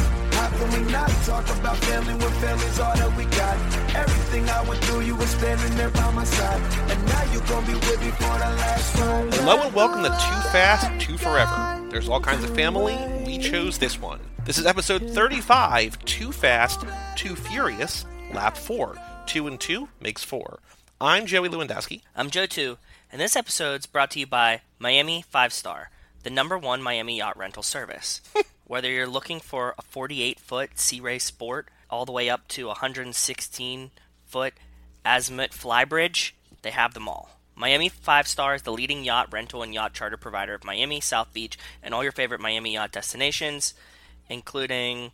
can we not talk about family when family's all that we got? Everything I went through, you were standing there by my side. And now you gon' be with me for the last one. Hello and welcome to Too Fast, Too Forever. There's all kinds of family. We chose this one. This is episode 35 Too Fast, Too Furious, Lap 4. Two and two makes four. I'm Joey Lewandowski. I'm Joe Two, and this episode's brought to you by Miami Five Star, the number one Miami yacht rental service. Whether you're looking for a 48 foot Sea Ray Sport all the way up to a 116 foot Azimuth Flybridge, they have them all. Miami Five Star is the leading yacht rental and yacht charter provider of Miami, South Beach, and all your favorite Miami yacht destinations, including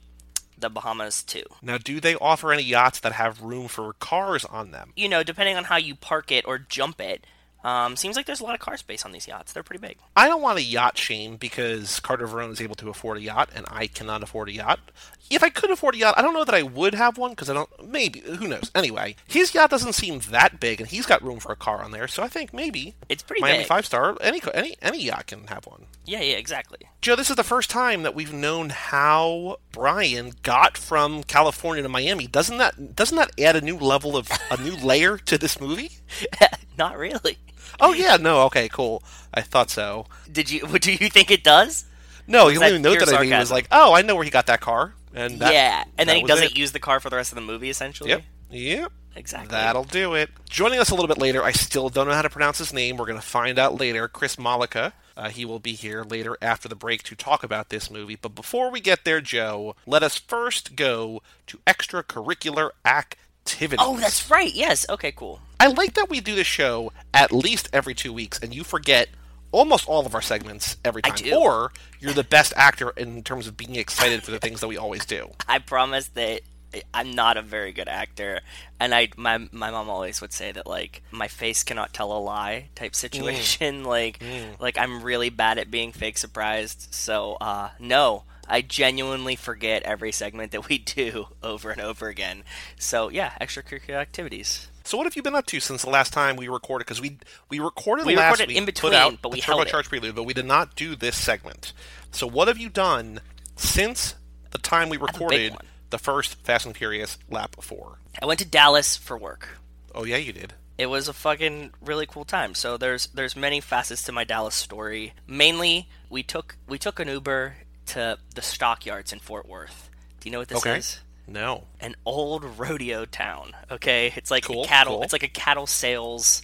the Bahamas, too. Now, do they offer any yachts that have room for cars on them? You know, depending on how you park it or jump it, um, seems like there's a lot of car space on these yachts. They're pretty big. I don't want a yacht shame because Carter Verone is able to afford a yacht and I cannot afford a yacht. If I could afford a yacht, I don't know that I would have one because I don't. Maybe. Who knows? Anyway, his yacht doesn't seem that big and he's got room for a car on there, so I think maybe It's pretty Miami big. Five Star, any, any, any yacht can have one. Yeah, yeah, exactly. Joe, this is the first time that we've known how Brian got from California to Miami. Doesn't that doesn't that add a new level of a new layer to this movie? Not really. Oh yeah, no, okay, cool. I thought so. Did you? Do you think it does? No, you that only note pure that I think he was sarcasm? like, "Oh, I know where he got that car." And that, yeah, that and then he was doesn't it. use the car for the rest of the movie, essentially. Yep. Yep. Exactly. That'll do it. Joining us a little bit later, I still don't know how to pronounce his name. We're going to find out later. Chris Malika. Uh, he will be here later after the break to talk about this movie. But before we get there, Joe, let us first go to extracurricular activities. Oh, that's right. Yes. Okay. Cool. I like that we do this show at least every two weeks, and you forget almost all of our segments every time. do. Or you're the best actor in terms of being excited for the things that we always do. I promise that I'm not a very good actor, and I my my mom always would say that like my face cannot tell a lie type situation. Like like I'm really bad at being fake surprised. So uh, no. I genuinely forget every segment that we do over and over again. So yeah, extracurricular activities. So what have you been up to since the last time we recorded? Because we we recorded We last recorded week, in between, put out but we the held it. turbocharged prelude, but we did not do this segment. So what have you done since the time we big recorded one. the first Fast and Furious lap four? I went to Dallas for work. Oh yeah, you did. it was a fucking really cool time. So there's there's many facets to my Dallas story. Mainly, we took we took an Uber to the stockyards in Fort Worth. Do you know what this Okay. is? No. An old rodeo town. Okay, it's like Cool, a cattle. cool. It's like a cattle sales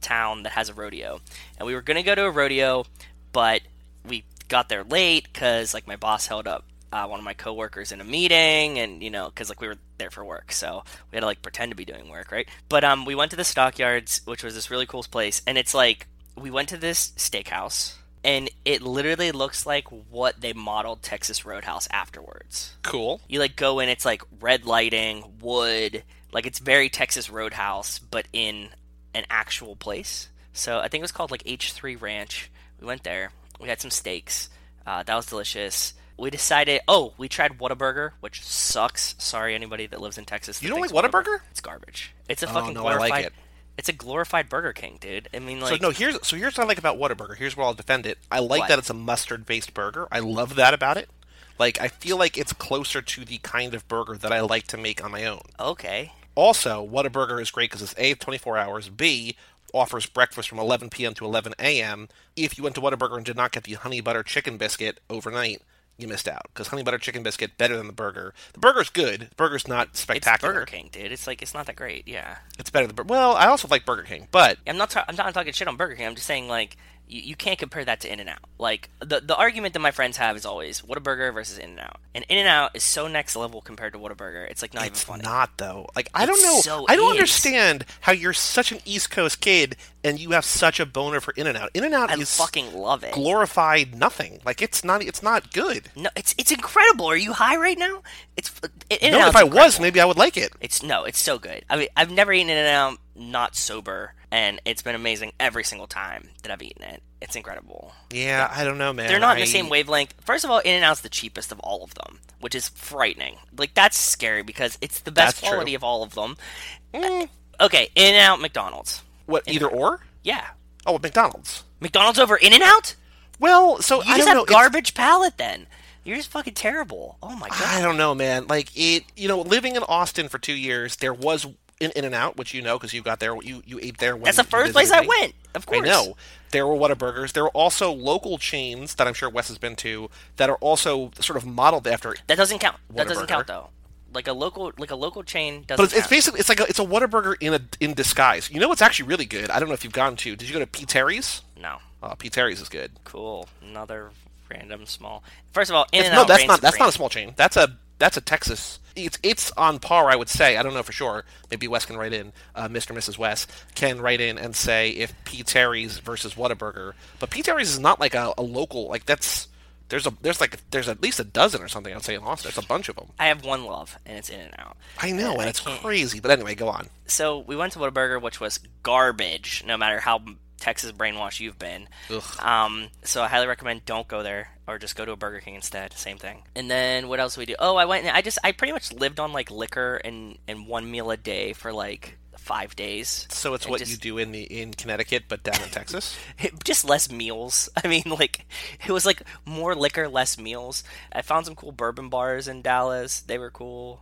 town that has a rodeo. And we were gonna go to a rodeo, but we got there late because like my boss held up uh, one of my coworkers in a meeting, and you know because like we were there for work, so we had to like pretend to be doing work, right? But um, we went to the stockyards, which was this really cool place, and it's like we went to this steakhouse. And it literally looks like what they modeled Texas Roadhouse afterwards Cool. you like go in it's like red lighting wood like it's very texas roadhouse but in an actual place so i think it was called like h3 ranch we went there we had some steaks uh, that was delicious we decided oh we tried whataburger which sucks sorry anybody that lives in texas that You don't thinks like Whataburger? it's garbage it's a fucking Oh, no, I like glorified it. it's a glorified burger king dude i mean like so no, here's so here's what I like about Whataburger. Here's where I'll defend it. I like What? that it's a mustard based burger. I love that about it. Like I feel like it's closer to the kind of burger that I like to make on my own. okay Also, Whataburger is great because it's A, 24 hours, B, offers breakfast from 11 p.m. to 11 a.m. If you went to Whataburger and did not get the honey butter chicken biscuit overnight, you missed out because honey butter chicken biscuit better than the burger. The burger's good. The burger's not it's spectacular. burger king dude it's like it's not that great yeah It's better than bur- well, I also like Burger King, but I'm not. Ta- I'm not talking shit on Burger King. I'm just saying like you, you can't compare that to In and Out. Like the the argument that my friends have is always Whataburger versus In and Out, and In and Out is so next level compared to Whataburger. It's like not it's even funny. not though. Like I don't It know. so I don't is. understand how you're such an East Coast kid and you have such a boner for In-N-Out. In-N-Out I is fucking love it. glorified nothing. Like it's not. It's not good. no, it's it's incredible. Are you high right now? It's In No, and if I Out. was, maybe I would like it. It's no, it's so good. I mean, I've never eaten In and Out not sober, and it's been amazing every single time that I've eaten it. It's incredible. Yeah, I don't know, man. They're not in I- the same wavelength. First of all, In and Out's the cheapest of all of them, which is frightening. Like that's scary because it's the best That's true. quality of all of them. Mm, Okay, In and Out, McDonald's. what either or? Yeah, Oh, at McDonald's. McDonald's over In and Out. Well, so You I just don't have know. it's- garbage palate then. You're just fucking terrible. Oh my god. I don't know, man. Like it, you know, living in Austin for two years, there was in In and Out, which you know because you got there, you you ate there. When That's the you first place I visited me. went. Of I course. know there were Whataburgers. There were also local chains that I'm sure Wes has been to that are also sort of modeled after. That doesn't count. That doesn't Whataburger. count though. Like a local, like a local chain doesn't. But it's, it's count. basically it's like a, it's a Whataburger in a in disguise. You know what's actually really good? I don't know if you've gone to. Did you go to P Terry's? no. Oh, P Terry's is good. Cool. Another random small. First of all, in It's- and no, out that's not that's not a small chain. That's a that's a Texas. It's it's on par, I would say. I don't know for sure. Maybe Wes can write in. Uh, Mr. and Mrs. Wes can write in and say if P. Terry's versus Whataburger. But P. Terry's is not like a, a local. Like that's there's a there's like there's at least a dozen or something. I'd say in Austin, there's a bunch of them. I have one love, and it's in and out. I know, and I it's can't- crazy. But anyway, go on. so we went to Whataburger, which was garbage, no matter how Texas brainwashed you've been. Ugh. Um, so I highly recommend don't go there or just go to a Burger King instead. Same thing. And then what else did we do? Oh, I went and I just I pretty much lived on like liquor and and one meal a day for like five days. So it's And what just- you do in the in Connecticut, but down in Texas. just less meals. I mean, like it was like more liquor, less meals. I found some cool bourbon bars in Dallas. They were cool.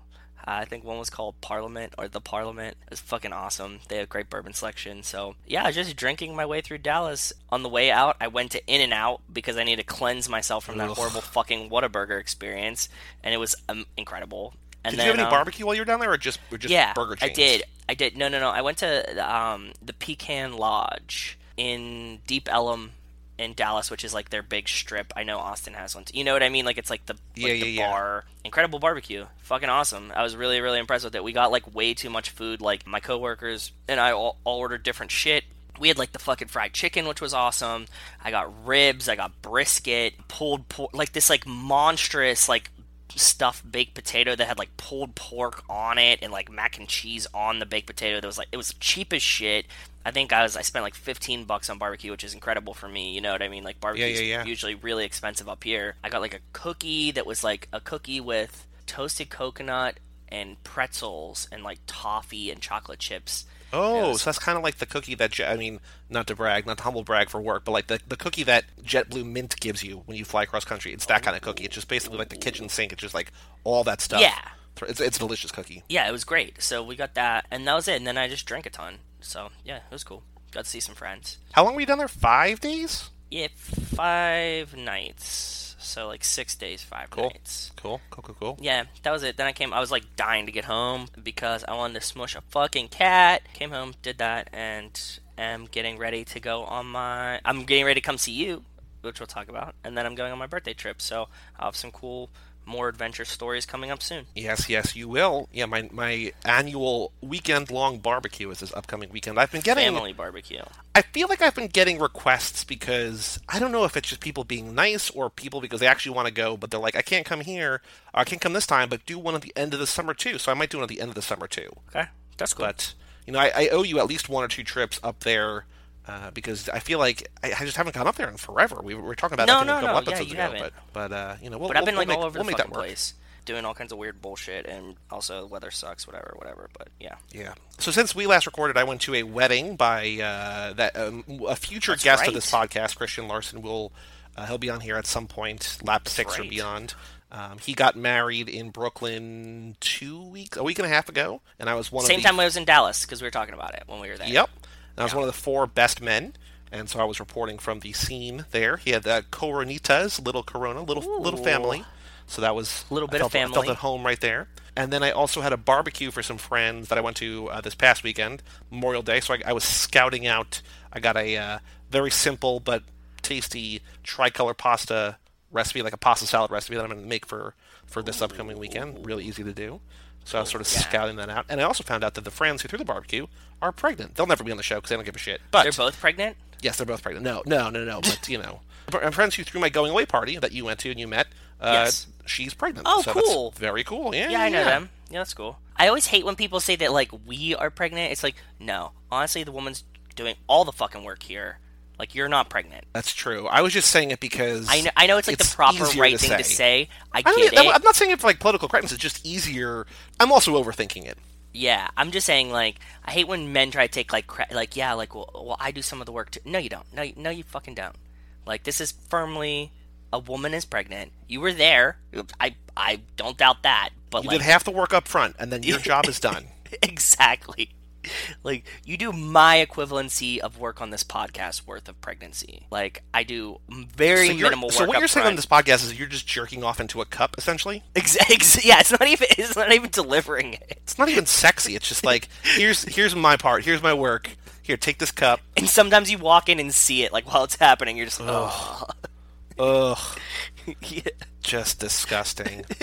Uh, I think one was called Parliament or the Parliament. It was fucking awesome. They had great bourbon selection. So yeah, I was just drinking my way through Dallas. On the way out, I went to In and Out because I needed to cleanse myself from that Ugh. horrible fucking Whataburger experience, and it was um, incredible. And Did then, you have any um, barbecue while you were down there, or just or just yeah, burger chains? I did. I did. No, no, no. I went to um, the Pecan Lodge in Deep Ellum in Dallas, which is like their big strip. I know Austin has one. Too. You know what I mean? Like it's like the like Yeah, the yeah, yeah. bar. Incredible barbecue. Fucking awesome. I was really really impressed with it. We got like way too much food. Like my coworkers and I all, all ordered different shit. We had like the fucking fried chicken, which was awesome. I got ribs. I got brisket, pulled pork, like this like monstrous like stuffed baked potato that had like pulled pork on it and like mac and cheese on the baked potato. That was like it was cheap as shit. I think I was I spent like 15 bucks on barbecue, which is incredible for me. You know what I mean? Like barbecue is yeah. usually really expensive up here. I got like a cookie that was like a cookie with toasted coconut and pretzels and like toffee and chocolate chips. Oh, was- so that's kind of like the cookie that Je- I mean, not to brag, not to humble brag for work, but like the, the cookie that JetBlue Mint gives you when you fly cross country. It's that kind of cookie. It's just basically like the kitchen sink. It's just like all that stuff. Yeah. it's, it's a delicious cookie. Yeah, it was great. So we got that and that was it. And then I just drank a ton. So yeah, it was cool. Got to see some friends. How long were you down there? Five days. Yeah, five nights. So like six days, five nights. Cool. Cool. Cool. Cool. Yeah, that was it. Then I came. I was like dying to get home because I wanted to smush a fucking cat. Came home, did that, and am getting ready to go on my. I'm getting ready to come see you, which we'll talk about, and then I'm going on my birthday trip. So I'll have some cool, more adventure stories coming up soon. Yes, yes, you will. Yeah, my my annual weekend long barbecue is this upcoming weekend. I've been getting Family barbecue. I feel like I've been getting requests because I don't know if it's just people being nice or people because they actually want to go, but they're like, I can't come here, or I can't come this time, but do one at the end of the summer too. So I might do one at the end of the summer too. Okay, that's cool. But you know, I, I owe you at least one or two trips up there uh, because I feel like I, I just haven't gone up there in forever. We were, we were talking about No, that no, a couple no, yeah, episodes you ago, haven't. but but uh, you know, we'll, But I've been we'll- like we'll all make, over we'll the make fucking that work. place, doing all kinds of weird bullshit, and also the weather sucks, whatever, whatever. But yeah. Yeah. So since we last recorded, I went to a wedding by uh, that um, a future guest of this podcast, Christian Larson. Will uh, he'll be on here at some point, lap six right. or beyond. Um, he got married in Brooklyn two weeks, a week and a half ago, and I was one Same of the, time I was in Dallas because we were talking about it when we were there. Yep. And I was one of the four best men, and so I was reporting from the scene there. He had the Coronitas, little Corona, little little Ooh. family. So that was Little I bit of felt- I felt family. at home right there. And then I also had a barbecue for some friends that I went to uh, this past weekend, Memorial Day. So I, I was scouting out. I got a uh, very simple but tasty tricolor pasta recipe, like a pasta salad recipe that I'm going to make for for this upcoming weekend. Really easy to do. So I was sort of scouting that out, and I also found out that the friends who threw the barbecue are pregnant. They'll never be on the show because they don't give a shit. But They're both pregnant. Yes, they're both pregnant. No, no, no, no. But you know, my friends who threw my going away party that you went to and you met, uh, Yes. she's pregnant. Oh, so cool. That's very cool. Yeah, Yeah, I know them. Yeah, that's cool. I always hate when people say that like we are pregnant. It's like no, honestly, the woman's doing all the fucking work here. Like you're not pregnant. That's true. I was just saying it because I know. I know it's like the proper easier right thing to say. I I don't e-, get get- it. I'm not saying it for like political correctness. It's just easier. I'm also overthinking it. Yeah, I'm just saying like I hate when men try to take like cra- like yeah like well, well I do some of the work too. No, you don't. No, you- no, you fucking don't. Like this is firmly a woman is pregnant. You were there. I I don't doubt that. But You like, did half the work up front, and then your job is done. exactly. Like you do my equivalency of work on this podcast worth of pregnancy. Like I do very So you're- minimal work. so what up you're saying on front. this podcast is you're just jerking off into a cup, essentially. Ex- ex- yeah, it's not even it's not even delivering it. It's not even sexy. It's just like here's here's my part. Here's my work. Here, take this cup. And sometimes you walk in and see it like while it's happening. You're just oh, Ugh, yeah. just disgusting.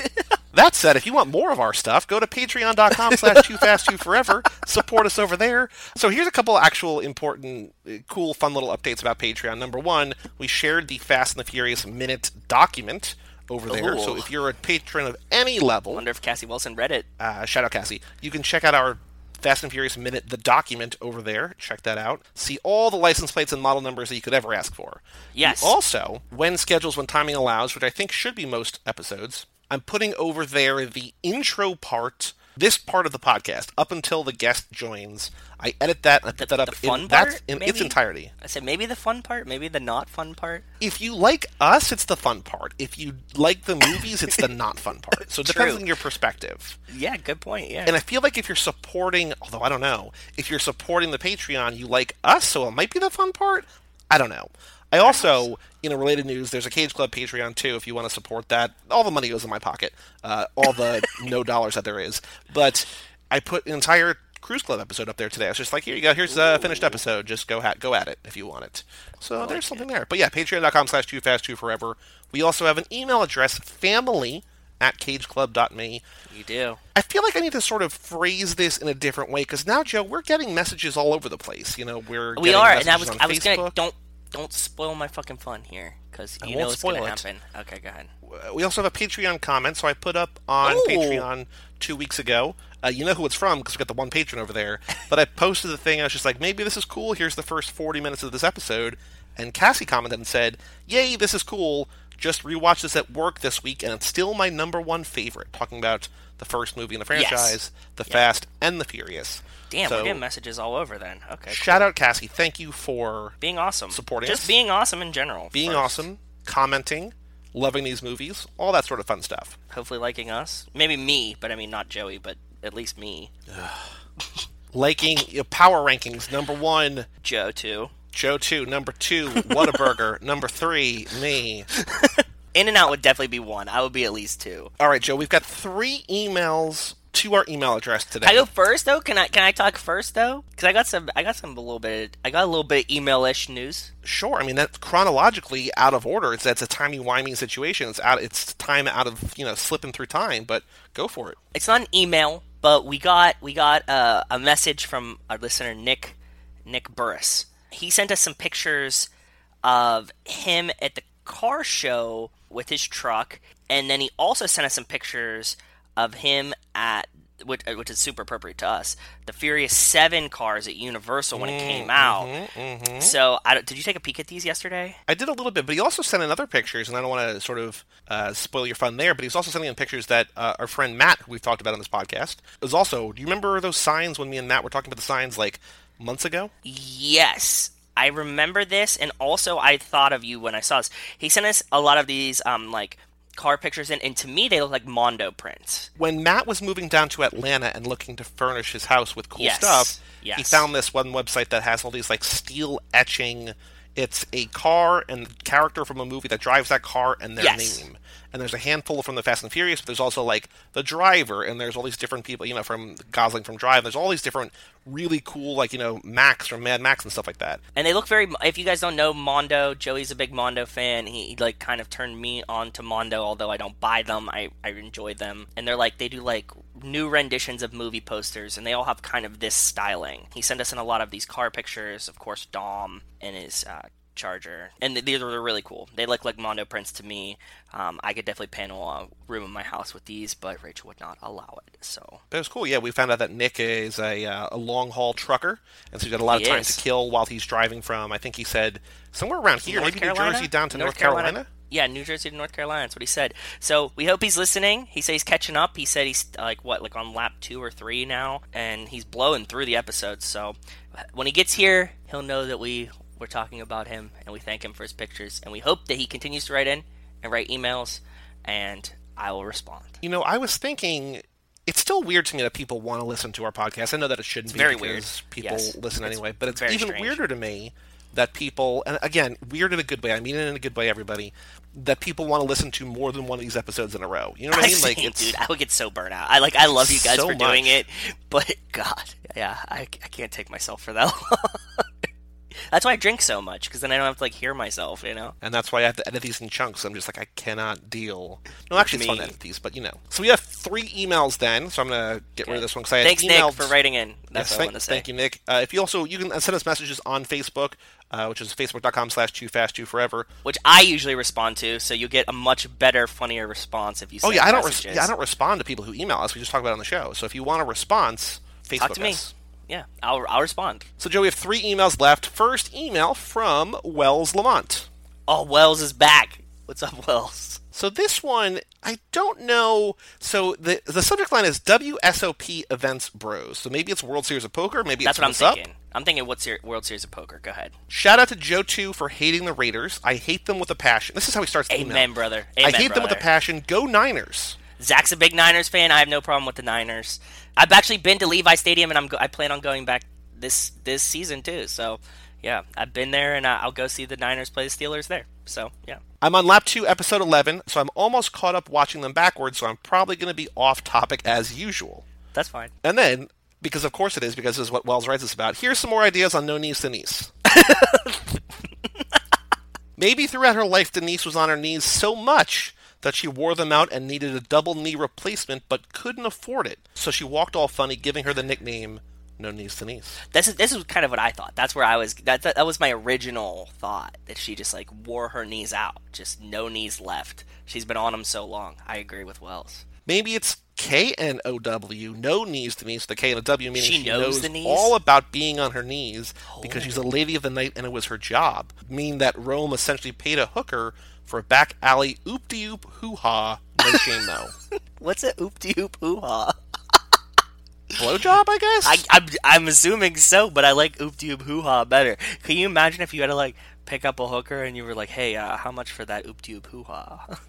That said, if you want more of our stuff, go to patreon.com slash too fast too forever. Support us over there. So here's a couple actual important, uh, cool, fun little updates about Patreon. Number one, we shared the Fast and the Furious minute document over there. Ooh. So if you're a patron of any level, Wonder if Cassie Wilson read it. uh, shout out Cassie. You can check out our Fast and Furious Minute, the document over there. Check that out. See all the license plates and model numbers that you could ever ask for. Yes. You also, when schedules, when timing allows, which I think should be most episodes, I'm putting over there the intro part. This part of the podcast, up until the guest joins, I edit that and I put that up the fun in, part, that's in its maybe? entirety. I said maybe the fun part, maybe the not fun part. If you like us, it's the fun part. If you like the movies, it's the not fun part. So it depends True. on your perspective. Yeah, good point. Yeah. And I feel like if you're supporting, although I don't know, if you're supporting the Patreon, you like us, so it might be the fun part. I don't know. I also, in a related news, there's a Cage Club Patreon too. If you want to support that, all the money goes in my pocket, uh, all the no dollars that there is. But I put an entire Cruise Club episode up there today. I was just like, here you go, here's a finished episode. Just go ha- go at it if you want it. So there's something there. But yeah, patreon.com slash too fast too forever. We also have an email address, family at cageclub.me. you do. I feel like I need to sort of phrase this in a different way because now, Joe, we're getting messages all over the place. You know, we're We getting are, and I was messages I on was gonna Facebook. don't don't spoil my fucking fun here because you won't know it's gonna spoil it. happen. Okay, go ahead. Uh, We also have a Patreon comment, so I put up on Ooh. Patreon two weeks ago. Uh, you know who it's from because we got the one patron over there. But I posted the thing. I was just like, maybe this is cool. Here's the first 40 minutes of this episode, and Cassie commented and said, "Yay, this is cool." Just rewatched this at work this week, and it's still my number one favorite. Talking about the first movie in the Yes. franchise, The Fast and the Furious. Damn, so, we're getting messages all over then. Okay. cool. Shout out Cassie. Thank you for Being awesome. supporting Just us. being awesome in general. being first. awesome, commenting, loving these movies, all that sort of fun stuff. Hopefully liking us. Maybe me, but I mean not Joey, but at least me. Liking you know, power rankings number one, Joe too. Joe two, number two, Whataburger, number three, me. In and out would definitely be one. I would be at least two. All right, Joe, we've got three emails to our email address today. I go first though. Can I can I talk first though? Because I got some I got some a little bit I got a little bit of email-ish news. sure, I mean that's chronologically out of order. It's that's a timey wimey situation. It's out. It's time out of you know slipping through time. But go for it. it's not an email, but we got we got uh, a message from our listener Nick Nick Burris. He sent us some pictures of him at the car show with his truck, and then he also sent us some pictures of him at which, uh, which is super appropriate to us the Furious Seven cars at Universal when it came out. So I don't, did you take a peek at these yesterday? I did a little bit, but he also sent in other pictures, and I don't want to sort of uh, spoil your fun there. But he's also sending in pictures that uh, our friend Matt, who we've talked about on this podcast, is also. Do you remember those signs when me and Matt were talking about the signs like months ago? Yes, I remember this, and also I thought of you when I saw this. He sent us a lot of these, um, like car pictures, and, and to me they look like Mondo prints. When Matt was moving down to Atlanta and looking to furnish his house with cool Yes. stuff, he Yes. found this one website that has all these like steel etching. It's a car and the character from a movie that drives that car and their Yes. name. And there's a handful from the Fast and Furious, but there's also like the driver, and there's all these different people, you know, from Gosling from Drive. There's all these different really cool, like you know, Max from Mad Max and stuff like that. And they look very. If you guys don't know Mondo, Joey's a big Mondo fan. He, he, like kind of turned me on to Mondo, although I don't buy them. I I enjoy them, and they're like they do like new renditions of movie posters, and they all have kind of this styling. He sent us in a lot of these car pictures, of course, Dom and his. Uh, Charger, and th- these are really cool. They look like Mondo prints to me. Um, I could definitely panel a room in my house with these, but Rachel would not allow it. So But it was cool. Yeah, we found out that Nick is a, uh, a long haul trucker, and so he's got a lot He of time is. to kill while he's driving from. I think he said somewhere around here, North maybe Carolina? New Jersey down to North, Carolina? Yeah, New Jersey to North Carolina. That's what he said. So we hope he's listening. He said he's catching up. He said he's like what, like on lap two or three now, and he's blowing through the episodes. So when he gets here, he'll know that we were talking about him, and we thank him for his pictures, and we hope that he continues to write in and write emails, and I will respond. You know, I was thinking it's still weird to me that people want to listen to our podcast. I know that it shouldn't be very because weird. People Yes. listen anyway, but it's very even strange. weirder to me that people and again, weird in a good way. I mean it in a good way, everybody. That people want to listen to more than one of these episodes in a row. You know what I mean? I've Like seen- it's dude, I would get so burnt out. I like, I love you guys So for doing much. it, but God, yeah, I, I can't take myself for that. long. That's why I drink so much because then I don't have to like hear myself, you know. and that's why I have to edit these in chunks. I'm just like, I cannot deal. No, actually, it's fun to Me. edit these, but you know. So we have three emails then. So I'm gonna get rid of this one because I had Thanks, emailed. Nick, for writing in. yes, That's what I thank, want to say. thank you, Nick. Uh, if you also you can send us messages on Facebook, uh, which is facebook.com/slash too fast too forever. Which I usually respond to, so you'll get a much better, funnier response if you. Oh send yeah, I don't. Res- Messages. yeah, I don't respond to people who email us. We just talk about it on the show. So if you want a response, Facebook Talk to me. us. Yeah, I'll I'll respond. So Joe, we have three emails left. First email from Wells Lamont. Oh, Wells is back. What's up, Wells? So this one, I don't know. So the the subject line is WSOP Events Bros. So maybe it's World Series of Poker. Maybe That's it's what I'm what's up. thinking. I'm thinking what's your World Series of Poker? Go ahead. Shout out to Joe Two for hating the Raiders. I hate them with a passion. This is how he starts the Amen, email. brother. I Amen, hate them with a brother. passion. Go Niners. Zach's a big Niners fan. I have no problem with the Niners. I've actually been to Levi Stadium, and I'm go- I plan on going back this this season too. So, yeah, I've been there, and I- I'll go see the Niners play the Steelers there. So, yeah, I'm on lap two, episode 11, so I'm almost caught up watching them backwards, so I'm probably going to be off topic as usual. that's fine. And then, because of course it is, because this is what Wells writes us about, here's some more ideas on No Knees Denise. Maybe throughout her life, Denise was on her knees so much that she wore them out and needed a double knee replacement, but couldn't afford it. So she walked all funny, giving her the nickname No Knees Denise. This is this is kind of what I thought. That's where I was. That that, that was my original thought that she just like wore her knees out, just no knees left. She's been on them so long. I agree with Wells. Maybe it's K N O W, no knees to knees, the K and the W meaning She she, knows knows, the knees? Oh. all about being on her knees because she's a lady of the night and it was her job. Meaning that Rome essentially paid a hooker for a back alley oop de oop hoo ha, no shame no. What's a oop de oop hoo ha? Blowjob, I guess? I, I'm, I'm assuming so, but I like oop de oop hoo ha better. Can you imagine if you had to like pick up a hooker and you were like, hey, uh, how much for that oop de oop hoo ha?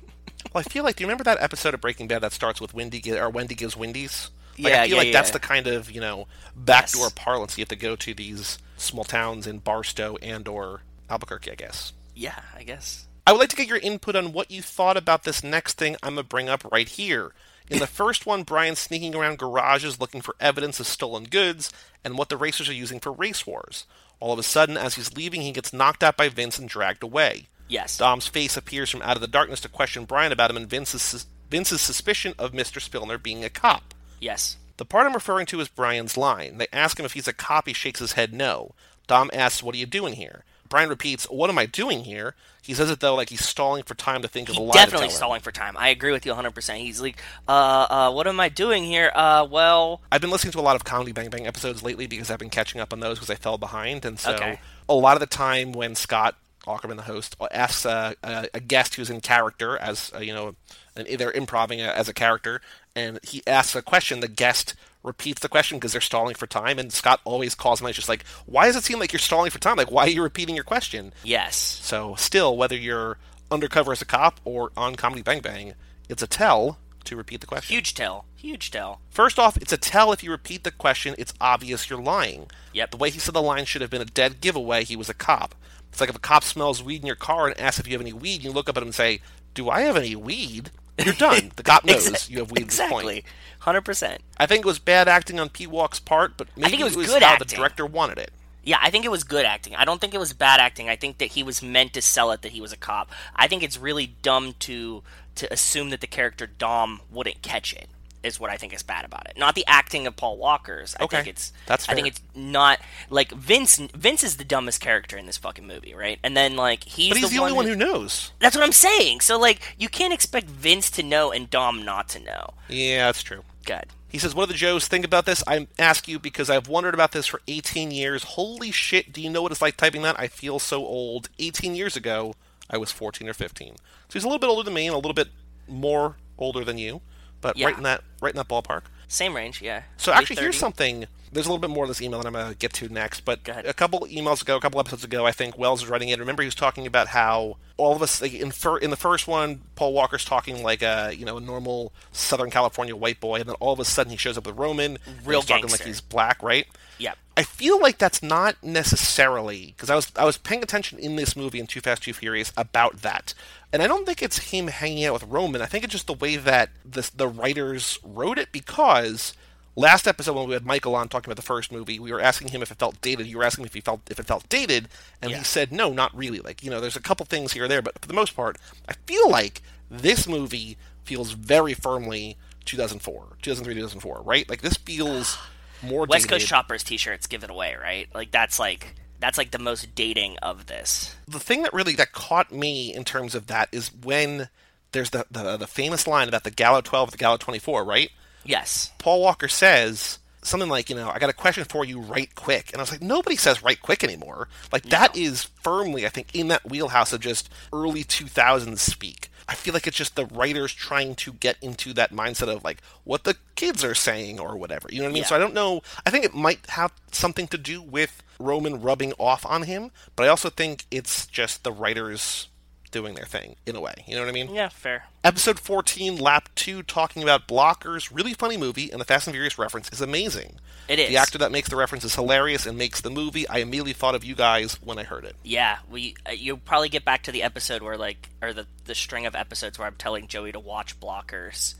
Well, I feel like, do you remember that episode of Breaking Bad that starts with Wendy gi- or Wendy gives Wendy's? Like, Yeah, I feel yeah, like that's yeah. the kind of you know backdoor Yes. parlance you have to go to these small towns in Barstow and or Albuquerque, I guess. yeah, I guess. I would like to get your input on what you thought about this next thing I'm going to bring up right here. In the first one, Brian's sneaking around garages looking for evidence of stolen goods and what the racers are using for race wars. All of a sudden, as he's leaving, he gets knocked out by Vince and dragged away. Yes. Dom's face appears from out of the darkness to question Brian about him and Vince's, sus- Vince's suspicion of Mr. Spillner being a cop. Yes. The part I'm referring to is Brian's line. They ask him if he's a cop. He shakes his head no. Dom asks, What are you doing here? Brian repeats, What am I doing here? He says it though, like he's stalling for time to think of a He lie. definitely to tell her. stalling for time. I agree with you 100%. He's like, uh, uh, what am I doing here? Uh, well, I've been listening to a lot of Comedy Bang Bang episodes lately because I've been catching up on those because I fell behind. And so Okay. a lot of the time when Scott Ackerman, the host, asks a, a, a guest who's in character as, uh, you know, an, they're improvising a, as a character, and he asks a question, the guest repeats the question because they're stalling for time. And Scott always calls him out. He's just like, why does it seem like you're stalling for time? Like, why are you repeating your question? yes. So still, whether you're undercover as a cop or on Comedy Bang Bang, it's a tell to repeat the question. Huge tell. Huge tell. First off, it's a tell if you repeat the question, it's obvious you're lying. Yep. The way he said the line should have been a dead giveaway he was a cop. It's like if a cop smells weed in your car and asks if you have any weed, and you look up at him and say, Do I have any weed? You're done. The cop knows Exa- you have weed at this Exactly. point. 100%. I think it was bad acting on P Walk's part, but maybe think it was good how the acting. director wanted it. Yeah, I think it was good acting. I don't think it was bad acting. I think that he was meant to sell it that he was a cop. I think it's really dumb to to assume that the character Dom wouldn't catch it. Is what I think is bad about it. Not the acting of Paul Walker's. I Okay. think it's That's I think fair. it's not like Vince Vince is the dumbest character in this fucking movie, right? And then like he's, But he's the, one only one who knows. That's what I'm saying. So like you can't expect Vince to know and Dom not to know. Yeah, that's true. Good. He says, What do the Joes think about this? I ask you because I've wondered about this for 18 years. Holy shit, do you know what it's like typing that? I feel so old. 18 years ago, I was 14 or 15. So he's a little bit older than me and a little bit more older than you, but Yeah. right in that right in that ballpark. Same range, yeah. So Maybe actually, here's 30. something there's a little bit more of this email that I'm going to get to next, but Go ahead. a couple emails ago, a couple episodes ago, I think Wells was writing in. Remember, he was talking about how all of us like, in, fir- in the first one, Paul Walker's talking like a you know a normal Southern California white boy, and then all of a sudden he shows up with Roman, and Real he's talking like gangster. he's black, right? Yep. I feel like that's not necessarily because I was I was paying attention in this movie in Too Fast Too Furious about that, and I don't think it's him hanging out with Roman. I think it's just the way that the the writers wrote it because last episode when we had Michael on talking about the first movie, we were asking him if it felt dated. You were asking him if he felt if it felt dated, and Yeah. he said no, not really. Like you know, there's a couple things here or there, but for the most part, I feel like this movie feels very firmly 2004, 2003, 2004, right? Like this feels. More West Coast dated. Shoppers t-shirts give it away, right? Like that's like that's like the most dating of this. the thing that really that caught me in terms of that is when there's the the, the famous line about the Gallo 12, the Gallo 24, right? Yes. Paul Walker says something like, you know, I got a question for you right quick. And I was like, nobody says right quick anymore. Like, that is firmly, I think, in that wheelhouse of just early 2000s speak. I feel like it's just the writers trying to get into that mindset of like what the kids are saying or whatever. You know what I mean? Yeah. So I don't know. I think it might have something to do with Roman rubbing off on him, but I also think it's just the writers doing their thing in a way. You know what I mean? Yeah, fair. Episode 14, Lap 2, talking about blockers. Really funny movie, and the Fast and Furious reference is amazing. It is. The actor that makes the reference is hilarious and makes the movie. I immediately thought of you guys when I heard it. Yeah, we uh, you'll probably get back to the episode where like or the the string of episodes where I'm telling Joey to watch blockers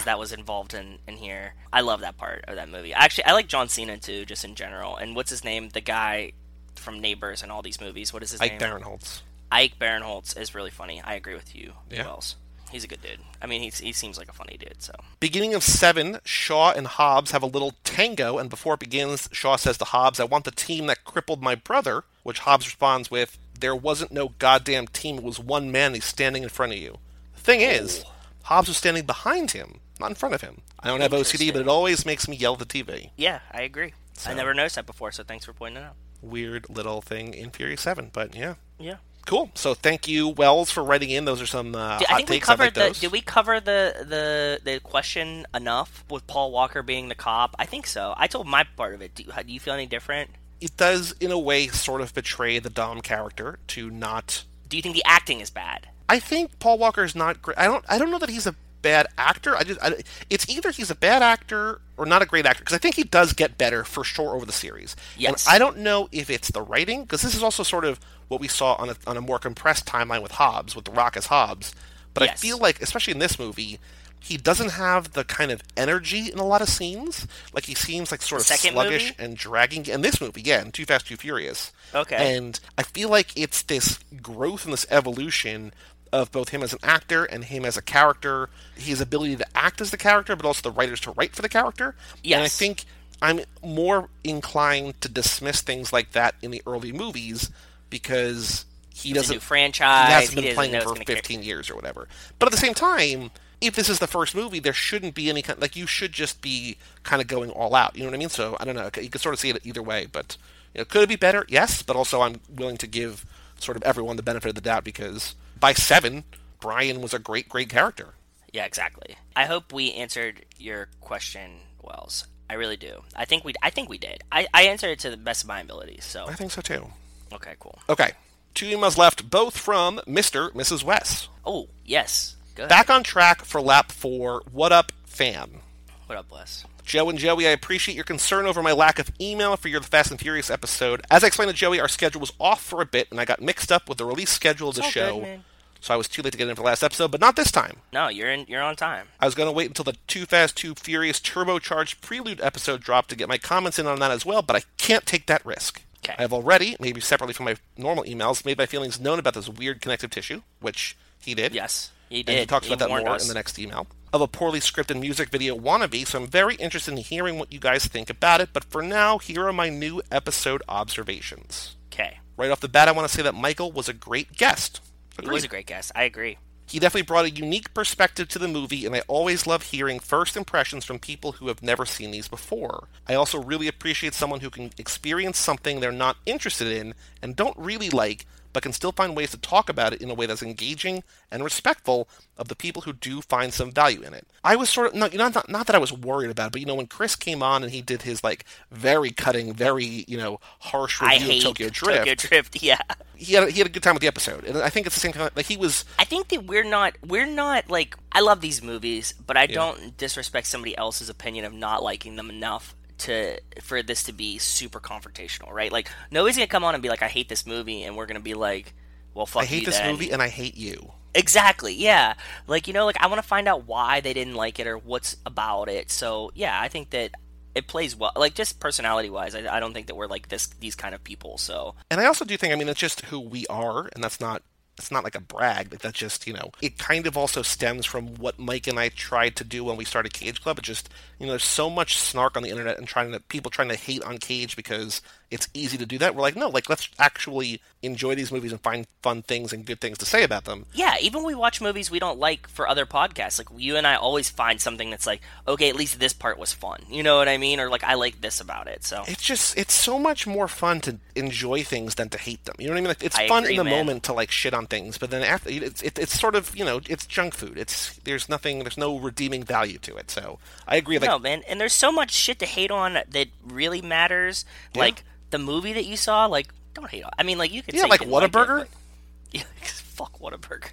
Yeah. that was involved in in here. I love that part of that movie. Actually, I like John Cena too, just in general. And what's his name? The guy from Neighbors and all these movies. What is his Ike name? Barinholtz. Ike Barinholtz is really funny. I agree with you, Yeah. Wells. He's a good dude. I mean, he's, he seems like a funny dude. So Beginning of 7, Shaw and Hobbs have a little tango, and before it begins, Shaw says to Hobbs, I want the team that crippled my brother, which Hobbs responds with, There wasn't no goddamn team. It was one man. He's standing in front of you. The thing is, Hobbs was standing behind him, not in front of him. I don't have OCD, but it always makes me yell at the TV. yeah, I agree. I never noticed that before, so thanks for pointing it out. weird little thing in Fury Seven. But yeah, Yeah. cool. So thank you, Wells, for writing in. Those are some uh, Did, hot I think we takes. I covered like the. those. Did we cover the, the the question enough with Paul Walker being the cop? I think so. I told my part of it. Do you, how- do you feel any different? It does, in a way, sort of betray the Dom character to not. Do you think the acting is bad? I think Paul Walker is not great. I don't. I don't know that he's a bad actor. I just. I, it's either he's a bad actor or not a great actor because I think he does get better for sure over the series. Yes. And I don't know if it's the writing because this is also sort of what we saw on a, on a more compressed timeline with Hobbs, with The Rock as Hobbs. But I Yes. feel like, especially in this movie, he doesn't have the kind of energy in a lot of scenes. Like he seems like sort of second sluggish movie? and dragging. In this movie, yeah, in Too Fast, Too Furious. Okay. And I feel like it's this growth and this evolution of both him as an actor and him as a character, his ability to act as the character, but also the writers to write for the character. And I Yes. think I'm more inclined to dismiss things like that in the early movies because he It's a doesn't new franchise. he hasn't he been doesn't playing know it it's for gonna carry- 15 years or whatever. But at the same time, if this is the first movie, there shouldn't be any kind. Like you should just be kind of going all out. You know what I mean? So I don't know. You could sort of see it either way. But you know, could it be better? Yes. But also, I'm willing to give sort of everyone the benefit of the doubt because by seven, Brian was a great, great character. Yeah, exactly. I hope we answered your question, Wells. I really do. I think we. I think we did. I, I answered it to the best of my abilities. So I think so too. okay, cool. Okay, two emails left, both from Mister, Mrs. West. Oh yes, good. Back on track for lap four. What up, fam? What up, Wes? Joe and Joey, I appreciate your concern over my lack of email for your Fast and Furious episode. As I explained to Joey, our schedule was off for a bit, and I got mixed up with the release schedule of the all good, show, man. so I was too late to get in for the last episode. But not this time. No, you're in. You're on time. I was going to wait until the Too Fast, Too Furious turbocharged prelude episode dropped to get my comments in on that as well, but I can't take that risk. Okay. I have already, maybe separately from my normal emails, made my feelings known about this weird connective tissue, which he did. Yes, you did. And he talks about that warned more us. in the next email. Of a poorly scripted music video wannabe, so I'm very interested in hearing what you guys think about it. But for now, here are my new episode observations. Okay. Right off the bat, I want to say that Michael was a great guest. He was a great guest. I agree. He definitely brought a unique perspective to the movie, and I always love hearing first impressions from people who have never seen these before. I also really appreciate someone who can experience something they're not interested in and don't really like, but can still find ways to talk about it in a way that's engaging and respectful of the people who do find some value in it. I was sort of not not, not that I was worried about, it, but you know when Chris came on and he did his like very cutting, very you know harsh I review hate of Tokyo Drift, Tokyo Drift. Yeah, he had a, he had a good time with the episode, and I think it's the same kind of like he was I think that we're not we're not like I love these movies, but I don't disrespect somebody else's opinion of not liking them enough to for this to be super confrontational, right? Like nobody's gonna come on and be like, I hate this movie, and we're gonna be like, Well, fuck I hate you this then. movie and I hate you. Exactly. Yeah. Like you know, like I want to find out why they didn't like it or what's about it. So yeah, I think that it plays well. Like just personality wise, I, I don't think that we're like this these kind of people. So And I also do think, I mean, it's just who we are, and that's not it's not like a brag. Like that's just you know, it kind of also stems from what Mike and I tried to do when we started Cage Club. It just you know, there's so much snark on the internet and trying to people trying to hate on Cage because it's easy to do that. We're like, no, like let's actually enjoy these movies and find fun things and good things to say about them. yeah, even we watch movies we don't like for other podcasts. Like you and I always find something that's like, okay, at least this part was fun. You know what I mean? Or like I like this about it. So It's just it's so much more fun to enjoy things than to hate them. You know what I mean? Like it's I fun agree, in the man. moment to like shit on things, but then after it's it, it's sort of you know it's junk food. It's there's nothing there's no redeeming value to it. So I agree. Like no, man. And there's so much shit to hate on that really matters. Yeah. Like the movie that you saw. Like don't hate on. I mean, like you could yeah, say you like didn't it, Whataburger. but- Yeah, 'cause fuck Whataburger.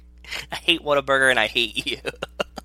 I hate Whataburger and I hate you.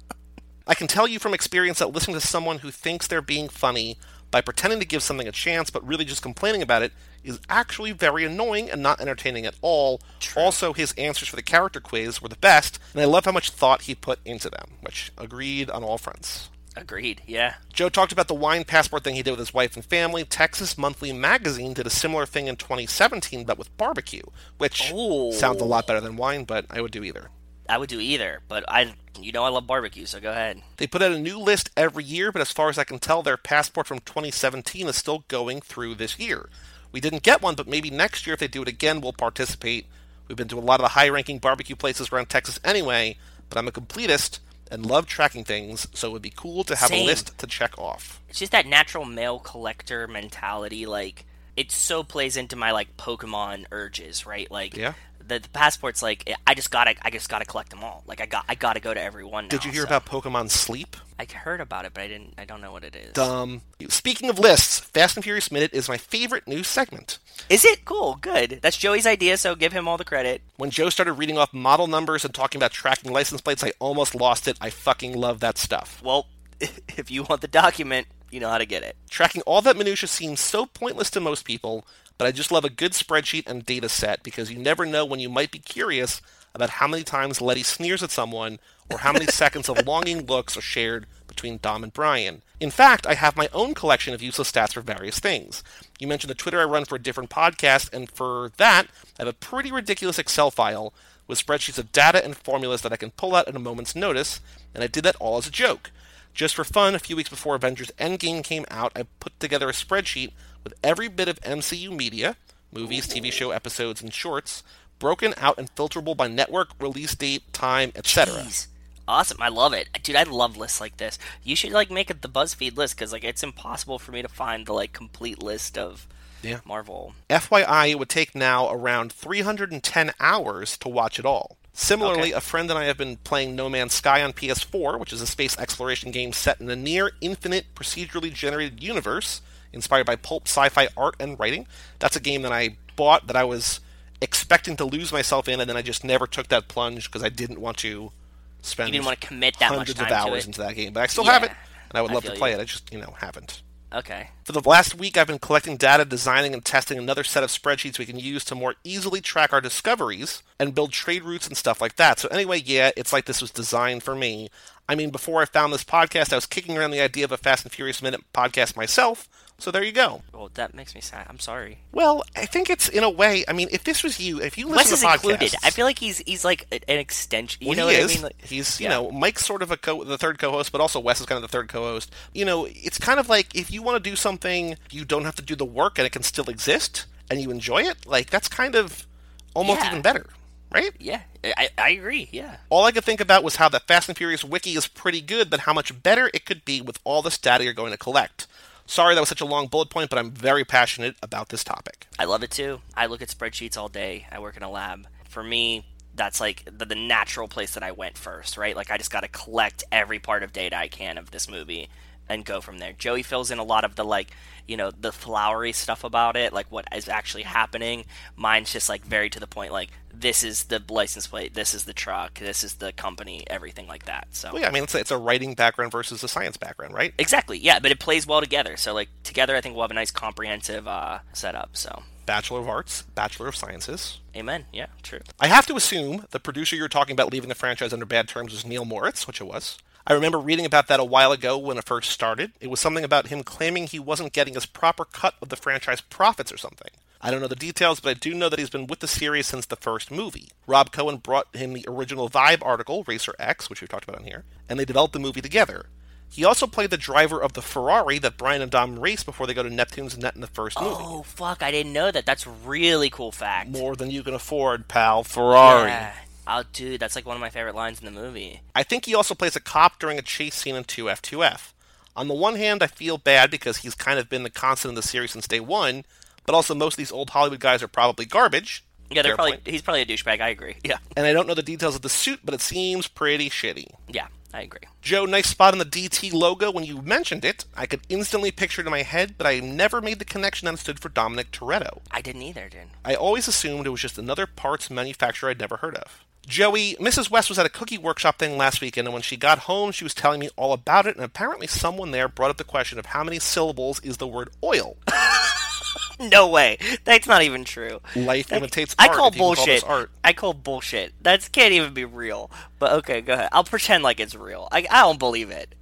I can tell you from experience that listening to someone who thinks they're being funny by pretending to give something a chance but really just complaining about it is actually very annoying and not entertaining at all. Also, his answers for the character quiz were the best, and I love how much thought he put into them, which agreed on all fronts. Agreed, yeah. Joe talked about the wine passport thing he did with his wife and family. Texas Monthly Magazine did a similar thing in 2017, but with barbecue, which Ooh. sounds a lot better than wine, but I would do either. I would do either, but I you know I love barbecue, so go ahead. They put out a new list every year, but as far as I can tell, their passport from 2017 is still going through this year. We didn't get one, but maybe next year, if they do it again, we'll participate. We've been to a lot of the high ranking barbecue places around Texas anyway, but I'm a completist and love tracking things, so it would be cool to have Same. a list to check off. It's just that natural male collector mentality, like it so plays into my like Pokemon urges, right? Like Yeah. the, the passport's like I- I just gotta I just gotta collect them all. Like I got I gotta go to every one. Did now, you hear so- about Pokemon Sleep? I heard about it, but I didn't I don't know what it is. Um, speaking of lists, Fast and Furious Minute is my favorite new segment. Is it? Cool, good. That's Joey's idea, so give him all the credit. When Joe started reading off model numbers and talking about tracking license plates, I almost lost it. I fucking love that stuff. Well, if you want the document, you know how to get it. Tracking all that minutia seems so pointless to most people, but I just love a good spreadsheet and data set because you never know when you might be curious about how many times Letty sneers at someone or how many seconds of longing looks are shared between Dom and Brian. In fact, I have my own collection of useless stats for various things. You mentioned the Twitter I run for a different podcast, and for that, I have a pretty ridiculous Excel file with spreadsheets of data and formulas that I can pull out at a moment's notice, and I did that all as a joke. Just for fun, a few weeks before Avengers Endgame came out, I put together a spreadsheet with every bit of MCU media movies, TV show episodes, and shorts broken out and filterable by network, release date, time, etc. Jeez. Awesome. I love it. Dude, I love lists like this. You should like make it the BuzzFeed list cuz like it's impossible for me to find the like complete list of Yeah. Marvel. FYI, it would take now around 310 hours to watch it all. Similarly, Okay. a friend and I have been playing No Man's Sky on PS4, which is a space exploration game set in a near infinite procedurally generated universe inspired by pulp sci fi art and writing. That's a game that I bought that I was expecting to lose myself in, and then I just never took that plunge because I didn't want to spend You didn't want to commit that much hundreds time of hours to it. into that game. But I still Yeah. have it, and I would I love to feel play you. it. I just, you know, haven't. Okay. For the last week, I've been collecting data, designing, and testing another set of spreadsheets we can use to more easily track our discoveries and build trade routes and stuff like that. So, anyway, yeah, it's like this was designed for me. I mean, before I found this podcast, I was kicking around the idea of a Fast and Furious Minute podcast myself. So, there you go. Well, that makes me sad. I'm sorry. Well, I think it's in a way, I mean, if this was you, if you Wes listen is to podcasts. included. I feel like he's he's like a- an extension. You Well, know he what is. I mean? Like, He's you yeah. know Mike's sort of a co- the third co-host, but also Wes is kind of the third co-host. You know, it's kind of like if you want to do something, you don't have to do the work, and it can still exist, and you enjoy it. Like that's kind of almost Yeah. even better, right? Yeah. I I agree. Yeah. All I could think about was how the Fast and Furious wiki is pretty good, but how much better it could be with all this data you're going to collect. Sorry that was such a long bullet point, but I'm very passionate about this topic. I love it too. I look at spreadsheets all day. I work in a lab. For me, that's like the, the natural place that I went first, right? Like I just got to collect every part of data I can of this movie and go from there. Joey fills in a lot of the like, you know, the flowery stuff about it, like what is actually happening. Mine's just like very to the point like this is the license plate, this is the truck, this is the company, everything like that. So Well, yeah, I mean, it's a, it's a writing background versus a science background, right? Exactly. Yeah, but it plays well together. So like together I think we'll have a nice comprehensive uh setup. So Bachelor of Arts, Bachelor of Sciences. amen. Yeah, true. I have to assume the producer you're talking about leaving the franchise under bad terms was Neil Moritz, which it was. I remember reading about that a while ago when it first started. It was something about him claiming he wasn't getting his proper cut of the franchise profits or something. I don't know the details, but I do know that he's been with the series since the first movie. Rob Cohen brought him the original Vibe article, Racer X, which we've talked about on here, and they developed the movie together. He also played the driver of the Ferrari that Brian and Dom race before they go to Neptune's Net in the first movie. Oh fuck, I didn't know that. That's really cool fact. More than you can afford, pal. Ferrari. Yeah. Oh dude, that's like one of my favorite lines in the movie. I think he also plays a cop during a chase scene in 2F2F. On the one hand, I feel bad because he's kind of been the constant in the series since day one, but also most of these old Hollywood guys are probably garbage. Yeah, they're Fair probably point. he's probably a douchebag, I agree. Yeah. And I don't know the details of the suit, but it seems pretty shitty. Yeah, I agree. Joe, nice spot on the DT logo when you mentioned it. I could instantly picture it in my head, but I never made the connection that it stood for Dominic Toretto. I didn't either, dude. I always assumed it was just another parts manufacturer I'd never heard of. Joey, Mrs. West was at a cookie workshop thing last weekend, and when she got home, she was telling me all about it, and apparently someone there brought up the question of how many syllables is the word oil. No way. That's not even true. Life imitates I art, call if you can call bullshit. this art. I call bullshit. That can't even be real. But okay, go ahead. I'll pretend like it's real. I, I don't believe it.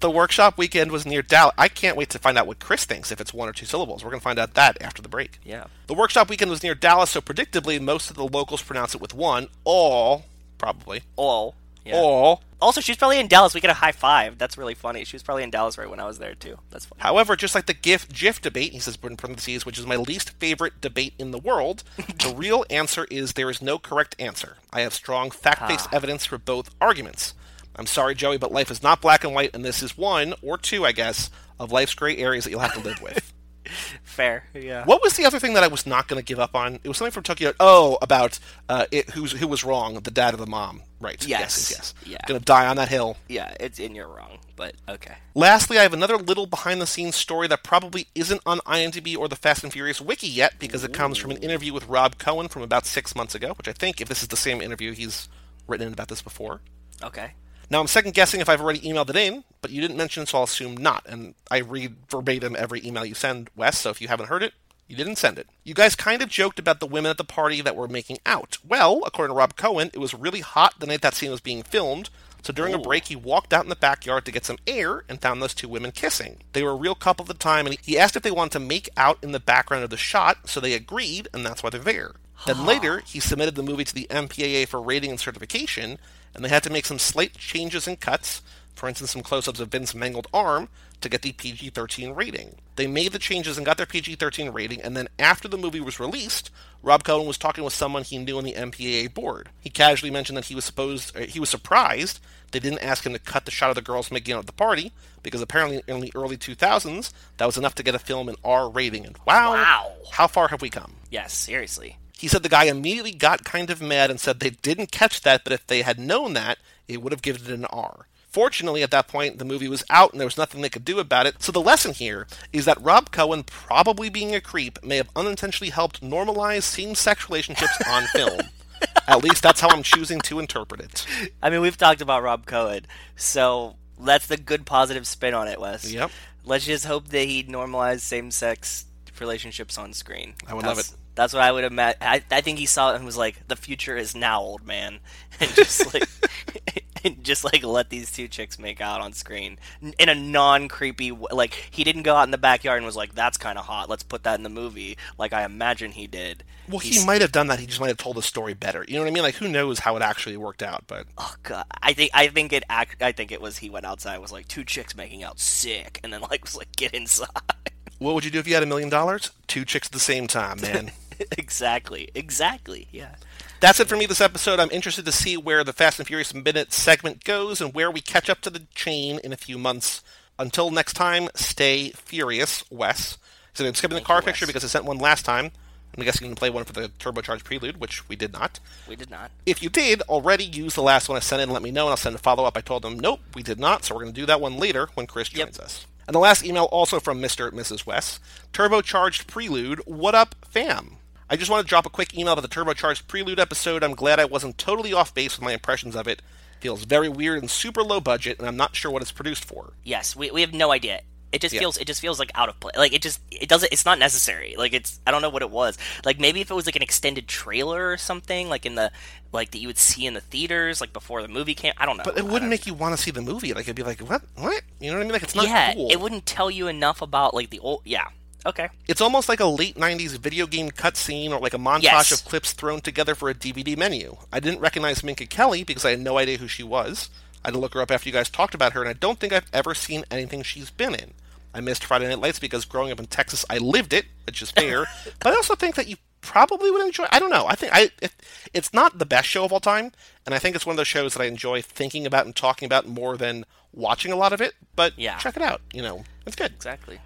The workshop weekend was near Dallas. I can't wait to find out what Chris thinks, if it's one or two syllables. We're going to find out that after the break. Yeah. The workshop weekend was near Dallas, so predictably, most of the locals pronounce it with one, all, probably, All. Yeah. all, Also, she's probably in Dallas. We get a high five. That's really funny. She was probably in Dallas right when I was there too. That's funny. However, just like the GIF GIF debate, he says in parentheses, which is my least favorite debate in the world, the real answer is there is no correct answer. I have strong fact based evidence for both arguments. I'm sorry, Joey, but life is not black and white, and this is one, or two, I guess, of life's gray areas that you'll have to live with. Fair. Yeah. What was the other thing that I was not going to give up on? It was something from Tokyo. Oh, about uh, it, who's, who was wrong, the dad or the mom. Right. Yes. Yes. yes. Yeah. Going to die on that hill. Yeah. It's in. You're wrong. But okay. Lastly, I have another little behind the scenes story that probably isn't on IMDb or the Fast and Furious wiki yet because it comes from an interview with Rob Cohen from about six months ago, which I think, if this is the same interview, he's written in about this before. Okay. Now, I'm second guessing if I've already emailed it in, but you didn't mention, so I'll assume not. And I read verbatim every email you send, Wes, so if you haven't heard it, you didn't send it. You guys kind of joked about the women at the party that were making out. Well, according to Rob Cohen, it was really hot the night that scene was being filmed, so during a break, he walked out in the backyard to get some air and found those two women kissing. They were a real couple at the time, and he asked if they wanted to make out in the background of the shot, so they agreed, and that's why they're there. Then later, he submitted the movie to the MPAA for rating and certification, and they had to make some slight changes and cuts, for instance, some close ups of Vince's mangled arm, to get the PG 13 rating. They made the changes and got their PG 13 rating, and then after the movie was released, Rob Cohen was talking with someone he knew on the MPAA board. He casually mentioned that he was supposed, uh, he was surprised they didn't ask him to cut the shot of the girls making out at the party because apparently in the early 2000s that was enough to get a film an R rating. And wow, Wow. how far have we come? Yes. Seriously. He said the guy immediately got kind of mad and said they didn't catch that, but if they had known that, it would have given it an R. Fortunately, at that point, the movie was out and there was nothing they could do about it, so the lesson here is that Rob Cohen probably being a creep may have unintentionally helped normalize same sex relationships on film. At least that's how I'm choosing to interpret it. I mean, we've talked about Rob Cohen, so that's the good positive spin on it, Wes. Yep. Let's just hope that he normalized same-sex relationships on screen. I would that's, love it. That's what I would imagine. I, I think he saw it and was like, "The future is now, old man," and just like, and just like let these two chicks make out on screen N- in a non-creepy. w- Like he didn't go out in the backyard and was like, "That's kind of hot. Let's put that in the movie." Like I imagine he did. Well, He's- he might have done that. He just might have told the story better. You know what I mean? Like, who knows how it actually worked out? But Oh god, I think I think it act, I think it was he went outside was like two chicks making out sick, and then like was like get inside. what would you do if you had a million dollars? Two chicks at the same time, man. exactly, exactly. Yeah, That's it for me this episode. I'm interested to see where the Fast and Furious Minute segment goes and where we catch up to the chain in a few months. Until next time, stay furious, Wes. So I'm skipping the car you, picture Wes. because I sent one last time. I'm guessing you can play one for the turbocharged prelude, which we did not. We did not. If you did already use the last one I sent in, let me know and I'll send a follow up. I told them, nope, we did not, so we're going to do that one later when Chris Yep. joins us. And the last email also from Mr. and Mrs. West Turbocharged Prelude, what up, fam? I just want to drop a quick email about the Turbocharged Prelude episode. I'm glad I wasn't totally off base with my impressions of it. Feels very weird and super low budget, and I'm not sure what it's produced for. Yes, we, we have no idea. It just feels it just feels like out of place. Like it just it doesn't it's not necessary. Like it's I don't know what it was. Like maybe if it was like an extended trailer or something, like in the like that you would see in the theaters, like before the movie came. I don't know. But it wouldn't make you want to see the movie. Like, it'd be like, what? What? You know what I mean? Like, it's not yeah, cool. it wouldn't tell you enough about like the old. Yeah. Okay. It's almost like a late 90s video game cutscene or like a montage Yes. of clips thrown together for a DVD menu. I didn't recognize Minka Kelly because I had no idea who she was. I had to look her up after you guys talked about her, and I don't think I've ever seen anything she's been in. I missed Friday Night Lights because growing up in Texas, I lived it, which is fair. but I also think that you probably would enjoy. I don't know. I think I it, it's not the best show of all time, and I think it's one of those shows that I enjoy thinking about and talking about more than watching a lot of it. But Yeah. check it out. You know, it's good. Exactly.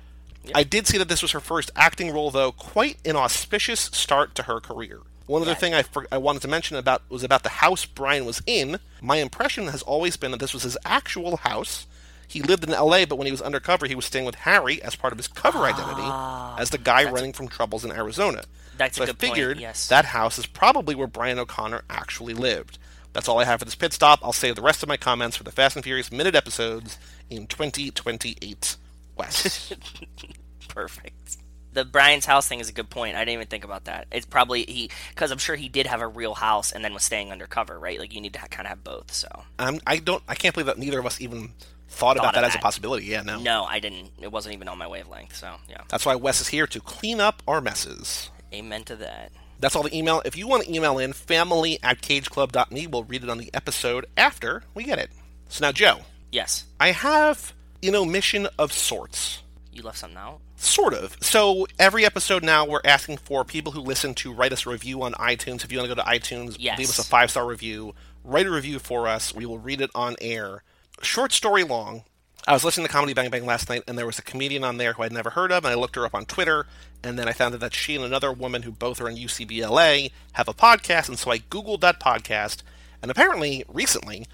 I did see that this was her first acting role, though quite an auspicious start to her career. One other thing I, for- I wanted to mention about was about the house Brian was in. My impression has always been that this was his actual house. He lived in L.A., but when he was undercover, he was staying with Harry as part of his cover identity as the guy running from troubles in Arizona. Ah, That's a so I good point, figured yes. that house is probably where Brian O'Connor actually lived. That's all I have for this pit stop. I'll save the rest of my comments for the Fast and Furious minute episodes in 2028. West. Perfect. The Brian's house thing is a good point. I didn't even think about that. It's probably he because I'm sure he did have a real house and then was staying undercover, right? Like you need to kind of have both. So I'm, I don't. I can't believe that neither of us even thought, about of that, as a that. possibility. Yeah, no. no, I didn't. It wasn't even on my wavelength. So yeah, That's why Wes is here to clean up our messes. amen to that. That's all the email. If you want to email in, family at cageclub.me. We'll read it on the episode after we get it. So now, Joe, Yes, I have an omission of sorts. you left something out. Sort of. So every episode now, we're asking for people who listen to write us a review on iTunes. If you want to go to iTunes, Yes. leave us a five star review, write a review for us. We will read it on air. Short story long. I was listening to Comedy Bang Bang last night, and there was a comedian on there who I'd never heard of, and I looked her up on Twitter, and then I found out that she and another woman who both are in UCBLA have a podcast, and so I Googled that podcast, and apparently, recently,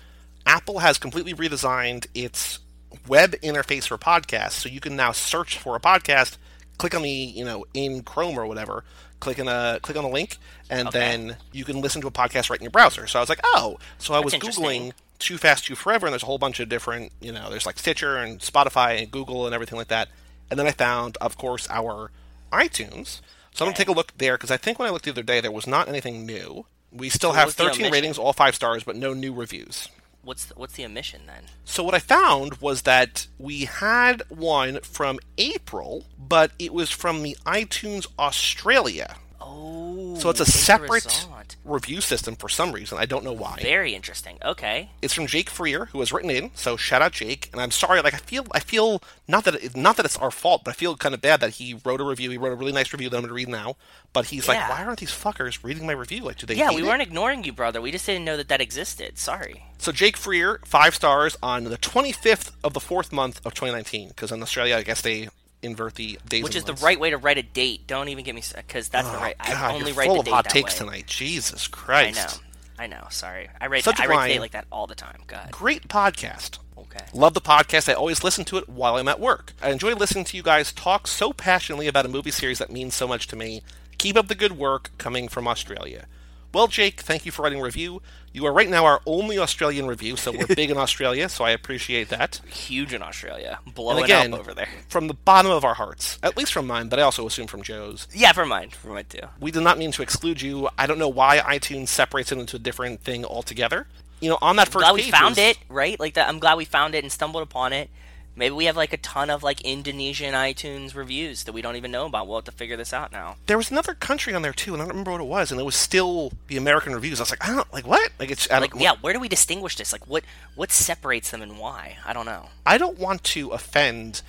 Apple has completely redesigned its web interface for podcasts, so you can now search for a podcast, click on the you know in Chrome or whatever, click on a click on a link, and then you can listen to a podcast right in your browser. So I was like, oh, so I was googling interesting. Too Fast, Too Forever, and there's a whole bunch of different you know there's like Stitcher and Spotify and Google and everything like that, and then I found, of course, our iTunes. So I'm gonna take a look there because I think when I looked the other day, there was not anything new. We still have what's the 13 omission? ratings, all five stars, but no new reviews. What's the, what's the omission then? So what I found was that we had one from April, but it was from the iTunes Australia. Oh, So it's a separate interessant. review system for some reason. I don't know why. Very interesting. Okay, It's from Jake Freer, who has written in. So shout out Jake. And I'm sorry, like I feel, I feel not that it, not that it's our fault, but I feel kind of bad that he wrote a review. He wrote a really nice review that I'm going to read now. But he's like, Yeah. why aren't these fuckers reading my review? Like, do they? yeah, hate we it? weren't ignoring you, brother. We just didn't know that that existed. Sorry. So Jake Freer, five stars on the 25th of the fourth month of 2019, because in Australia, I guess they invert the days. Which and is the months. right way to write a date. Don't even get me because that's the right. I Oh, God, only you're write full the of date hot that takes way. tonight. Jesus I Christ! know. I know. Sorry. I write. Subject I write line. today like that all the time. God. Great podcast. Okay. Love the podcast. I always listen to it while I'm at work. I enjoy listening to you guys talk so passionately about a movie series that means so much to me. Keep up the good work coming from Australia. Well, Jake, thank you for writing a review. You are right now our only Australian review, so we're big in Australia, so I appreciate that. Huge in Australia. Blowing again, up over there. from the bottom of our hearts, at least from mine, but I also assume from Joe's, Yeah, for mine. For mine too. we did not mean to exclude you. I don't know why iTunes separates it into a different thing altogether. You know, on that first Glad we page found was- it, right? Like that. I'm glad we found it and stumbled upon it. Maybe we have like a ton of like Indonesian iTunes reviews that we don't even know about. We'll have to figure this out now. There was another country on there too, and I don't remember what it was. And it was still the American reviews. I was like, I don't like what. Like it's I don't, Like, yeah, where do we distinguish this? Like, what what separates them and why? I don't know. I don't want to offend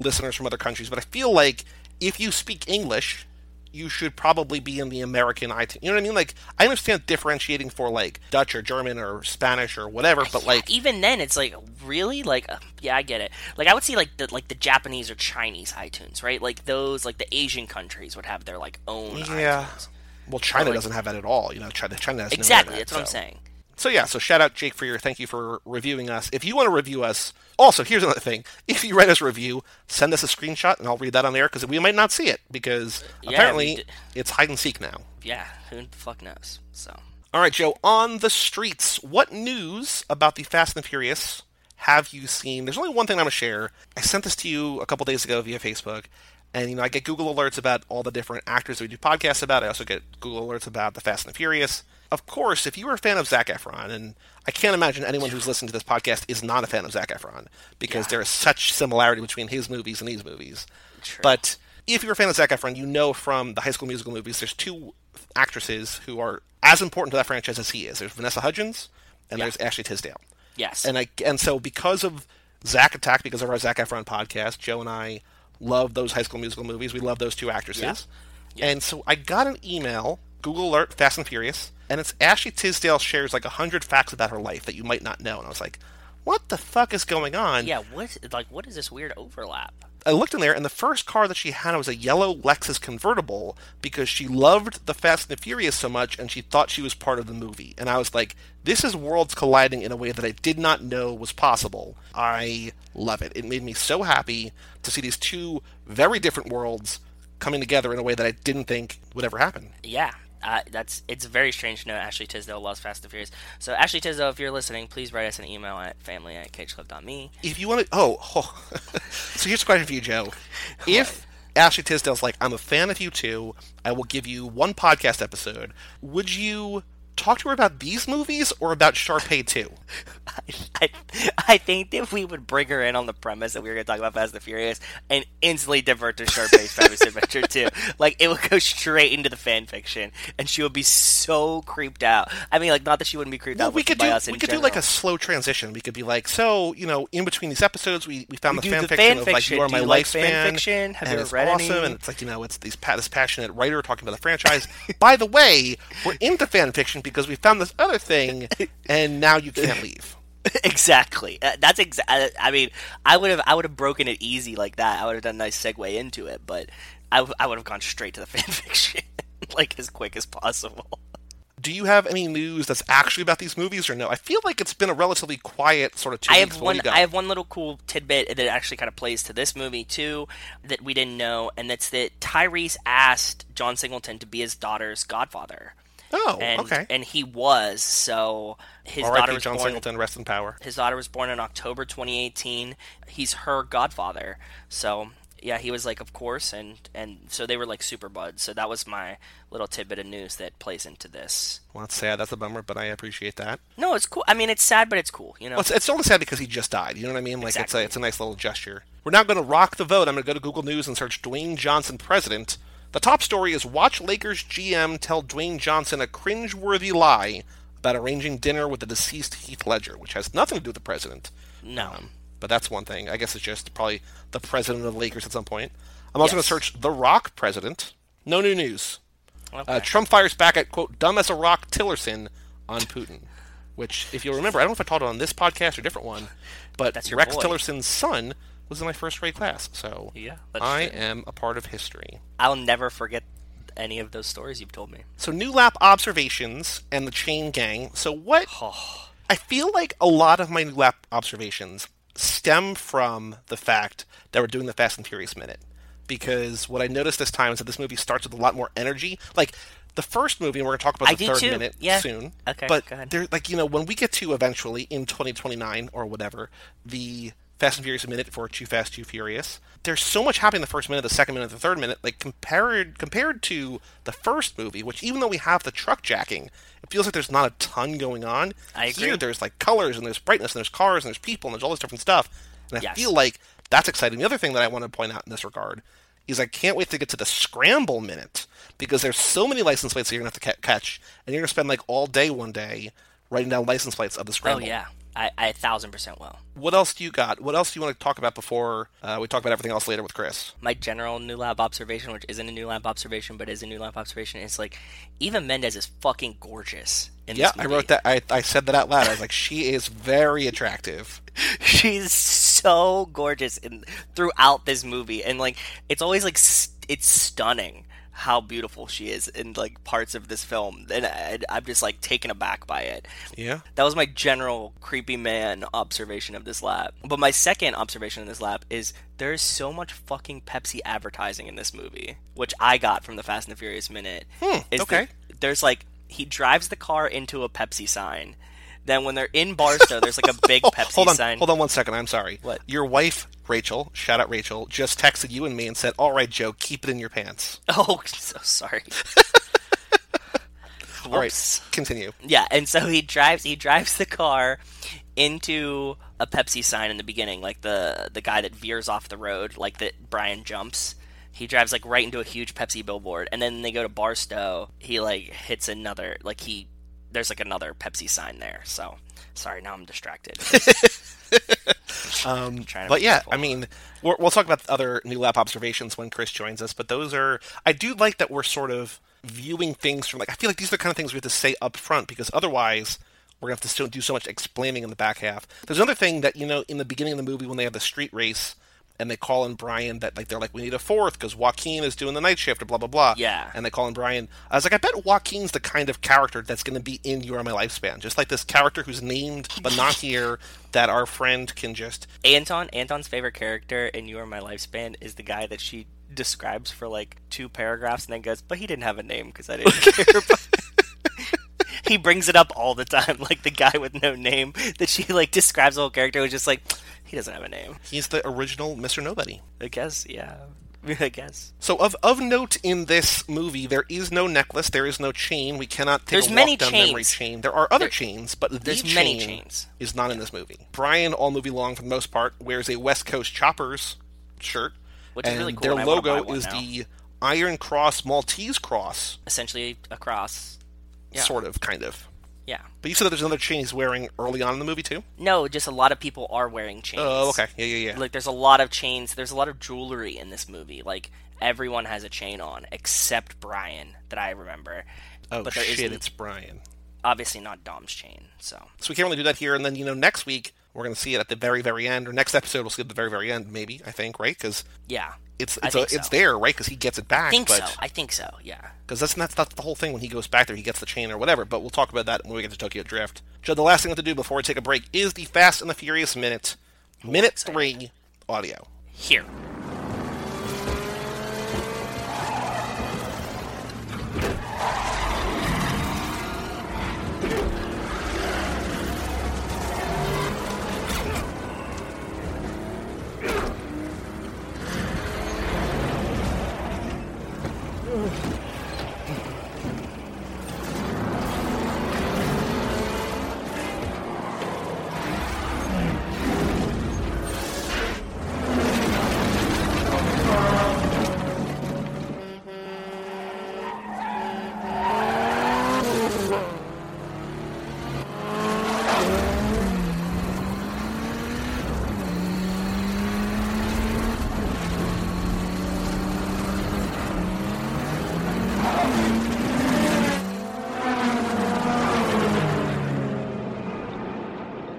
listeners from other countries, but I feel like if you speak English, you should probably be in the American IT. You know what I mean? Like, I understand differentiating for like Dutch or German or Spanish or whatever, but like, even then it's like really like uh, yeah i get it like i would see like the like the japanese or chinese itunes right like those like the asian countries would have their like own yeah. iTunes. Well, China like- doesn't have that at all. You know, China, China has no exactly internet, that's what i'm so. saying So yeah, so shout out Jake for your thank you for reviewing us. If you want to review us, also here's another thing: if you write us a review, send us a screenshot and I'll read that on air because we might not see it because we apparently d- it's hide and seek now. yeah who the fuck knows so All right, Joe, on the streets, what news about the Fast and the Furious have you seen? There's only one thing I'm going to share. I sent this to you a couple days ago via Facebook, and you know, I get Google alerts about all the different actors that we do podcasts about. I also get Google alerts about the Fast and the Furious. Of course, if you were a fan of Zac Efron, and I can't imagine anyone who's listened to this podcast is not a fan of Zac Efron because there is such similarity between his movies and these movies. But if you're a fan of Zac Efron, you know from the High School Musical movies, there's two actresses who are as important to that franchise as he is. There's Vanessa Hudgens and there's Ashley Tisdale. yes And I and so because of Zac Attack, because of our Zac Efron podcast, Joe and I love those High School Musical movies. We love those two actresses. And so I got an email, Google Alert, Fast and Furious, and it's Ashley Tisdale shares like hundred facts about her life that you might not know. And I was like, what the fuck is going on? yeah what like what is this weird overlap I looked in there, and the first car that she had was a yellow Lexus convertible because she loved the Fast and the Furious so much, and she thought she was part of the movie. And I was like, "This is worlds colliding in a way that I did not know was possible." I love it. It made me so happy to see these two very different worlds coming together in a way that I didn't think would ever happen. yeah uh, that's it's very strange to know Ashley Tisdale loves Fast and Furious. So Ashley Tisdale, if you're listening, please write us an email at family at cageclub.me. if you want to, oh, oh. so here's a question for you, Joe. If Ashley Tisdale's like, I'm a fan of you too, I will give you one podcast episode. Would you talk to her about these movies or about Sharpay too? I, I think that we would bring her in on the premise that we were going to talk about Fast and the Furious and instantly divert to Sharpay's Fabulous Adventure 2. Like, it would go straight into the fan fiction, and she would be so creeped out. I mean, like, not that she wouldn't be creeped Well, out we could by do us in we could do like a general. slow transition. We could be like, so you know, in between these episodes, we, we found We the do fan the fiction fan of like fiction. you are Do my you lifespan, like fan fiction? and Have you ever it's read awesome, any? and it's like you know, it's these pa- this passionate writer talking about the franchise. By the way, we're into fan fiction because we found this other thing, and now you can't leave. exactly. Uh, That's exa- I, I mean, I would have I would have broken it easy like that. I would have done a nice segue into it, but I, w- I would have gone straight to the fan fiction, like, as quick as possible. Do you have any news that's actually about these movies or no? I feel like it's been a relatively quiet sort of two I weeks. have What do one. you got? I have one little cool tidbit that actually kind of plays to this movie too, that we didn't know, and that's that Tyrese asked John Singleton to be his daughter's godfather, oh, and okay. and he was. So his daughter R.I.P. was John born. Singleton, rest in power. His daughter was born in October 2018. He's her godfather. So yeah, he was like, of course, and and so they were like super buds. So that was my little tidbit of news that plays into this. Well, that's sad. That's a bummer, but I appreciate that. No, it's cool. I mean, it's sad, but it's cool. You know. Well, it's, it's only sad because he just died. You know what I mean? Like it's a Exactly. it's a nice little gesture. We're now going to rock the vote. I'm going to go to Google News and search Dwayne Johnson president. The top story is watch Lakers GM tell Dwayne Johnson a cringeworthy lie about arranging dinner with the deceased Heath Ledger, which has nothing to do with the president. no. But that's one thing. I guess it's just probably the president of the Lakers at some point. I'm also Yes. going to search The Rock president. No new news. Okay. Uh, Trump fires back at, quote, dumb as a rock Tillerson on Putin. Which, if you'll remember, I don't know if I talked on this podcast or a different one, but That's your Rex boy. Tillerson's son was in my first grade class. So Yeah, that's I true. am a part of history. I'll never forget any of those stories you've told me. So new lap observations and the chain gang. So what I feel like a lot of my new lap observations stem from the fact that we're doing the Fast and Furious minute. Because what I noticed this time is that this movie starts with a lot more energy. Like the first movie, and we're gonna talk about I the do third too. minute Yeah. soon. Okay, But go ahead. there like, you know, when we get to eventually in twenty twenty nine or whatever, the Fast and Furious minute for Too Fast, Too Furious. There's so much happening in the first minute, the second minute, the third minute. Like compared compared to the first movie, which even though we have the truck jacking, it feels like there's not a ton going on. I agree. Here, there's like colors and there's brightness and there's cars and there's people and there's all this different stuff. And I Yes. feel like that's exciting. The other thing that I want to point out in this regard is I can't wait to get to the scramble minute because there's so many license plates that you're gonna have to ca- catch, and you're gonna spend like all day one day writing down license plates of the scramble. Oh, yeah. I, I a thousand percent will. What else do you got? What else do you want to talk about before uh, we talk about everything else later with Chris? My general new lab observation, which isn't a new lab observation, but is a new lab observation, is like Eva Mendes is fucking gorgeous. In Yeah, this I movie. wrote that. I, I said that out loud. I was like, she is very attractive. She's so gorgeous in, throughout this movie, and like it's always like st- it's stunning how beautiful she is in like parts of this film, and I, I'm just like taken aback by it. Yeah. That was my general creepy man observation of this lab. But my second observation of this lab is there is so much fucking Pepsi advertising in this movie, which I got from the Fast and the Furious minute. is Hmm, okay. that there's like he drives the car into a Pepsi sign. Then when they're in Barstow, there's like a big Pepsi hold on, sign. hold on one second. I'm sorry. What? Your wife, Rachel, shout out Rachel, just texted you and me and said, "All right, Joe, keep it in your pants." Oh, so sorry. All Whoops. right, continue. Yeah, and so he drives he drives the car into a Pepsi sign in the beginning, like the the guy that veers off the road, like that Brian jumps. He drives like right into a huge Pepsi billboard, and then they go to Barstow. He like hits another like he there's like another Pepsi sign there. So sorry, now I'm distracted. Um, trying to but be yeah, careful. I mean, we're, we'll talk about the other new lap observations when Chris joins us. But those are, I do like that we're sort of viewing things from like I feel like these are the kind of things we have to say up front because otherwise we're gonna have to still do so much explaining in the back half. There's another thing that you know in the beginning of the movie when they have the street race. And they call in Brian that like they're like we need a fourth because Joaquin is doing the night shift or blah blah blah. Yeah. And they call in Brian. I was like, I bet Joaquin's the kind of character that's going to be in You Are My Lifespan, just like this character who's named but not here that our friend can just Anton Anton's favorite character in You Are My Lifespan is the guy that she describes for like two paragraphs and then goes, but he didn't have a name because I didn't care. about-" he brings it up all the time, like the guy with no name that she like describes the whole character was just like he doesn't have a name. He's the original Mr. Nobody. I guess, yeah. I guess. So of of note in this movie, there is no necklace, there is no chain. We cannot take There's a walk many down memory chains. chain. There are other chains, but the there's chain many chains. is not in this movie. Brian, all movie long for the most part, wears a West Coast Choppers shirt, Which is and really cool, Their and I wanna buy logo one is now. the Iron Cross Maltese Cross, Essentially across. Yeah. sort of, kind of. Yeah. But you said that there's another chain he's wearing early on in the movie too. No, just a lot of people are wearing chains. Oh, okay, yeah, yeah, yeah. like there's a lot of chains there's a lot of jewelry in this movie like everyone has a chain on except brian that i remember oh but there shit, isn't- it's Brian. obviously not dom's chain so So we can't really do that here. And then, you know, next week, we're going to see it at the very, very end, or next episode, we'll see it at the very, very end, maybe, I think, right? Because yeah it's I it's, a, think so. it's there, right? Because he gets it back. i think but, so i think so yeah Because that's, that's, that's the whole thing when he goes back there, he gets the chain or whatever. But we'll talk about that when we get to Tokyo Drift. Joe, the last thing we have to do before we take a break is the Fast and the Furious Minute, Minute 3 audio. here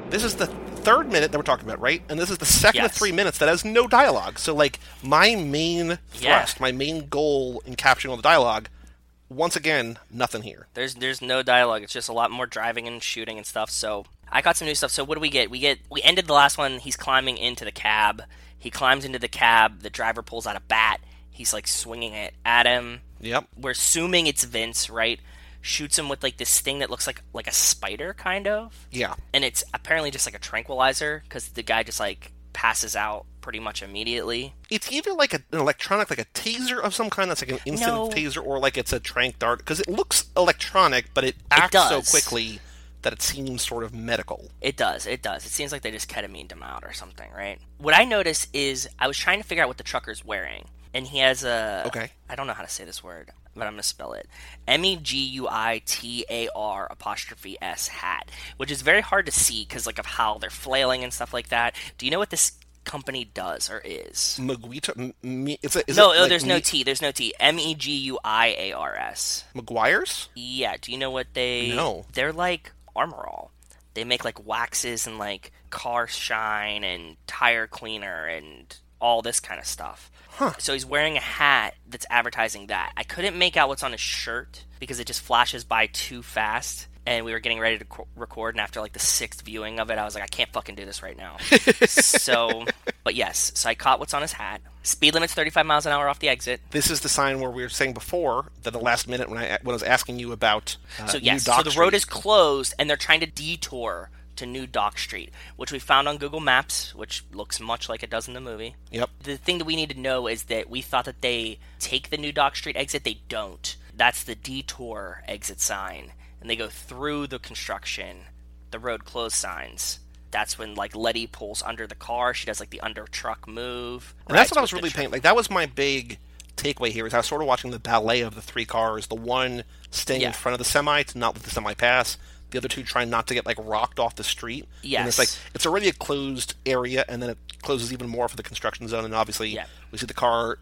This is the third minute that we're talking about, right? And this is the second of Yes. three minutes that has no dialogue. So, like, my main Yeah. thrust, my main goal in capturing all the dialogue, once again, nothing here. there's there's no dialogue it's just a lot more driving and shooting and stuff so i got some new stuff so what do we get we get we ended the last one he's climbing into the cab he climbs into the cab the driver pulls out a bat he's like swinging it at him Yep. we're assuming it's Vince, right? Shoots him with like this thing that looks like like a spider, kind of. Yeah. And it's apparently just like a tranquilizer because the guy just like passes out pretty much immediately. It's either like a, an electronic, like a taser of some kind, that's like an instant No. taser, or like it's a trank dart, because it looks electronic, but it acts so does. quickly that it seems sort of medical. It does, it does. It seems like they just ketamined him out or something, right? What I noticed is I was trying to figure out what the trucker's wearing, and he has a Okay. I don't know how to say this word. but I'm gonna spell it M E G U I T A R apostrophe S hat, which is very hard to see because like of how they're flailing and stuff like that. Do you know what this company does or is? Maguito. M- me- is it, is no, it no, like there's no me- T. There's no T. M E G U I A R S. McGuire's? Yeah. Do you know what they? No. They're like Armorall. They make like waxes and like car shine and tire cleaner and all this kind of stuff. Huh. So he's wearing a hat that's advertising that. I couldn't make out what's on his shirt because it just flashes by too fast. And we were getting ready to co- record, and after like the sixth viewing of it, I was like, I can't fucking do this right now. so, but yes, so I caught what's on his hat. Speed limit's 35 miles an hour off the exit. This is the sign where we were saying before that the last minute when I when I was asking you about uh, So New yes, so Dock the Street. road is closed, and they're trying to detour to New Dock Street, which we found on Google Maps, which looks much like it does in the movie. Yep. The thing that we need to know is that we thought that they take the New Dock Street exit. They don't. That's the detour exit sign, and they go through the construction, the road closed signs. That's when like Letty pulls under the car. She does like the under truck move. And that's what I rides was with really the truck. paying. Like that was my big takeaway here is I was sort of watching the ballet of the three cars. The one staying Yeah. in front of the semi to not let the semi pass. The other two trying not to get like rocked off the street. And it's like Yes. it's already a closed area, and then it closes even more for the construction zone. And obviously, Yeah. we see the car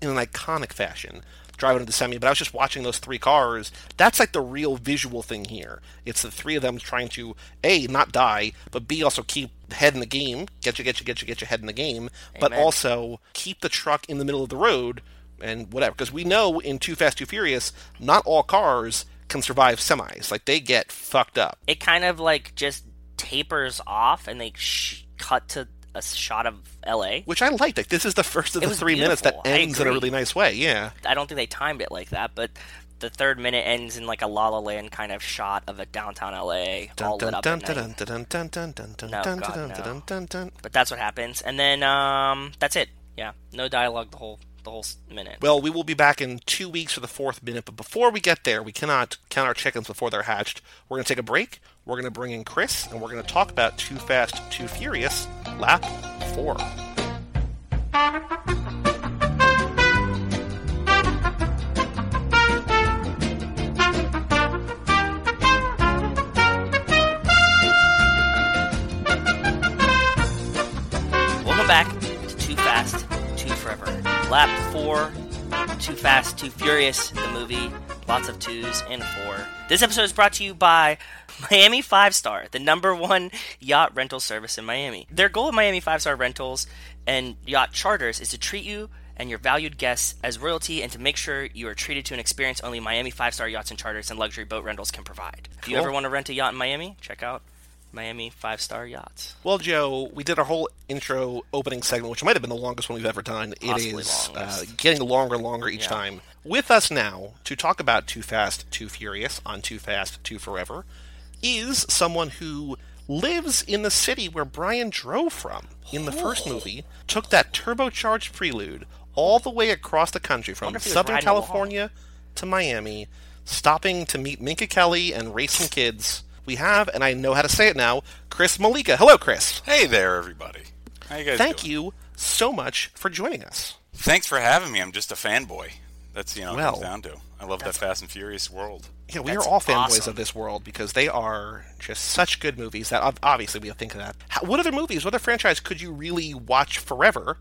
in an iconic fashion driving into the semi. But I was just watching those three cars. That's like the real visual thing here. It's the three of them trying to a not die, but b also keep head in the game. Get you, get you, get you, get your head in the game. But Amen. also keep the truck in the middle of the road and whatever. Because we know in Too Fast, Too Furious, not all cars can survive semis. Like they get fucked up. it kind of like just tapers off and they sh- cut to a shot of LA. which I liked. Like this is the first of the was three minutes that beautiful. I ends in a agree. really nice way. Yeah, I don't think they timed it like that, but the third minute ends in like a La La Land kind of shot of a downtown LA all lit up at night. No, God, no. But that's what happens, and then um, that's it. Yeah, no dialogue the whole the whole s- minute. Well, we will be back in two weeks for the fourth minute, but before we get there, we cannot count our chickens before they're hatched. We're going to take a break. We're going to bring in Chris, and we're going to talk about Too Fast, Too Furious, lap four. Welcome back to Too Fast, Too Forever. Lap 4, Too Fast, Too Furious, the movie. Lots of twos and four. This episode is brought to you by Miami Five Star, the number one yacht rental service in Miami. Their goal of Miami Five Star Rentals and Yacht Charters is to treat you and your valued guests as royalty and to make sure you are treated to an experience only Miami Five Star Yachts and Charters and luxury boat rentals can provide. If you Cool. ever want to rent a yacht in Miami, check out Miami Five Star Yachts. Well, Joe, we did our whole intro opening segment, which might have been the longest one we've ever done. Possibly it is uh, longest. getting longer and longer each time. With us now to talk about Too Fast, Too Furious on Too Fast, Too Forever is someone who lives in the city where Brian drove from in the Oh. first movie, took that turbocharged prelude all the way across the country from if he was Southern riding along. California to Miami, stopping to meet Minka Kelly and race some kids. We have, and I know how to say it now, Chris Malika. Hello, Chris. Hey there, everybody. How you guys Thank doing? you so much for joining us. Thanks for having me. I'm just a fanboy. That's you know Well, what it comes down to. I love that Fast and Furious world. Yeah, we That's are all fanboys awesome. of this world because they are just such good movies that ob- obviously we think of that. How, what other movies, what other franchise could you really watch forever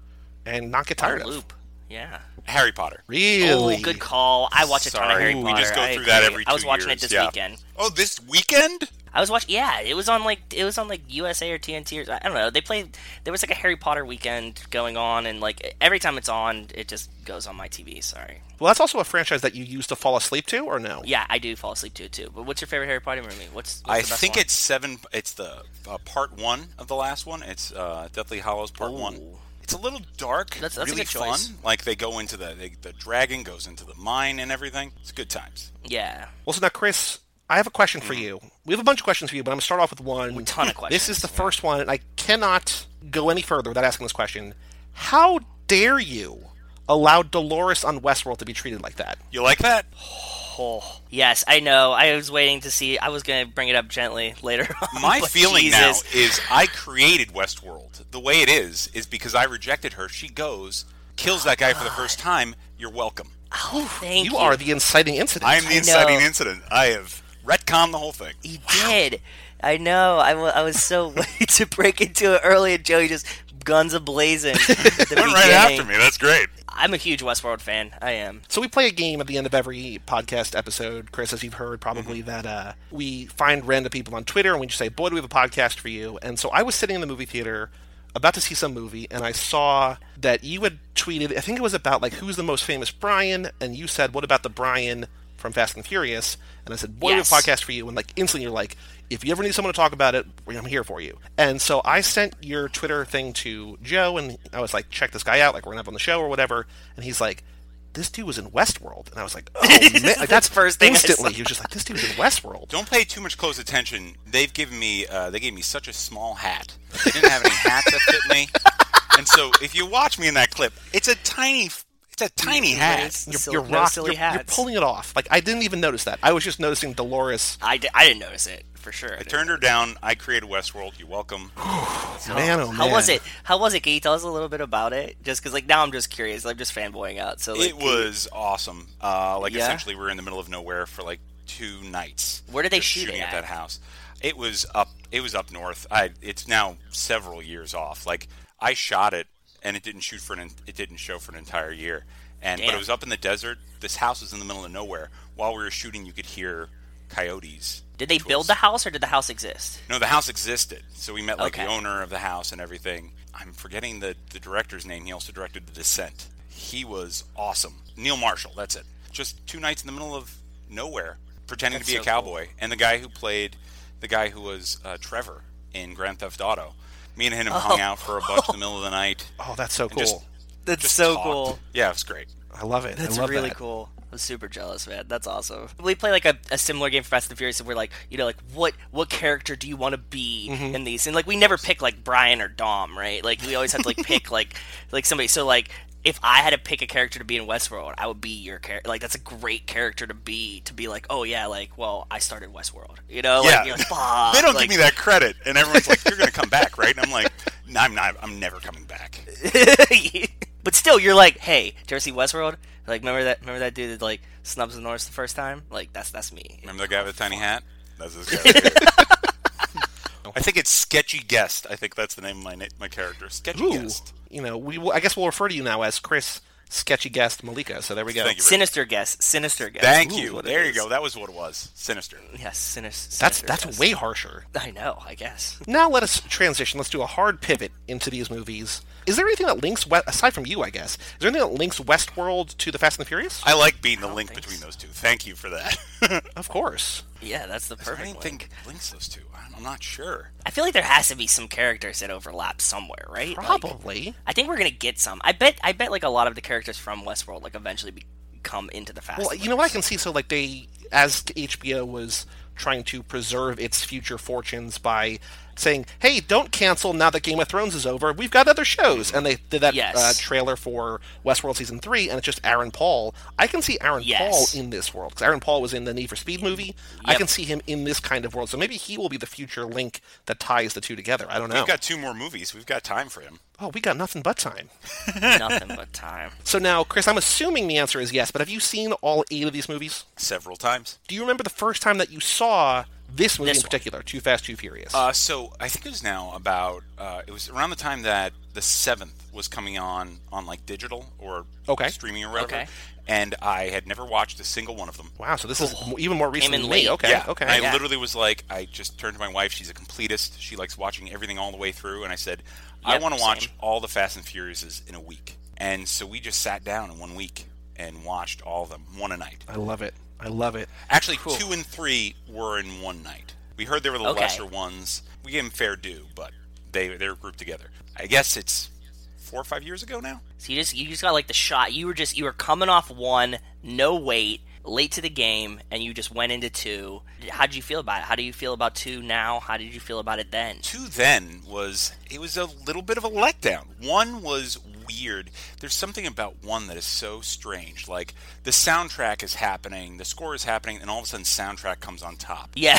and not get tired of? Loop. Yeah. Harry Potter. Really? Oh, good call. I watch a ton of Sorry, Harry we Potter. just go I through that agree. every. I was two watching years. it this yeah. weekend. Oh, this weekend? I was watching. Yeah, it was on like it was on like USA or TNT or I don't know. They played. There was like a Harry Potter weekend going on, and like every time it's on, it just goes on my TV. Sorry. Well, that's also a franchise that you used to fall asleep to, or no? Yeah, I do fall asleep to it too. But what's your favorite Harry Potter movie? What's, what's I the best think one? it's seven. It's the uh, part one of the last one. It's uh, Deathly Hollows part one. It's a little dark. That's- that's a really good fun. choice. Like they go into the they, the dragon goes into the mine and everything. It's good times. yeah. Well, so now, Chris, I have a question for you. We have a bunch of questions for you, but I'm going to start off with one. Mm. ton of This is questions, the first one, and I cannot go any further without asking this question. How dare you allow Dolores on Westworld to be treated like that? You like that? Oh yes, I know. I was waiting to see. I was gonna bring it up gently later. On, My but feeling now Jesus. is I created Westworld. The way it is is because I rejected her. She goes, kills that guy for the first time. You're welcome. Oh, thank you. You are the inciting incident. I am I the inciting know. incident. I have retconned the whole thing. He did. I know. I wa- I was so ready to break into it early, and Joey just guns a blazing. Went right after me. That's great. I'm a huge Westworld fan. I am. So we play a game at the end of every podcast episode, Chris, as you've heard probably, that uh, we find random people on Twitter and we just say, boy, do we have a podcast for you. And so I was sitting in the movie theater about to see some movie and I saw that you had tweeted, I think it was about like who's the most famous Brian, and you said, what about the Brian from Fast and Furious? And I said, boy, Yes. we have a podcast for you. And like instantly you're like, if you ever need someone to talk about it, I'm here for you. And so I sent your Twitter thing to Joe and I was like, check this guy out. Like we're going to have him on the show or whatever. And he's like, this dude was in Westworld, and I was like, "Oh man!" Like, that's first thing I Instantly, saw. he was just like, "This dude was in Westworld." Don't pay too much close attention. They've given me uh, they gave me such a small hat. They didn't have any hats that fit me. And so if you watch me in that clip, it's a tiny it's a tiny hat. It's You're, sil- you're, no rock- silly you're, you're hats. pulling it off. Like I didn't even notice that. I was just noticing Dolores. I, di- I didn't notice it for sure. I didn't. Turned her down. I created Westworld. You're welcome. man, oh How man. was it? How was it? Can you tell us a little bit about it? Just because, like, now I'm just curious. I'm just fanboying out. So, like, It was awesome. Uh, like Yeah? essentially, we were in the middle of nowhere for like two nights. Where did they Just shoot it shooting at? at that house? It was up. It was up north. I. It's now several years off. Like I shot it, and it didn't shoot for an. en- It didn't show for an entire year. And but Damn. it was up in the desert. This house was in the middle of nowhere. While we were shooting, you could hear coyotes. did they to build us. the house or did the house exist? No, the house existed. So we met like Okay. the owner of the house and everything. I'm forgetting the, the director's name. He also directed The Descent. He was awesome. Neil Marshall, that's it. Just two nights in the middle of nowhere, pretending to be a cowboy. And the guy who played the guy who was uh, Trevor in Grand Theft Auto. Me and him Oh. hung out for a bunch in the middle of the night. Oh, that's so cool. just- That's Just so talked. cool. Yeah, it was great. I love it. That's I love really that. cool. I'm super jealous, man. That's awesome. We play like a, a similar game for Fast and Furious, and we're like, you know, like what what character do you want to be Mm-hmm. in these? And like we never pick like Brian or Dom, right? Like we always have to like pick like like somebody. So like if I had to pick a character to be in Westworld, I would be your character. Like that's a great character to be to be like, oh yeah, like well I started Westworld, you know? Yeah. Like, you know, like, Bob, They don't Uh, like, give me that credit, and everyone's like, "You're going to come back, right?" And I'm like, "No, I'm not. I'm never coming back." but still, you're like, hey, did you ever see Westworld? Like, remember that? Remember that dude that like snubs the Norse the first time? Like, that's that's me. Remember the guy with the tiny hat? That's his character. I think it's Sketchy Guest. I think that's the name of my na- my character. Sketchy Ooh, Guest. you know, we will, I guess we'll refer to you now as Chris Sketchy Guest Malika. So there we go. Thank you. Sinister guess. Sinister guess. Thank Ooh, you. what it There you is. go. That was what it was. Sinister. Yes, sinister. That's sinister that's guess. way harsher. I know. I guess. Now let us transition. Let's do a hard pivot into these movies. Is there anything that links we- aside from you? I guess is there anything that links Westworld to the Fast and the Furious? I like being the link think between so. those two. Thank you for that. of course. Yeah, that's the I perfect didn't link. think links those two. I'm- I'm not sure. I feel like there has to be some characters that overlap somewhere, right? Like, Probably. I think we're gonna get some. I bet. I bet like a lot of the characters from Westworld like eventually be- come into the Fast. Well, and you know what I can see. So, like they, as HBO was trying to preserve its future fortunes by saying, "Hey, don't cancel now that Game of Thrones is over. We've got other shows." And they did that Yes. uh, trailer for Westworld season three, and it's just Aaron Paul. I can see Aaron Yes. Paul in this world because Aaron Paul was in the Need for Speed movie. I Yep. can see him in this kind of world. So maybe he will be the future link that ties the two together. I don't know. We've got two more movies. We've got time for him. oh, we got nothing but time. Nothing but time. So now, Chris, I'm assuming the answer is yes. But have you seen all eight of these movies? Several times. Do you remember the first time that you saw this movie This in one. particular, Too Fast, Too Furious? Uh, so I think it was now about uh, it was around the time that the seventh was coming on on like digital or Okay. streaming or whatever, Okay. and I had never watched a single one of them. wow, so this is oh, m- even more recent in than me. late. Okay, yeah. okay. I Yeah. literally was like, I just turned to my wife. She's a completist. She likes watching everything all the way through, and I said, I Yep, want to watch same. all the Fast and Furiouses in a week. And so we just sat down in one week and watched all of them one a night. I love it. I love it. Actually, two and three were in one night. We heard they were the Okay. lesser ones. We gave them fair due, but they they were grouped together. I guess it's four or five years ago now. So you just you just got like the shot. You were just you were coming off one, no wait, late to the game, and you just went into two. How did you feel about it? How do you feel about two now? How did you feel about it then? Two then was it was a little bit of a letdown. One was weird. There's something about one that is so strange. Like the soundtrack is happening, the score is happening, and all of a sudden soundtrack comes on top. Yeah,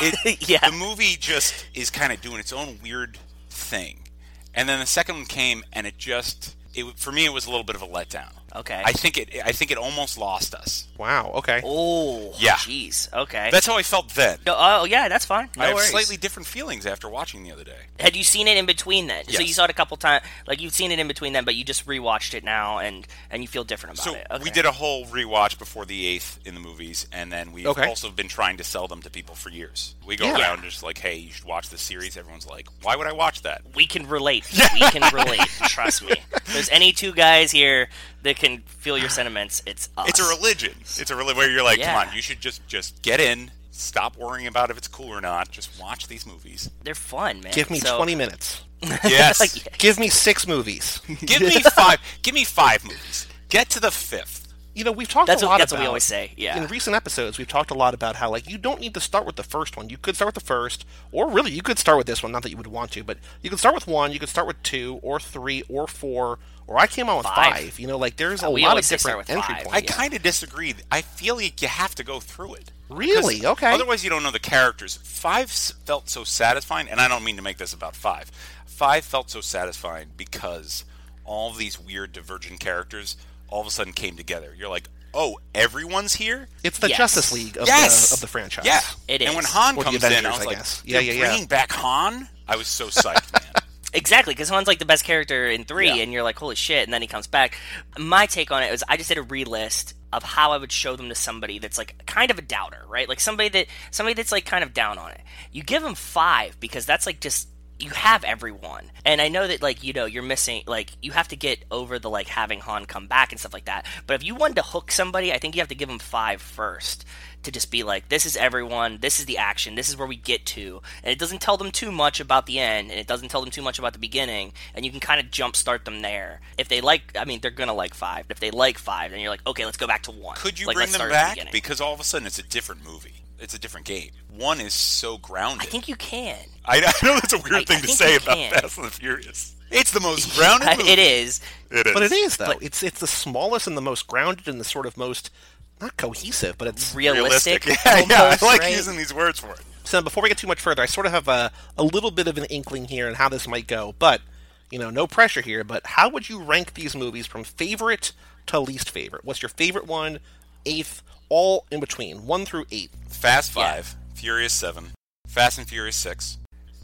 It- yeah. The movie just is kind of doing its own weird thing. And then the second one came, and it just it for me it was a little bit of a letdown. Okay. I think it. I think it almost lost us. Wow. Okay. oh, Yeah. Jeez. Okay. That's how I felt then. No, oh, yeah, that's fine. No I have worries. slightly different feelings after watching the other day. Had you seen it in between then? So Yes. you saw it a couple times. Like you've seen it in between then, but you just rewatched it now, and and you feel different about So it. Okay. we did a whole rewatch before the eighth in the movies, and then we've Okay. also been trying to sell them to people for years. We go Yeah. around just like, "Hey, you should watch this series." Everyone's like, "Why would I watch that?" we can relate. We can relate. Trust me. If there's any two guys here that can feel your sentiments, it's us. It's a religion. It's a religion where you're like, Yeah. "Come on, you should just just get in, stop worrying about if it's cool or not, just watch these movies." They're fun, man. Give me So- 20 minutes. Yes. Give me six movies. Give me five. Give me five movies. Get to the fifth. You know, we've talked That's a what- lot that's about what we always say, yeah. In recent episodes, we've talked a lot about how like you don't need to start with the first one. You could start with the first, or really you could start with this one, not that you would want to, but you could start with one, you could start with two, or three, or four, or I came on with Five. Uh, five. You know, like there's a we lot always of say start different with entry five. I points. Yeah. kind of disagree. I feel like you have to go through it. Really? 'Cause Okay. Otherwise, you don't know the characters. Five s- felt so satisfying, and I don't mean to make this about five. Five felt so satisfying because all of these weird divergent characters all of a sudden came together. You're like, oh, everyone's here. It's the Yes. Justice League of, yes, the, of the franchise. Yeah, It And is. when Han Or the comes in, I Avengers, was I like, guess. "They're Yeah, yeah, yeah. bringing back Han. I was so psyched, man. Exactly, because Han's like the best character in three, Yeah. and you're like, holy shit, and then he comes back. My take on it was I just did a relist of how I would show them to somebody that's like kind of a doubter, right? Like somebody that somebody that's like kind of down on it. You give them five because that's like just you have everyone. And I know that like, you know, you're missing like you have to get over the like having Han come back and stuff like that. But if you wanted to hook somebody, I think you have to give them five first to just be like, this is everyone, this is the action, this is where we get to. And it doesn't tell them too much about the end, and it doesn't tell them too much about the beginning, and you can kind of jumpstart them there. If they like, I mean, they're going to like five. If they like five, then you're like, okay, let's go back to one. Could you Like, bring let's them start at the back? beginning. because all of a sudden, it's a different movie. It's a different game. One is so grounded. I think you can. I, I know that's a weird I- thing I to think say you about can. Fast and the Furious. It's the most grounded movie. it is. It is. But it is though. But- it's it's the smallest and the most grounded and the sort of most not cohesive, but it's Realistic. Yeah, yeah, almost, I like right? using these words for it. So before we get too much further, I sort of have a, a little bit of an inkling here on how this might go, but you know, no pressure here. But how would you rank these movies from favorite to least favorite? What's your favorite one, eighth, all in between, one through eight? Fast Five, Furious Seven, Fast and Furious Six,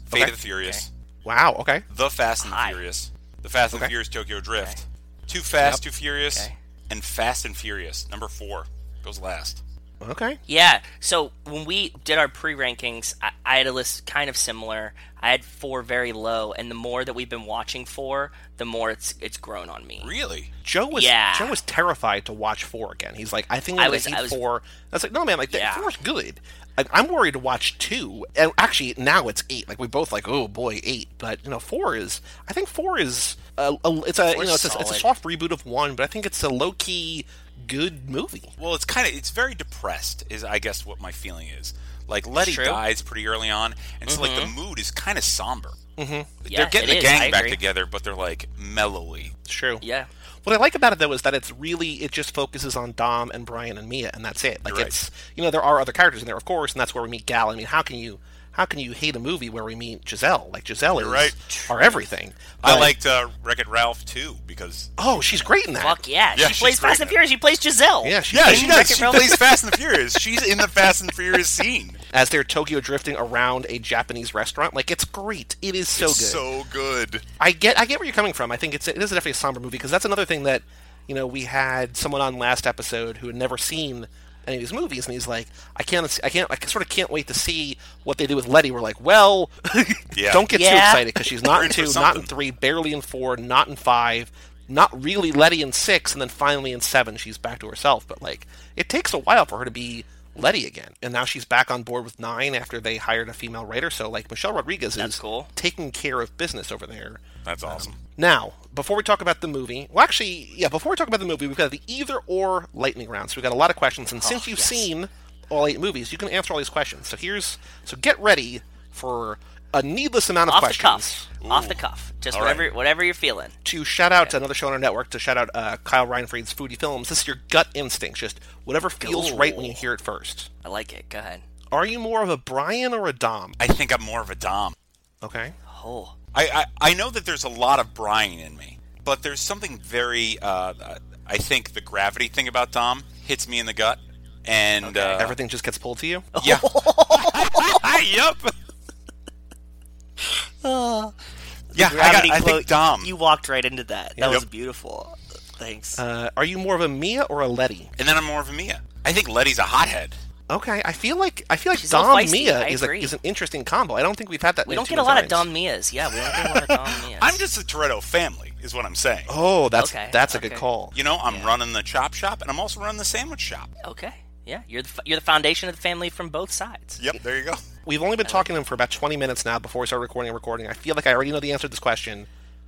Fate Okay. of the Furious, Wow. Okay. The Fast and the Hi. Furious, The Fast and Okay. the Furious Tokyo Drift, Too Fast, Yep. Too Furious, Okay. and Fast and Furious number four goes last. Okay. Yeah. So when we did our pre rankings, I, I had a list kind of similar. I had four very low, and the more that we've been watching for, the more it's it's grown on me. Really? Joe was Yeah. Joe was terrified to watch four again. He's like, I think I I'm was- gonna I hate was- four. I was like, no man, like Yeah. that four's good. I, I'm worried to watch two, and actually now it's eight. Like we both like, oh boy, eight. But you know, four is. I think four is. Uh, a, it's a you Four's know it's a, it's a solid. soft reboot of one, but I think it's a low key good movie. Well, it's kind of it's very depressed. Is I guess what my feeling is. Like Letty true. dies pretty early on, and so like the mood is kind of somber. Mm-hmm. Yeah, they're getting it the is. I gang back agree. together, but they're like mellowly. It's true. Yeah. What I like about it though is that it's really it just focuses on Dom and Brian and Mia, and that's it. Like You're right. it's you know there are other characters in there, of course, and that's where we meet Gal. I mean, how can you how can you hate a movie where we meet Giselle? Like Giselle is right. our everything. I But- liked uh, Wreck It Ralph too because Oh, she's great in that. Fuck yeah. Yeah, she she's plays great Fast in and it. Furious. She plays Giselle. Yeah, she- yeah, In she does. Wreck-It She Ralph? plays Fast and Furious. She's in the Fast and Furious scene. As they're Tokyo drifting around a Japanese restaurant, like it's great. It is so It's good. So good. I get I get where you're coming from. I think it's it is definitely a somber movie because that's another thing that you know we had someone on last episode who had never seen any of these movies and he's like I can't I can't I sort of can't wait to see what they do with Letty. We're like, well, Yeah. don't get too Yeah. excited because she's not We're in in two, for not in something. three, barely in four, not in five, not really Letty in six, and then finally in seven she's back to herself. But like it takes a while for her to be. Letty again, and now she's back on board with Nine after they hired a female writer. So, like Michelle Rodriguez That's is cool. taking care of business over there. That's awesome. Now, before we talk about the movie, well, actually, yeah, before we talk about the movie, we've got the either or lightning round. So we've got a lot of questions, and since you've Oh, yes. seen all eight movies, you can answer all these questions. So here's so get ready for a needless amount of Off the questions. cuff. Off the cuff. Just All right. whatever whatever you're feeling. To shout out to another show on our network, to shout out uh, Kyle Reinfried's Foodie Films. This is your gut instincts, just whatever feels right when you hear it first. I like it. Go ahead. Are you more of a Brian or a Dom? I think I'm more of a Dom. Okay. Oh. I, I, I know that there's a lot of Brian in me, but there's something very. Uh, I- I think the gravity thing about Dom hits me in the gut, and uh, Everything just gets pulled to you. oh. yeah, yep, yeah. I, got, Gravity I clo- think Dom. You walked right into that. That Yep. was beautiful. Thanks. Uh, are you more of a Mia or a Letty? and then I'm more of a Mia. I think Letty's a hothead. Okay, I feel like I feel like She's a little Dom feisty, Mia I is, a, agree. is an interesting combo. I don't think we've had that. we many don't too get a many lot of times. Dom Mias. Yeah, we don't get a lot of Dom Mias. I'm just a Toretto family, is what I'm saying. Oh, that's Okay, that's a okay. good call. You know, I'm running the chop shop, and I'm also running the sandwich shop. okay. Yeah, you're the f- you're the foundation of the family from both sides. Yep, there you go. We've only been talking to him for about 20 minutes now before we start recording and recording. I feel like I already know the answer to this question.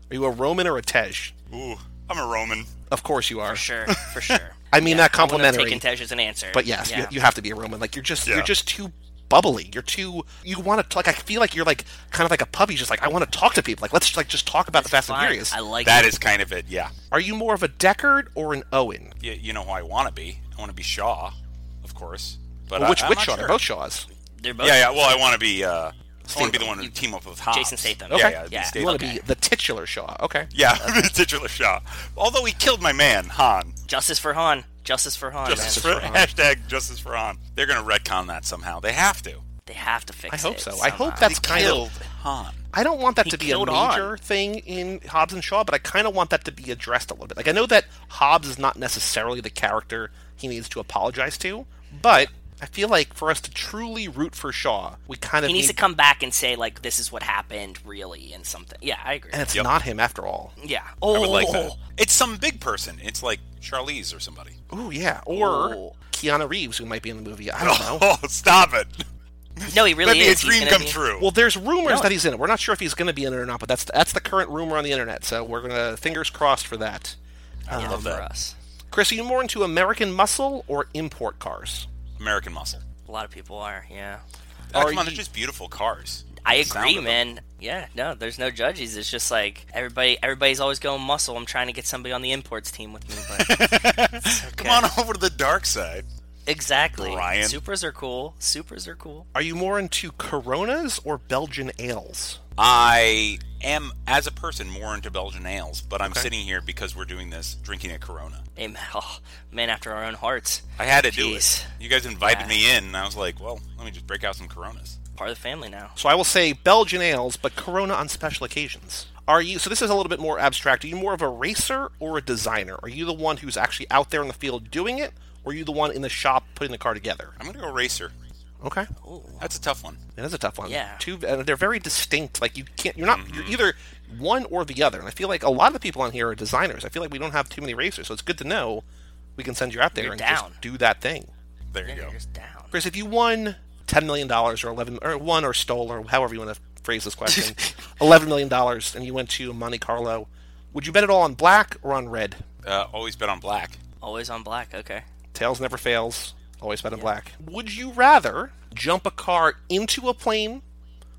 Are you a Roman or a Tej? Ooh, I'm a Roman. Of course you are. For sure, for sure. I mean, not I wouldn't have complimentary, taken Tej as an answer. but yes, yeah. you, you have to be a Roman. Like you're just Yeah. you're just too bubbly. You're too you want to like I feel like you're like kind of like a puppy just like I want to talk to people. Like let's like just talk about the Fast and Fine, Furious. I like That it. is kind of it, yeah. Are you more of a Deckard or an Owen? You, you know who I want to be. I want to be Shaw, of course. But Well, which I, Uh, I'm which not Shaw? Sure. They're both Shaws. They're both Yeah, yeah. Well, I want to be. Uh, I want to be Statham. the one who team up with Hobbs. Jason Statham. Yeah, Okay. yeah. it'd be Yeah. You You Statham. want to be the titular Shaw. Okay. Yeah, the titular Shaw. Although he killed my man Han. Justice for Han. Justice for Han. Justice man. for, hashtag Justice for Han. They're gonna retcon that somehow. They have to. They have to fix I it. hope so. I hope somehow. that's kind Killed of Han. I don't want that He to be a killed Han. major thing in Hobbs and Shaw, but I kind of want that to be addressed a little bit. Like I know that Hobbs is not necessarily the character he needs to apologize to, but I feel like for us to truly root for Shaw, we kind of He need needs to come back and say like, "This is what happened, really," and something. Yeah, I agree. and it's Yep. not him after all. yeah. Oh, I would like that. It's some big person. It's like Charlize or somebody. Oh, Ooh yeah, or Ooh. Keanu Reeves who might be in the movie. I don't know. Oh, stop it. no, he really That'd be a is. He's dream gonna come be- true. Well, there's rumors No. that he's in it. We're not sure if he's going to be in it or not, but that's that's the current rumor on the internet. So we're gonna fingers crossed for that. I Yeah, love for that. us. Chris, are you more into American muscle or import cars? American Muscle. A lot of people are. Yeah. Oh, Are come on, they're you- just beautiful cars. I The sound agree, of them. man. Yeah, no, there's no judges. It's just like everybody, everybody's always going muscle. I'm trying to get somebody on the imports team with me, but it's okay. Come on over to the dark side. exactly. Brian. Supers are cool. Supers are cool. Are you more into Coronas or Belgian ales? I am, as a person, more into Belgian ales, but I'm sitting here because we're doing this, drinking a Corona. Amen. Oh, man, after our own hearts, I had to Jeez. do it. You guys invited Yeah. me in, and I was like, well, let me just break out some Coronas. part of the family now. So I will say Belgian ales, but Corona on special occasions. Are you? So this is a little bit more abstract. Are you more of a racer or a designer? Are you the one who's actually out there in the field doing it, or are you the one in the shop putting the car together? I'm going to go racer. Okay, That's a tough one. that is a tough one. Yeah. two, and they're very distinct. Like you can't. You're not. You're either one or the other. And I feel like a lot of the people on here are designers. I feel like we don't have too many racers, so it's good to know we can send you out there You're and down. just do that thing. There you They're go. just down. Chris, if you won ten million dollars or eleven or one or stole or however you want to phrase this question, eleven million dollars, and you went to Monte Carlo, would you bet it all on black or on red? Uh, always bet on black. Always on black. Okay. Tails never fails. Always bet on black. Would you rather jump a car into a plane,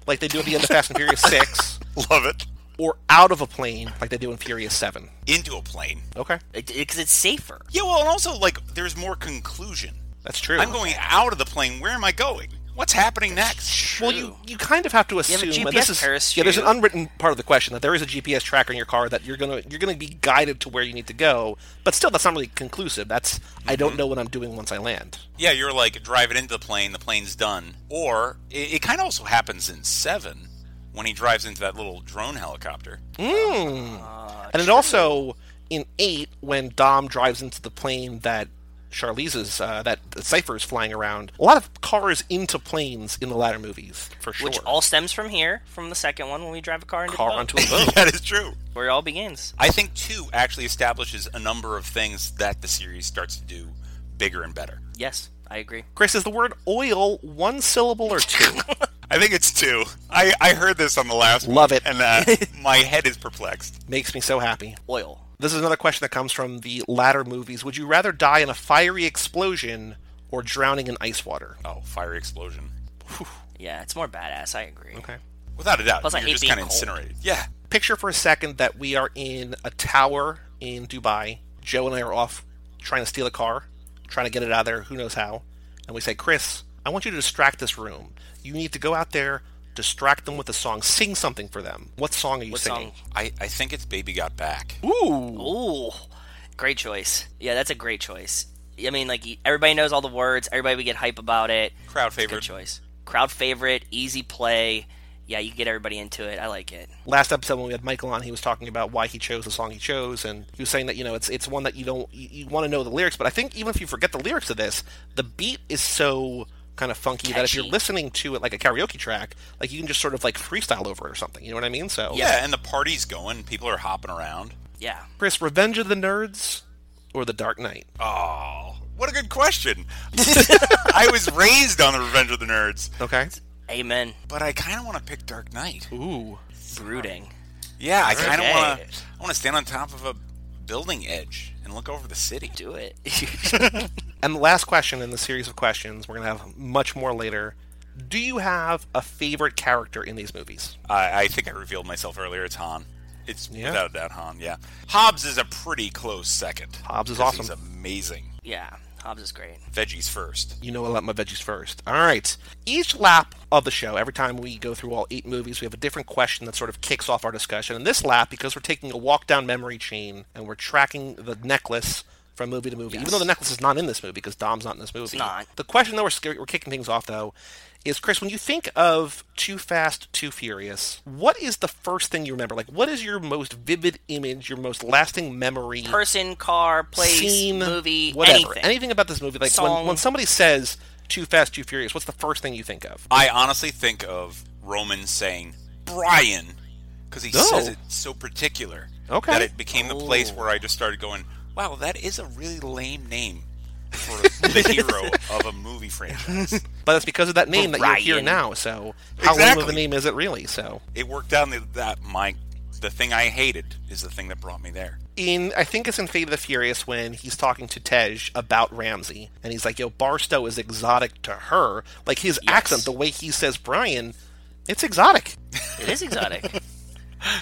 like they do at the end of Fast and Furious Six, Love it. or out of a plane, like they do in Furious Seven? Into a plane. Okay, Because it's safer. Yeah, well, and also, like, there's more conclusion. that's true. I'm going out of the plane. Where am I going? What's happening next? Well, you, you kind of have to have a assume and GPS this is parachute. yeah. There's an unwritten part of the question that there is a GPS tracker in your car that you're gonna you're gonna be guided to where you need to go. But still, that's not really conclusive. That's I Mm-hmm. don't know what I'm doing once I land. Yeah, you're like driving into the plane, the plane's done. Or it, it kind of also happens in Seven when he drives into that little drone helicopter. and it also in eight when Dom drives into the plane that Charlize's uh, that Cipher is flying around. A lot of cars into planes in the latter movies for sure. Which all stems from here, from the second one when we drive a car into car the boat, onto a boat. that is true. where it all begins. I think two actually establishes a number of things that the series starts to do bigger and better. Yes, I agree. Chris, is the word oil one syllable or two? I think it's two. I, I heard this on the last Love it. and uh, my head is perplexed. Makes me so happy. Oil. This is another question that comes from the latter movies. Would you rather die in a fiery explosion or drowning in ice water? Oh, fiery explosion. Yeah, it's more badass. I agree. Okay. Without a doubt. Plus, I you're hate just being kind of cold. incinerated. Yeah. Picture for a second that we are in a tower in Dubai. Joe and I are off trying to steal a car, trying to get it out of there, who knows how. And we say, Chris, I want you to distract this room. You need to go out there, distract them with a song, sing something for them. What song are you What singing? song? I, I think it's Baby Got Back. Ooh. Ooh. Great choice. Yeah, that's a great choice. I mean, like everybody knows all the words. Everybody would get hype about it. Crowd It's a favorite. Good choice. Crowd favorite. Easy play. Yeah, you get everybody into it. I like it. last episode when we had Michael on, he was talking about why he chose the song he chose, and he was saying that you know it's it's one that you don't you, you want to know the lyrics, but I think even if you forget the lyrics of this, the beat is so kind of funky that if you're Catchy. listening to it like a karaoke track, like you can just sort of like freestyle over it or something. You know what I mean? So Yeah, and the party's going. People are hopping around. Yeah. Chris, Revenge of the Nerds or The Dark Knight? Oh, what a good question. I was raised on the Revenge of the Nerds, Okay. Amen. but I kind of want to pick Dark Knight. Ooh. Brooding. Yeah, I kind of Okay. want to. I want to stand on top of a building edge and look over the city. Do it. And the last question in the series of questions, we're gonna have much more later. Do you have a favorite character in these movies? I, I think I revealed myself earlier. It's Han. It's Yeah. without that Han. Yeah, Hobbs is a pretty close second. Hobbs is 'cause He's awesome. amazing. yeah. Hobbs is great. Veggies first. You know I let my veggies first. All right. Each lap of the show, every time we go through all eight movies, we have a different question that sort of kicks off our discussion. And this lap, because we're taking a walk down memory chain and we're tracking the necklace from movie to movie, even though the necklace is not in this movie because Dom's not in this movie. not. The question that we're, sca- we're kicking things off, though, is Chris, when you think of Too Fast, Too Furious, what is the first thing you remember? Like, what is your most vivid image, your most lasting memory? Person, car, place, scene, movie, whatever, anything. about this movie. Like when, Song. when somebody says "Too Fast, Too Furious," what's the first thing you think of? I honestly think of Roman saying Brian because he Oh. says it so particular Okay. Oh. that it became the place where I just started going, "Wow, that is a really lame name for the hero of a movie franchise." But that's because of that name that you're here Brian. now. So how long of a Exactly. name is it really? So It worked out that- that my the thing I hated is the thing that brought me there. in I think it's in Fate of the Furious when he's talking to Tej about Ramsey, and he's like, "Yo, Barstow is exotic to her." Like his accent, the way he says Brian, it's exotic. It is exotic.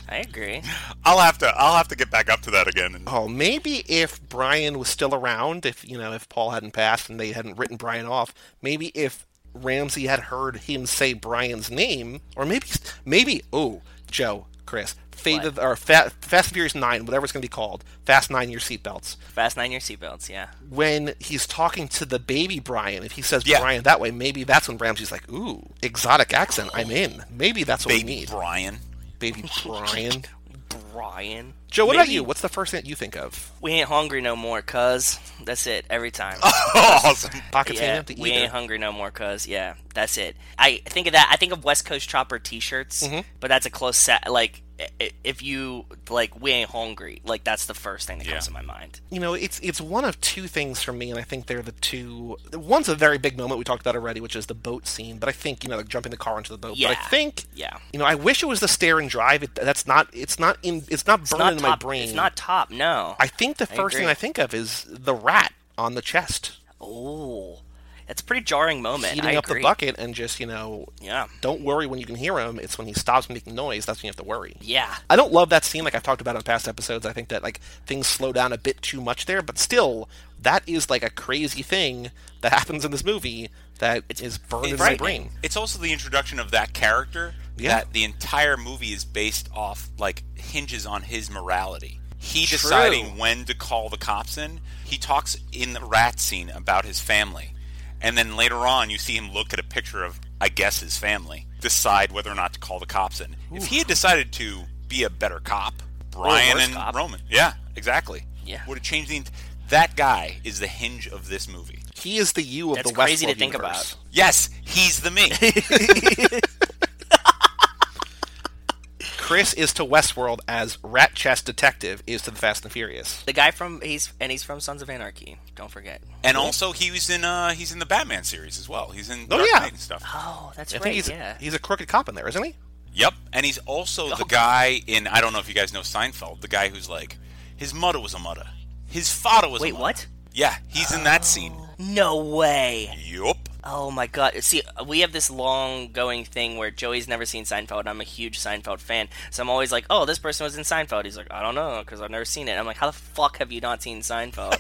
I agree. I'll have to I'll have to get back up to that again. And, Oh, maybe if Brian was still around, if you know, if Paul hadn't passed and they hadn't written Brian off, maybe if Ramsey had heard him say Brian's name, or maybe, maybe, oh, Joe, Chris, Fate of, or Fa- Fast and Furious Nine, whatever it's going to be called, Fast Nine Your Seatbelts. Fast nine your seatbelts. Yeah. When he's talking to the baby Brian, if he says Yeah. Brian that way, maybe that's when Ramsey's like, ooh, exotic accent, I'm in. Maybe that's what baby we need, Brian. baby Brian. Brian. Joe, what about Maybe you? What's the first thing that you think of? We ain't hungry no more, cuz. That's it every time. Oh, awesome. Pockets ain't yeah, empty we either. ain't hungry no more, cuz. Yeah, that's it. I think of that. I think of West Coast Chopper t shirts, Mm-hmm. but that's a close set. Like, i- i- if you, like, we ain't hungry, like, that's the first thing that comes to my mind. you know, it's it's one of two things for me, and I think they're the two. One's a very big moment we talked about already, which is the boat scene. But I think you know, like jumping the car into the boat. But I Yeah. think, Yeah. you know, I wish it was the stare and drive. It, that's not. It's not in. It's not burning Not in top, my brain. It's not top, no. I think the first thing agree. I think of is the rat on the chest, oh, that's a pretty jarring moment. eating I up agree. the bucket, and just you know, Yeah. don't worry when you can hear him. It's when he stops making noise that's when you have to worry. Yeah. I don't love that scene. Like I've talked about in past episodes, I think that like things slow down a bit too much there. But still, that is like a crazy thing that happens in this movie that it's burned in my brain. It's also the introduction of that character Yeah. that the entire movie is based off, like, hinges on his morality. He deciding when to call the cops in. He talks in the rat scene about his family. And then later on, you see him look at a picture of, I guess, his family, decide whether or not to call the cops in. If he had decided to be a better cop, Brian worse and cop. Roman. Yeah, exactly. Yeah. Would have changed the. ent- That guy is the hinge of this movie. He is the you of That's the Westworld crazy to think universe. Yes, he's the me. Chris is to Westworld as Rat Chest Detective is to the Fast and Furious. The guy from, he's, and he's from Sons of Anarchy. Don't forget. And also, he was in uh he's in the Batman series as well. He's in Oh, Dark yeah. Knight and stuff. Oh, that's I right. think he's yeah. he's a crooked cop in there, isn't he? Yep. And he's also the guy in I don't know if you guys know Seinfeld, the guy who's like his mother was a mother, his father was. a Wait, mudder. what? Yeah, he's in that scene. No way. Yup. Oh my god! See, we have this long-going thing where Joey's never seen Seinfeld, and I'm a huge Seinfeld fan, so I'm always like, "Oh, this person was in Seinfeld." He's like, "I don't know, because I've never seen it." I'm like, "How the fuck have you not seen Seinfeld?"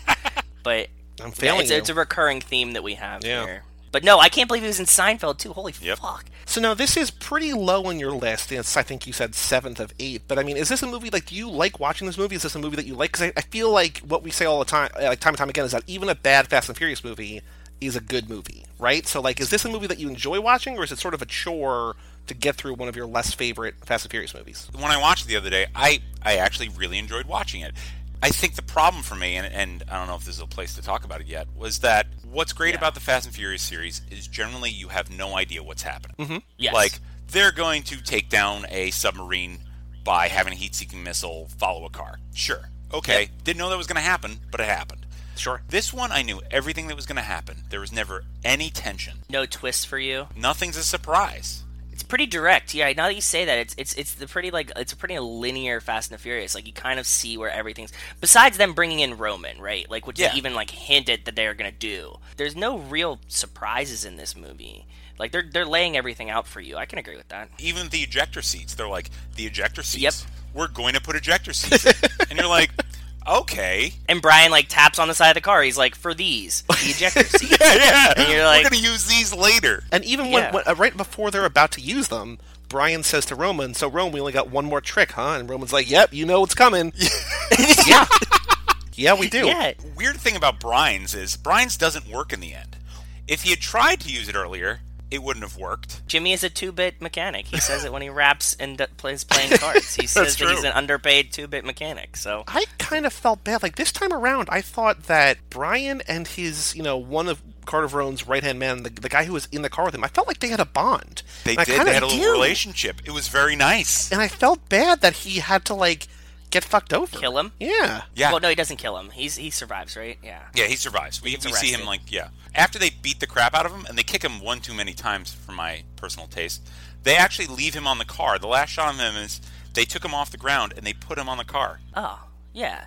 but I'm yeah, failing it's, you. it's a recurring theme that we have Yeah. here. But no, I can't believe he was in Seinfeld too. Holy Yep. fuck! So now this is pretty low on your list. It's I think you said seventh of eight. But I mean, is this a movie like do you like watching this movie? Is this a movie that you like? Because I, I feel like what we say all the time, uh, like time and time again, is that even a bad Fast and Furious movie is a good movie, right? So like, is this a movie that you enjoy watching, or is it sort of a chore to get through one of your less favorite Fast and Furious movies? when I watched it the other day, I, I actually really enjoyed watching it. I think the problem for me, and, and I don't know if this is a place to talk about it yet, was that what's great about the Fast and Furious series is generally you have no idea what's happening. Mm-hmm. Yes. Like, they're going to take down a submarine by having a heat seeking missile follow a car. Sure. Okay. Didn't know that was going to happen, but it happened. Sure. This one, I knew everything that was going to happen. There was never any tension. No twist for you. Nothing's a surprise. It's pretty direct. Yeah, now that you say that, it's it's it's the pretty like it's a pretty linear Fast and the Furious. Like you kind of see where everything's. Besides them bringing in Roman, right? Like which Yeah. they even like hinted that they're gonna do. There's no real surprises in this movie. Like they're they're laying everything out for you. I can agree with that. even the ejector seats. They're like the ejector seats. Yep. We're going to put ejector seats, in." and you're like, okay, And Brian like taps on the side of the car. He's like, for these, the ejector seat. yeah, yeah. And you're we're like- going to use these later. And even Yeah. when, when uh, right before they're about to use them, Brian says to Roman, "So Rome, we only got one more trick, huh?" And Roman's like, "Yep, you know what's coming." yeah. Yeah, we do. yeah. Weird thing about Brian's is Brian's doesn't work in the end. If he had tried to use it earlier, it wouldn't have worked. Jimmy is a two-bit mechanic. He says it when he raps and d- plays playing cards. He says that he's true. an underpaid two-bit mechanic. So I kind of felt bad. Like this time around, I thought that Brian and his, you know, one of Carter Vrone's right hand man, the, the guy who was in the car with him, I felt like they had a bond. They And I did. kinda They had a little do. relationship. It was very nice. And I felt bad that he had to like get fucked over. kill him. Yeah. Yeah. Well, no, he doesn't kill him. He's he survives, right? Yeah. Yeah, he survives. We, gets we see him arrested. like yeah. After they beat the crap out of him and they kick him one too many times for my personal taste, they actually leave him on the car. The last shot of him is they took him off the ground and they put him on the car. Oh, yeah,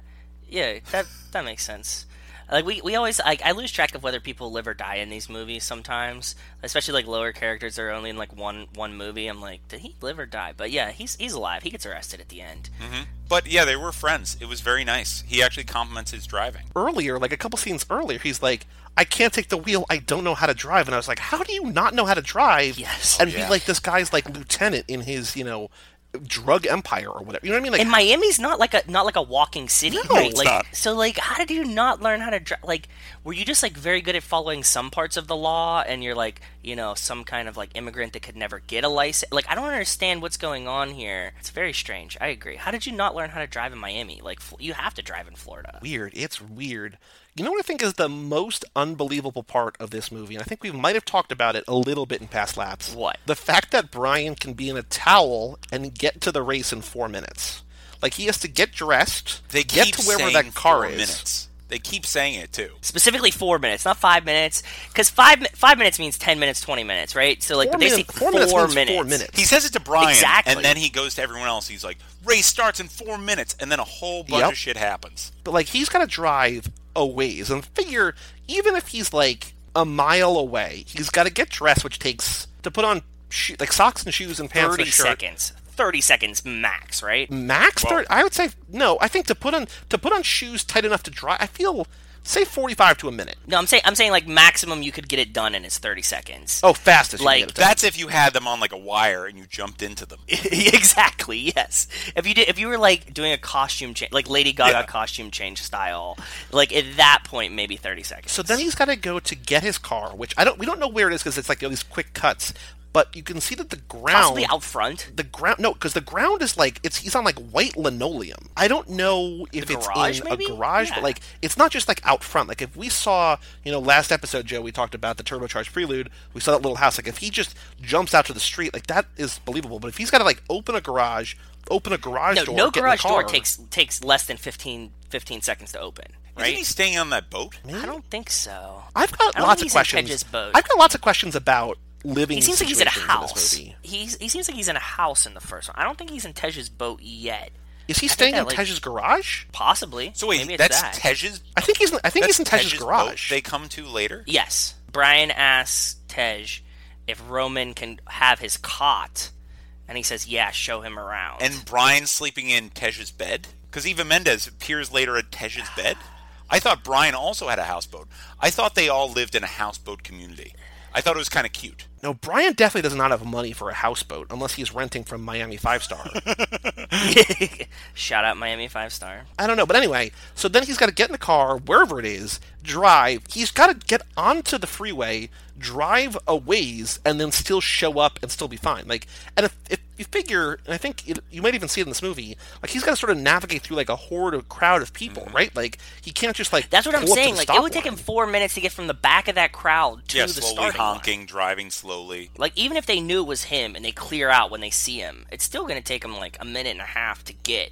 yeah. That that makes sense. Like we, we always I, I lose track of whether people live or die in these movies sometimes, especially like lower characters that are only in like one one movie. I'm like, did he live or die? But yeah, he's he's alive. He gets arrested at the end. But yeah, they were friends. It was very nice. He actually compliments his driving. Earlier, like a couple scenes earlier, he's like, I can't take the wheel. I don't know how to drive. And I was like, How do you not know how to drive? Yes. And Yeah. be like this guy's like lieutenant in his, you know, drug empire or whatever. You know what I mean? Like And Miami's not like a not like a walking city. No, right? it's like, not. So like, how did you not learn how to drive? Like, were you just like very good at following some parts of the law, and you're like, you know, some kind of like immigrant that could never get a license? Like, I don't understand what's going on here. It's very strange. I agree. How did you not learn how to drive in Miami? Like, Fl- you have to drive in Florida. weird. It's weird. You know what I think is the most unbelievable part of this movie, and I think we might have talked about it a little bit in past laps. What? The fact that Brian can be in a towel and get to the race in four minutes. Like he has to get dressed, They get keep to wherever saying that car four is. Minutes. They keep saying it too. Specifically, four minutes, not five minutes, because five mi- five minutes means ten minutes, twenty minutes, right? So like, Four, but they say minutes, four minutes means four minutes. He says it to Brian, Exactly. and then he goes to everyone else. He's like, "Race starts in four minutes," and then a whole bunch Yep. of shit happens. But like he's got to drive a ways and figure even if he's like a mile away, he's got to get dressed, which takes to put on sho- like socks and shoes and pants Thirty and a shirt. seconds. Thirty seconds max, right? max thirty. I would say no. I think to put on to put on shoes tight enough to dry. I feel say forty five to a minute. No, I'm saying I'm saying like maximum you could get it done in is 30 seconds. Oh, fastest. Like, you can get it done. That's if you had them on like a wire and you jumped into them. exactly. Yes. If you did, if you were like doing a costume change, like Lady Gaga Yeah. costume change style, like at that point maybe 30 seconds. So then he's got to go to get his car, which I don't. We don't know where it is because it's like all these quick cuts. But you can see that the ground, possibly out front. the ground, no, because the ground is like it's he's on like white linoleum. I don't know if it's garage, in maybe? a garage, Yeah. but like it's not just like out front. Like if we saw, you know, last episode, Joe, we talked about the turbocharged prelude. We saw that little house. Like if he just jumps out to the street, like that is believable. But if he's got to like open a garage, open a garage No, door, no get in the garage door car- takes takes less than 15 15 seconds to open, right? Isn't he staying on that boat? I don't think so. I've got I don't lots of think he's in questions. Hedges' boat. I've got lots of questions about living. he seems like he's in a situations this house. movie. He's, he seems like he's in a house in the first one. I don't think he's in Tej's boat yet. Is he staying that, in like- Tej's garage? Possibly. So wait, maybe it's that's that. Tej's. I think he's. in- I think That's he's in Tej's, Tej's boat garage. They come to later. Yes. Brian asks Tej if Roman can have his cot, and he says, "Yeah, show him around." and Brian sleeping in Tej's bed? Because Eva Mendes appears later at Tej's bed. I thought Brian also had a houseboat. I thought they all lived in a houseboat community. I thought it was kind of cute. No, Brian definitely does not have money for a houseboat unless he's renting from Miami Five Star. Shout out Miami Five Star. I don't know, but anyway, so then he's got to get in the car, wherever it is, drive. He's got to get onto the freeway, drive a ways, and then still show up and still be fine. Like, and if, if you figure, and I think it, you might even see it in this movie, like he's got to sort of navigate through like a horde of crowd of people, right? Like he can't just like Mm-hmm. That's what I'm pull up to saying. the Like stop it would take line. him four minutes to get from the back of that crowd to yeah, the slowly starting line. honking, driving slowly. Like even if they knew it was him and they clear out when they see him, it's still gonna take him like a minute and a half to get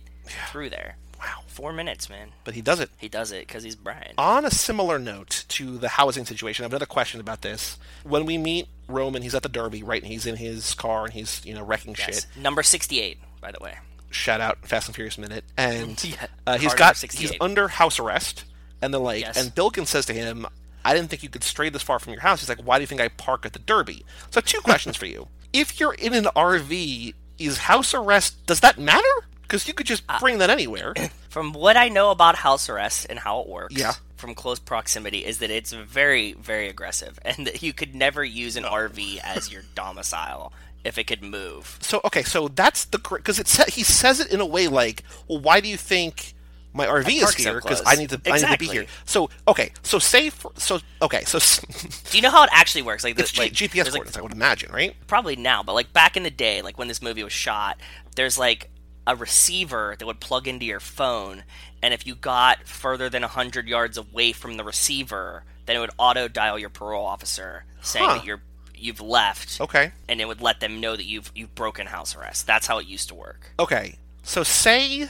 through there. Wow, four minutes, man. but he does it. He does it because he's Brian. On a similar note to the housing situation, I have another question about this. When we meet Roman, he's at the Derby, right? And he's in his car and he's, you know, wrecking Yes. shit. Number sixty-eight, by the way. Shout out Fast and Furious Minute. And Yeah. uh, he's Car got, number 68. he's under house arrest. And they're like, Yes. and Bilkin says to him, I didn't think you could stray this far from your house. He's like, why do you think I park at the Derby? So, two questions for you. If you're in an RV, is house arrest, does that matter? Because you could just Uh, bring that anywhere. From what I know about house arrest and how it works, Yeah. from close proximity, is that it's very, very aggressive, and that you could never use an RV as your domicile if it could move. So okay, so that's the because it sa- he says it in a way like, well, why do you think my RV is park's so here? Because close. I need to I need to be Exactly. here. So okay, so say for, so okay, so s- Do you know how it actually works? Like, the, it's like G- there's, GPS like, coordinates, I would imagine, right? probably now, but like back in the day, like when this movie was shot, there's like a receiver that would plug into your phone, and if you got further than 100 yards away from the receiver, then it would auto dial your parole officer saying Huh. that you're you've left. Okay, And it would let them know that you've you've broken house arrest. That's how it used to work. okay. So say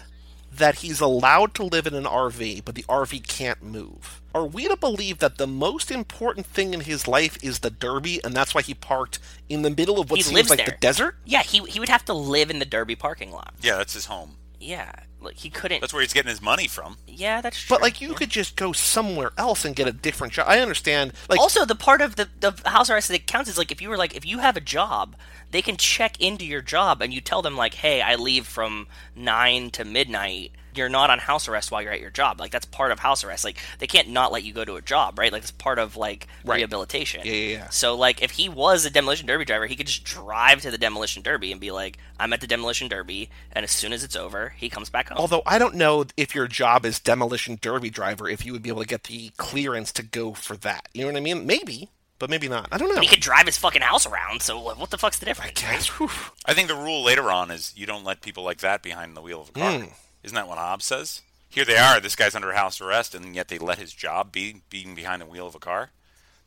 that he's allowed to live in an RV, but the RV can't move. Are we to believe that the most important thing in his life is the Derby, and that's why he parked in the middle of what He seems lives like there. the desert? Yeah, he he would have to live in the Derby parking lot. Yeah, that's his home. Yeah, like he couldn't. That's where he's getting his money from. yeah, that's true. But like, you could just go somewhere else and get a different job. I understand. Like, also the part of the, the house arrest that counts is like if you were like if you have a job they can check into your job and you tell them like hey i leave from 9 to midnight you're not on house arrest while you're at your job like that's part of house arrest like they can't not let you go to a job right like it's part of like Right. rehabilitation Yeah, yeah, yeah. so like if he was a demolition derby driver he could just drive to the demolition derby and be like i'm at the demolition derby and as soon as it's over he comes back home Although I don't know if your job is demolition derby driver, if you would be able to get the clearance to go for that. You know what I mean? Maybe, but maybe not. I don't know. he could drive his fucking house around so like, what the fuck's the difference Guys, whew. I think the rule later on is you don't let people like that behind the wheel of a car. Hmm. Isn't that what Hobbs says? Here they are. This guy's under house arrest, and yet they let his job be being behind the wheel of a car.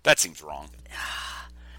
That seems wrong.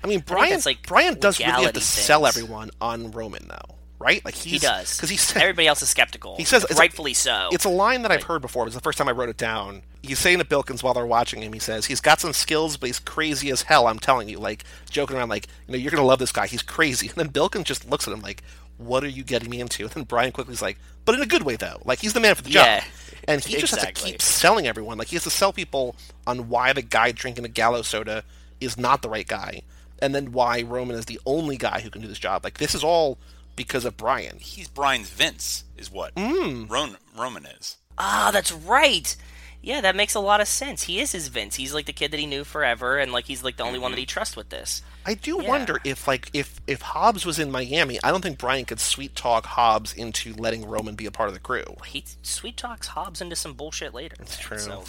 I mean, Brian. that's, like, Brian does really have to legality sell things. everyone on Roman, though, right? Like he's, He does because he said everybody else is skeptical. He says- it's a- rightfully so. It's a line that I've heard before. It was the first time I wrote it down. He's saying to Bilkins while they're watching him. He says he's got some skills, but he's crazy as hell. I'm telling you, like joking around, like you know, you're gonna love this guy. He's crazy. And then Bilkins just looks at him like, "What are you getting me into?" And then Brian quickly's like, "But in a good way, though. Like he's the man for the Yeah, job." And he just has to exactly. keep selling everyone. Like he has to sell people on why the guy drinking the Gallo soda is not the right guy, and then why Roman is the only guy who can do this job. Like this is all because of Brian. He's Brian's Vince, is what Hmm. Ron- Roman is. ah, that's right. Yeah, that makes a lot of sense. He is his Vince. He's like the kid that he knew forever, and like he's like the only one Mm-hmm. that he trusts with this. I do Yeah. wonder if like if if Hobbs was in Miami, I don't think Brian could sweet talk Hobbs into letting Roman be a part of the crew. He sweet talks Hobbs into some bullshit later. That's true. So,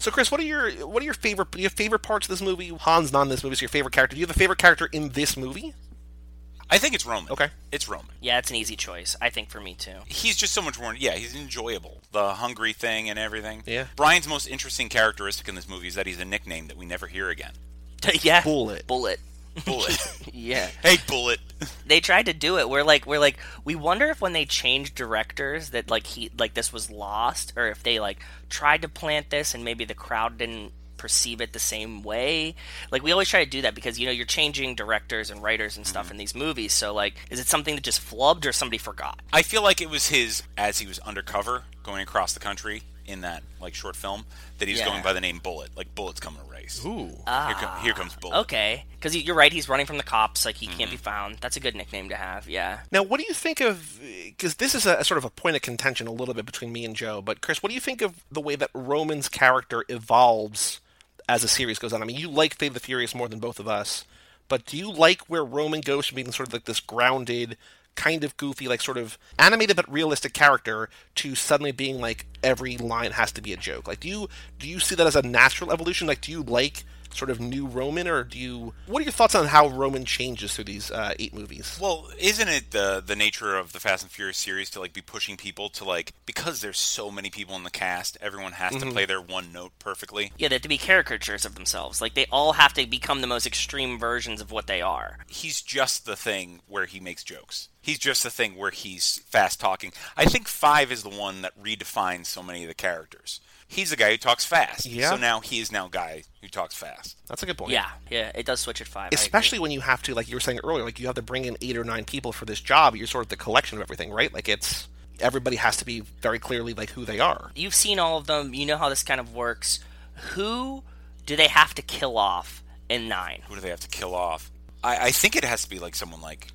So Chris, what are your what are your favorite your favorite parts of this movie? Han's not in this movie, so your favorite character. Do you have a favorite character in this movie? I think it's Roman. Okay. it's Roman. yeah, it's an easy choice, I think, for me too. he's just so much more. Yeah, he's enjoyable. The hungry thing and everything. Yeah. Brian's most interesting characteristic in this movie is that he's a nickname that we never hear again. yeah, Bullet. bullet. Bullet. Yeah. hey, Bullet. they tried to do it. We're like, we're like, we wonder if when they changed directors that like he like this was lost, or if they like tried to plant this and maybe the crowd didn't perceive it the same way. Like we always try to do that because you know you're changing directors and writers and stuff in these movies. So like, is it something that just flubbed or somebody forgot? I feel like it was his as he was undercover going across the country in that like short film that he was Yeah. going by the name Bullet. Like Bullet's coming to race. Ooh. Here, com- here comes Bullet. Okay, because you're right. He's running from the cops. Like he can't be found. That's a good nickname to have. Yeah. Now, what do you think of? Because this is a, a sort of a point of contention a little bit between me and Joe. But Chris, what do you think of the way that Roman's character evolves as the series goes on. I mean, you like Fate of the Furious more than both of us, but do you like where Roman goes from being sort of like this grounded, kind of goofy, like sort of animated but realistic character to suddenly being like every line has to be a joke? Like, do you do you see that as a natural evolution? Like, do you like sort of new Roman, or do you? What are your thoughts on how Roman changes through these uh, eight movies? Well, isn't it the the nature of the Fast and Furious series to like be pushing people to like because there's so many people in the cast, everyone has to play their one note perfectly. Yeah, they have to be caricatures of themselves. Like they all have to become the most extreme versions of what they are. He's just the thing where he makes jokes. He's just the thing where he's fast talking. I think 5 is the one that redefines so many of the characters. He's the guy who talks fast. Yeah. So now he is now guy who talks fast. That's a good point. Yeah, yeah, it does switch at five. I agree. especially when you have to like you were saying earlier like you have to bring in eight or nine people for this job you're sort of the collection of everything right like it's everybody has to be very clearly like who they are you've seen all of them. You know how this kind of works. Who do they have to kill off in nine? Who do they have to kill off? I, I think it has to be like someone like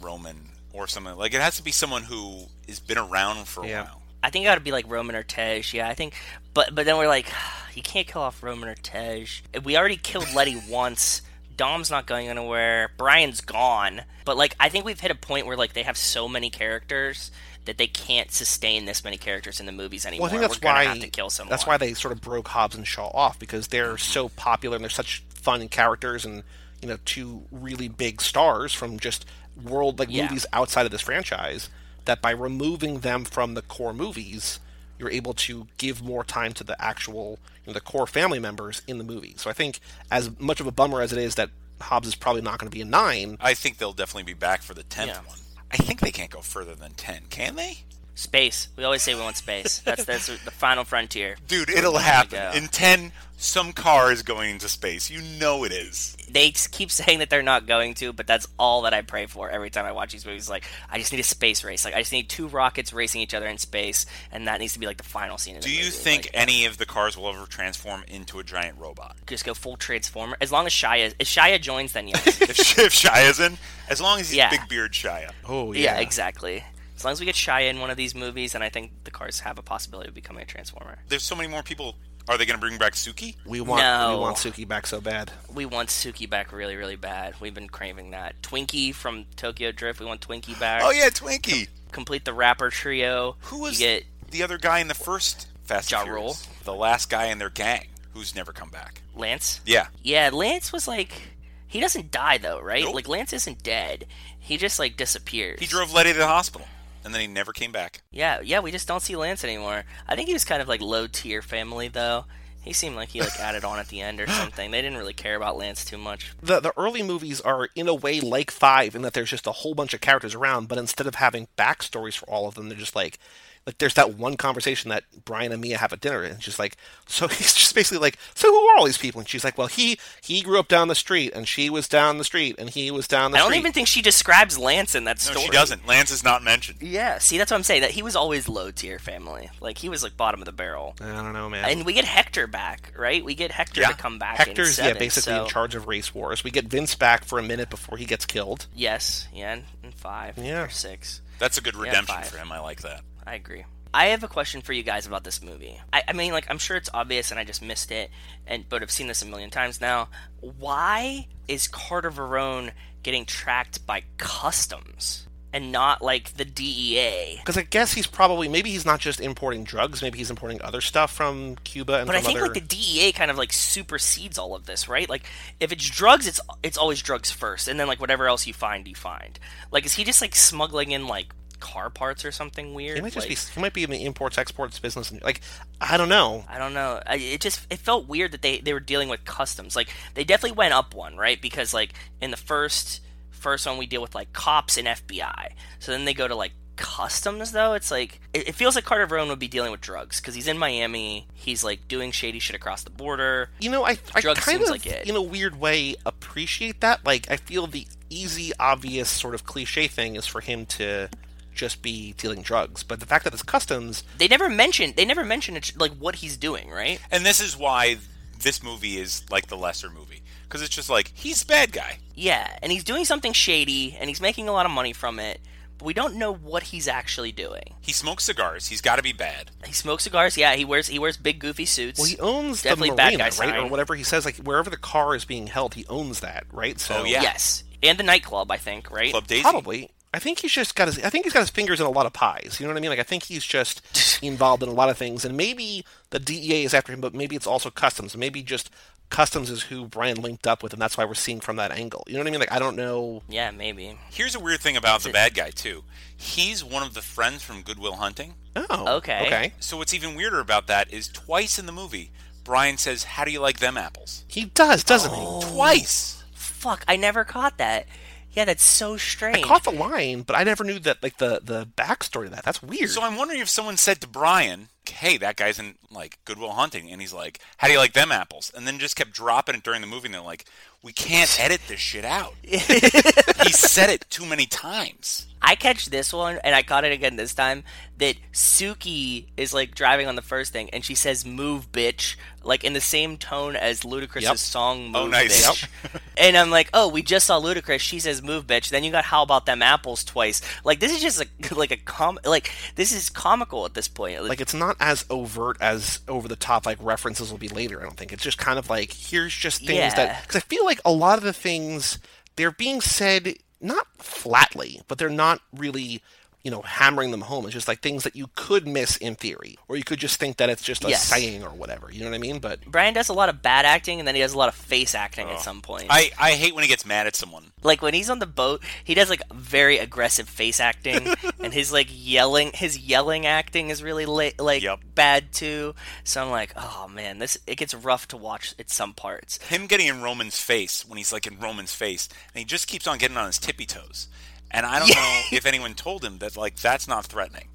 Roman or something. Like it has to be someone who has been around for a Yeah. while. I think it ought to be like Roman or Tej. Yeah, I think. But but then we're like, you can't kill off Roman or Tej. We already killed Letty once. Dom's not going anywhere. Brian's gone. But like, I think we've hit a point where like they have so many characters that they can't sustain this many characters in the movies anymore. well, I think that's we're why gonna have to kill someone. that's why they sort of broke Hobbs and Shaw off because they're so popular and they're such fun characters and you know two really big stars from just world like Yeah. movies outside of this franchise that by removing them from the core movies you're able to give more time to the actual you know, the core family members in the movie. So I think as much of a bummer as it is that Hobbs is probably not going to be in 9, I think they'll definitely be back for the tenth Yeah. one. I think they can't go further than ten, can they? space. We always say we want space. that's that's the final frontier. Dude, it'll God. happen. In ten, some car is going into space. You know it is. they keep saying that they're not going to, but that's all that I pray for every time I watch these movies. Like, I just need a space race. Like, I just need two rockets racing each other in space, and that needs to be like the final scene. Of the Do you movie. think Like, uh, any of the cars will ever transform into a giant robot? just go full transformer? As long as Shia, if Shia joins, then yes. if, if Shia's in, as long as he's Yeah. big beard Shia. oh yeah, exactly. As long as we get Shia in one of these movies, and I think the cars have a possibility of becoming a transformer. There's so many more people. Are they going to bring back Suki? we want No. we want Suki back so bad. We want Suki back really, really bad. We've been craving that. Twinkie from Tokyo Drift. We want Twinkie back. Oh yeah, Twinkie. Complete the rapper trio. Who was you get? the other guy in the first Fast and Ja Rule. Furious? The last guy in their gang who's never come back. Lance? Yeah. Yeah, Lance was like he doesn't die though, right? Nope. Like Lance isn't dead. He just like disappears. He drove Letty to the hospital, and then he never came back. Yeah, yeah, we just don't see Lance anymore. I think he was kind of like low tier family though. He seemed like he like added on at the end or something. They didn't really care about Lance too much. the the early movies are in a way like five in that there's just a whole bunch of characters around, but instead of having backstories for all of them, they're just like like there's that one conversation that Brian and Mia have at dinner, and it's just like so he's just basically like, so who are all these people? And she's like, well, he he grew up down the street, and she was down the street, and he was down the I don't street. even think she describes Lance in that No, story. she doesn't. Lance is not mentioned. Yeah, see that's what I'm saying. That he was always low tier family. Like he was like bottom of the barrel. I don't know, man. And we get Hector back, right? We get Hector Yeah. to come back. in Hector's yeah seven, basically so- in charge of race wars. We get Vince back for a minute before he gets killed. Yes, yeah, and, and five, Yeah. or six. That's a good redemption five. for him. I like that. I agree. I have a question for you guys about this movie. I, I mean, like, I'm sure it's obvious and I just missed it, and but I've seen this a million times now. Why is Carter Verone getting tracked by customs and not like the E DEA? Because I guess he's probably maybe he's not just importing drugs, maybe he's importing other stuff from Cuba and But I from think other. like the DEA kind of like supersedes all of this, right? Like, if it's drugs, it's it's always drugs first, and then like whatever else you find, you find. Like, is he just like smuggling in like car parts or something weird? He might just Like- be. He might be in the imports exports business. And, like, I don't know. I don't know. I, it just it felt weird that they they were dealing with customs. Like they definitely went up one, right? Because like in the first first one we deal with like cops and FBI. So then they go to like customs though. It's like it, it feels like Carter Verone would be dealing with drugs because he's in Miami. He's like doing shady shit across the border. You know, I, I Drug kind seems of, like it. in a weird way, appreciate that. Like, I feel the easy, obvious sort of cliche thing is for him to just be dealing drugs, but the fact that it's customs, They never mentioned they never mentioned it, like what he's doing, right? And this is why this movie is like the lesser movie because it's just like he's a bad guy. Yeah, and he's doing something shady and he's making a lot of money from it. but we don't know what he's actually doing. He smokes cigars. He's got to be bad. He smokes cigars. Yeah, he wears he wears big goofy suits. Well, he owns Definitely the bad marina, guy right, or sign. whatever he says. Like wherever the car is being held, he owns that, right? So Oh, yeah. Yes, and the nightclub, I think. Right. Club Daisy. probably. I think he's just got his. I think he's got his fingers in a lot of pies. You know what I mean? Like I think he's just involved in a lot of things, and maybe the DEA is after him, but maybe it's also customs. Maybe just customs is who Brian linked up with, and that's why we're seeing from that angle. You know what I mean? Like I don't know. Yeah, maybe. Here's a weird thing about the bad guy too. He's one of the friends from Goodwill Hunting. Oh, Okay. Okay. So what's even weirder about that is twice in the movie, Brian says, "How do you like them apples?" He does, doesn't he? Twice. Fuck, I never caught that. Yeah, that's so strange. I caught the line, but I never knew that like the the backstory to that. That's weird. So I'm wondering if someone said to Brian, "Hey, that guy's in like Goodwill Hunting," and he's like, "How do you like them apples?" And then just kept dropping it during the movie. And they're like, "We can't edit this shit out." he said it too many times. I catch this one, and I caught it again this time. That Suki is like driving on the first thing, and she says "Move, bitch," like in the same tone as Ludacris' Yep. song "Move, Oh, nice. bitch." and I'm like, "Oh, we just saw Ludacris. She says "Move, bitch." Then you got "How about them apples" twice. Like this is just a, like a com like this is comical at this point. like it's not as overt as over the top like references will be later i don't think it's just kind of like here's just things Yeah. that because i feel like a lot of the things they're being said not flatly but they're not really you know hammering them home it's just like things that you could miss in theory or you could just think that it's just a Yes. saying or whatever you know what i mean but Brian does a lot of bad acting, and then he does a lot of face acting at some point. I, I hate when he gets mad at someone. like when he's on the boat he does like very aggressive face acting and his like yelling his yelling acting is really la- like Yep. bad too so i'm like oh man this it gets rough to watch at some parts him getting in Roman's face when he's like in Roman's face, and he just keeps on getting on his tippy toes. And I don't know if anyone told him that like that's not threatening.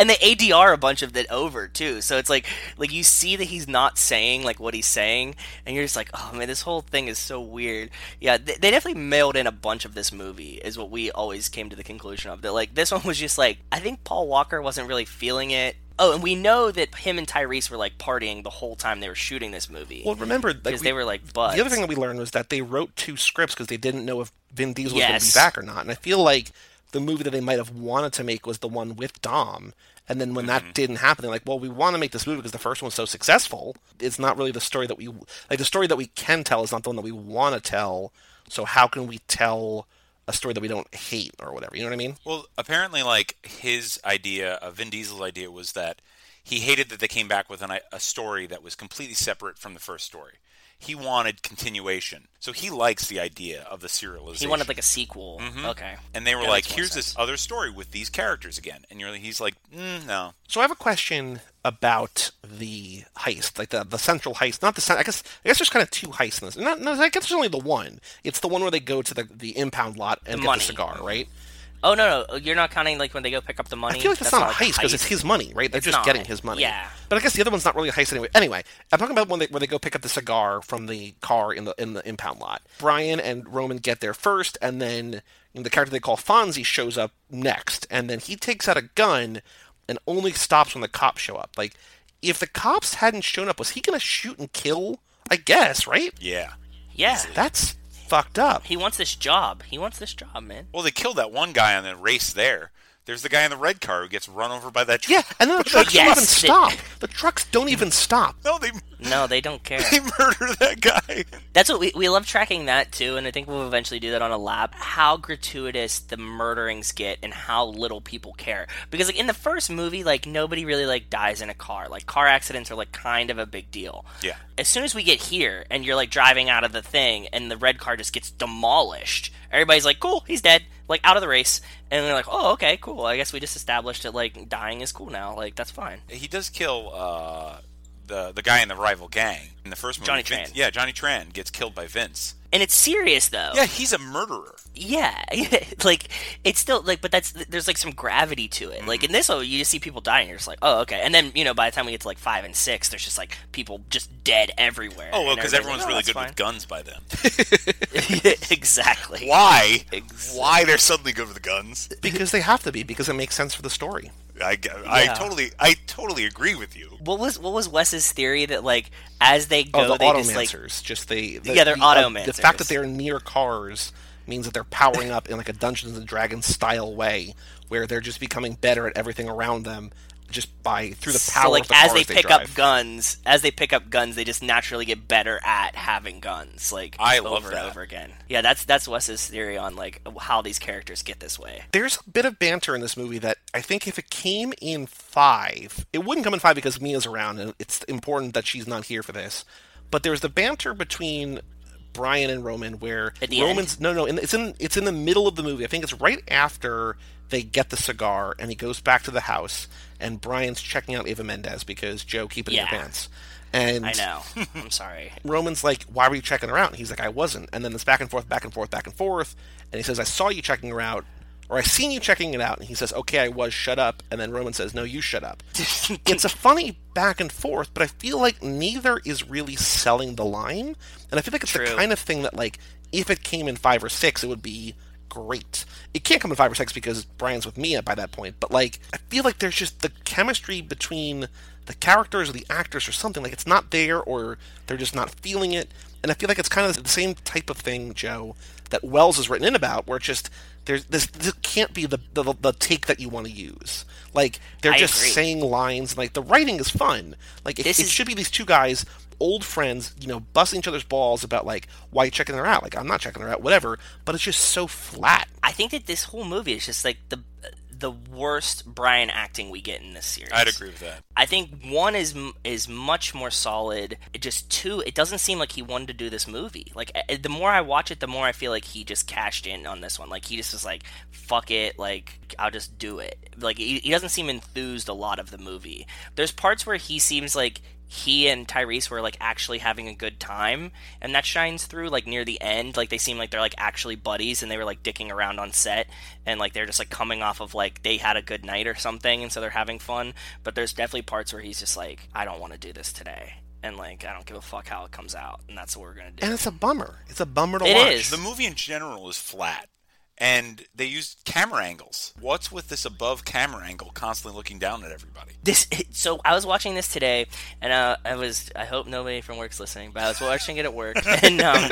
and they adr a bunch of that over too so it's like like you see that he's not saying like what he's saying and you're just like oh man this whole thing is so weird yeah they, they definitely mailed in a bunch of this movie is what we always came to the conclusion of that like this one was just like i think paul walker wasn't really feeling it Oh, and we know that him and Tyrese were like partying the whole time they were shooting this movie. well remember like, because we- they were like buds. The other thing that we learned was that they wrote two scripts because they didn't know if Vin Diesel was going Yes. to be back or not. And I feel like the movie that they might have wanted to make was the one with Dom. And then when that didn't happen, they're like, "Well, we want to make this movie because the first one was so successful. It's not really the story that we like. The story that we can tell is not the one that we want to tell. So how can we tell a story that we don't hate or whatever? You know what I mean? Well, apparently, like his idea, uh, Vin Diesel's idea, was that he hated that they came back with an, i- a story that was completely separate from the first story. He wanted continuation, so he likes the idea of the serialization. he wanted like a sequel. Mm-hmm. Okay, and they were That like, makes more "Here's sense. this other story with these characters again," and you're he's like, mm, "No, So I have a question about the heist, like the the central heist, not the cen- I guess I guess there's kind of two heists in this. Not, no, I guess there's only the one. It's the one where they go to the the impound lot and The get money. the cigar, right? Oh no, no, you're not counting like when they go pick up the money. I feel like that's, not, a like, heist because it's his money, right? They're It's just not. getting his money. Yeah. But I guess the other one's not really a heist anyway. Anyway, I'm talking about when they, where they go pick up the cigar from the car in the in the impound lot. Brian and Roman get there first, and then you know, the character they call Fonzie shows up next, and then he takes out a gun and only stops when the cops show up. Like, if the cops hadn't shown up, was he going to shoot and kill? I guess, right? yeah." Yeah, That's fucked up. he wants this job. He wants this job, man. Well, they killed that one guy on the race there. There's the guy in the red car who gets run over by that Yeah, truck. and then the trucks don't Yes. even stop. The trucks don't even stop. No, they, No, they don't care. they murder that guy. That's what we, we love tracking that too, and I think we'll eventually do that on a lab. How gratuitous the murderings get, and how little people care. Because like in the first movie, like nobody really like dies in a car. Like car accidents are like kind of a big deal. Yeah. As soon as we get here, and you're like driving out of the thing, and the red car just gets demolished. Everybody's like, "Cool, he's dead." Like out of the race, and they're like, "Oh, okay, cool. I guess we just established that like dying is cool now. Like that's fine." He does kill uh, the the guy in the rival gang in the first movie. Johnny Vince- Tran. Yeah, Johnny Tran gets killed by Vince. And it's serious though. Yeah, he's a murderer. Yeah, like it's still like, but that's there's like some gravity to it. Mm-hmm. Like in this, oh, you just see people dying. You're just like, oh, okay. And then you know, by the time we get to like five and six, there's just like people just dead everywhere. Oh, well, And because everyone's everybody's like, really good with "Oh, guns by then. that's fine." exactly. Why? Ex- Why they're suddenly good with guns? Because they have to be, because it makes sense for the story. I, I Yeah. totally I totally agree with you. What was what was Wes's theory that like as they go, Oh, the they just automancers. like Just, they. The, Yeah, they're the, uh, The automancers. fact that they're near cars means that they're powering up in like a Dungeons and Dragons style way, where they're just becoming better at everything around them just by through the power so like of the as they cars pick drive. up guns, as they pick up guns, they just naturally get better at having guns. Like I over love and that. over again. Yeah, that's that's Wes's theory on like how these characters get this way. there's a bit of banter in this movie that I think if it came in five, it wouldn't come in five because Mia's around, and it's important that she's not here for this. But there's the banter between Brian and Roman where At the Roman's no no in, it's in it's in the middle of the movie. I think it's right after they get the cigar and he goes back to the house and Brian's checking out Eva Mendez because Joe keep it in Yeah. your pants. And I know. I'm sorry. Roman's like, "Why were you checking her out?" And he's like, "I wasn't." And then it's back and forth, back and forth, back and forth. And he says, "I saw you checking her out, or I seen you checking it out." And he says, "Okay, I was. Shut up." And then Roman says, "No, you shut up." it's a funny back and forth, but I feel like neither is really selling the line, and I feel like it's the True. kind of thing that, like, if it came in five or six, it would be great. It can't come in five or six because Brian's with Mia by that point, but like, I feel like there's just the chemistry between the characters or the actors or something like it's not there or they're just not feeling it and i feel like it's kind of the same type of thing joe that wells has written in about where it's just there's this, this can't be the, the the take that you want to use like they're I just agree. saying lines and like the writing is fun like it, it This is- should be these two guys old friends you know busting each other's balls about like why you checking her out like i'm not checking her out whatever but it's just so flat I think that this whole movie is just like the the worst Brian acting we get in this series. I'd agree with that. I think one is m- is much more solid. It just two, it doesn't seem like he wanted to do this movie. Like I- I- the more I watch it, the more I feel like he just cashed in on this one. Like he just was like, "Fuck it, like I'll just do it." Like he, he doesn't seem enthused a lot of the movie. There's parts where he seems like he and Tyrese were like actually having a good time, and that shines through like near the end. Like they seem like they're like actually buddies, and they were like dicking around on set, and like they're just like coming off of like they had a good night or something, and so they're having fun. But there's definitely parts where he's just like, I don't want to do this today, and like I don't give a fuck how it comes out, and that's what we're gonna do. and it's a bummer it's a bummer to It watch is. The movie in general is flat, and they used camera angles. What's with this above camera angle constantly looking down at everybody? this so I was watching this today, and uh, I was I hope nobody from work's listening, but I was watching it at work, and um,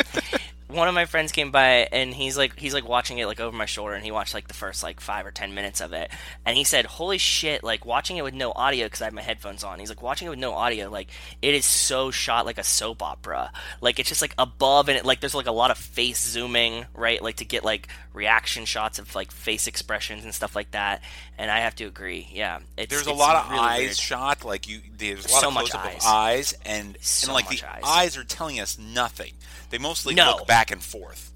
one of my friends came by, and he's like he's like watching it like over my shoulder, and he watched like the first like five or ten minutes of it, and he said, "Holy shit!" Like watching it with no audio because I have my headphones on. He's like watching it with no audio, like it is so shot like a soap opera. Like it's just like above, and it like there's like a lot of face zooming, right? Like to get like reaction shots of like face expressions and stuff like that. And I have to agree, yeah, it's There's a it's lot of really eyes weird. shot, like you. There's a lot So of much close up of eyes. eyes, and So and like much the eyes. are telling us nothing. They mostly No. look back and forth.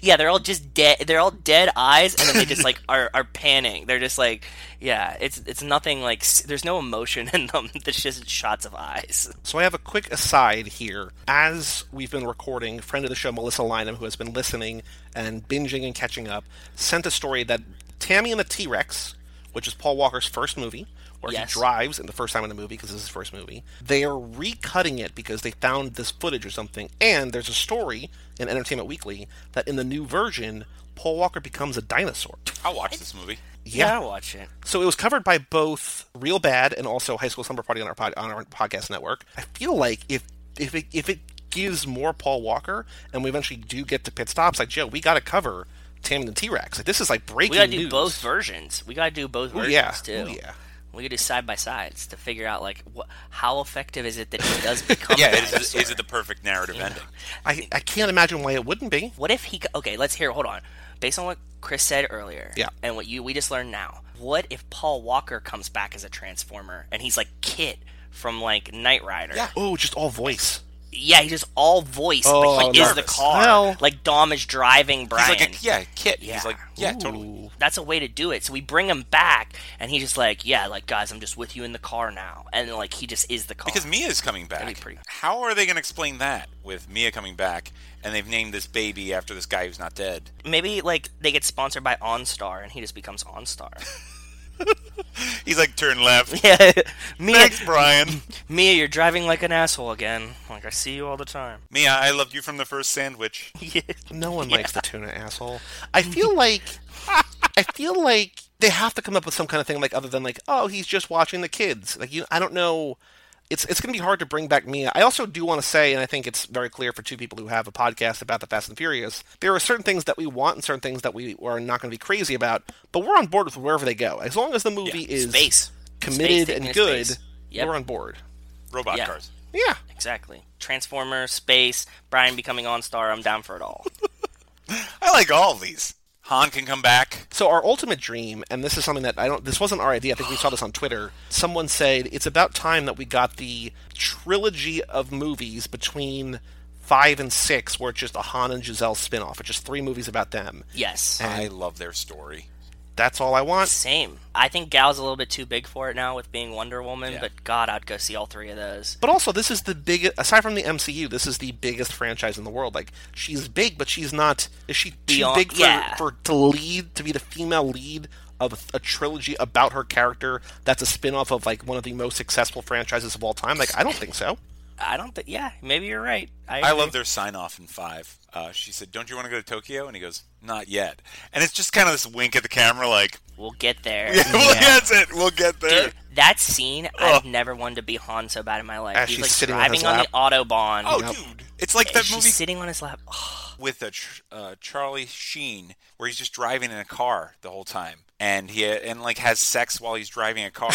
yeah, they're all just dead. They're all dead eyes, and then they just like are, are panning. They're just like, yeah, it's it's nothing like. s- There's no emotion in them. It's just shots of eyes. So I have a quick aside here. As we've been recording, friend of the show Melissa Lynham, who has been listening and binging and catching up, sent a story that Tammy and the T Rex, which is Paul Walker's first movie, where Yes. he drives in the first time in the movie because this is his first movie, they are recutting it because they found this footage or something. And there's a story in Entertainment Weekly that in the new version, Paul Walker becomes a dinosaur. I'll watch this movie. Yeah, gotta watch it. So it was covered by both Real Bad and also High School Summer Party on our pod, on our podcast network. I feel like if if it if it gives more Paul Walker and we eventually do get to pit stops, like Joe, we got to cover Tammy and the T Rex. Like this is like breaking We gotta do news. both versions. We gotta do both versions yeah. too. Ooh, yeah. We could do side by sides to figure out like wh- how effective is it that he does become. Yeah, a is, dinosaur. is it the perfect narrative ending? I I can't imagine why it wouldn't be. What if he? c- Okay, let's hear. Hold on. Based on what Chris said earlier, Yeah. and what you we just learned now, what if Paul Walker comes back as a transformer and he's like Kit from like Knight Rider? Oh, just all voice. Yeah, he's just all voice. Oh, like, I'm he is the nervous. car. Well- like Dom is driving He's Brian. like, a, yeah, Kit. Yeah. He's like, yeah, totally. Ooh. That's a way to do it. So we bring him back, and he's just like, yeah, like guys, I'm just with you in the car now, and like he just is the car. Because Mia's coming back. be pretty- How are they going to explain that with Mia coming back and they've named this baby after this guy who's not dead? maybe like they get sponsored by OnStar, and he just becomes OnStar. He's like, turn left. yeah, Mia, Thanks, Brian. Mia, you're driving like an asshole again. Like I see you all the time. Mia, I loved you from the first sandwich. yeah. No one likes the tuna asshole. I feel like I feel like they have to come up with some kind of thing like other than like, oh, he's just watching the kids. Like you I don't know it's it's going to be hard to bring back Mia. I also do want to say, and I think it's very clear for two people who have a podcast about the Fast and Furious, there are certain things that we want and certain things that we are not going to be crazy about, but we're on board with wherever they go. As long as the movie Yeah. is Space. Space, committed taking and us good, space. Yep. we're on board. Robot Yeah. cars. Yeah. Exactly. Transformers, space, Brian becoming on star. I'm down for it all. I like all of these. Han can come back. So our ultimate dream, and this is something that I don't. This wasn't our idea. I think we saw this on Twitter. Someone said it's about time that we got the trilogy of movies between five and six, where it's just a Han and Giselle spinoff. It's just three movies about them. Yes. I love their story. That's all I want. Same. I think Gal's a little bit too big for it now with being Wonder Woman, Yeah. but God, I'd go see all three of those. But also, this is the biggest. Aside from the MCU, this is the biggest franchise in the world. Like she's big, but she's not. Is she too Beyond- big for, yeah. for to lead to be the female lead? Of a trilogy about her character that's a spin off of like one of the most successful franchises of all time. Like, I don't think so. I don't think. Yeah, maybe you're right. I agree. love their sign off in five. Uh, she said, "Don't you want to go to Tokyo?" And he goes, "Not yet." And it's just kind of this wink at the camera, like, We'll get there. "Yeah, well, that's it. We'll get there." Dude, that scene, I've never wanted to be Han so bad in my life. Oh. As He's she's like sitting on his driving on, the autobahn. oh, Yep. dude, it's like and that she's movie sitting on his lap. Oh, with a tr- uh, Charlie Sheen where he's just driving in a car the whole time, and he and like has sex while he's driving a car.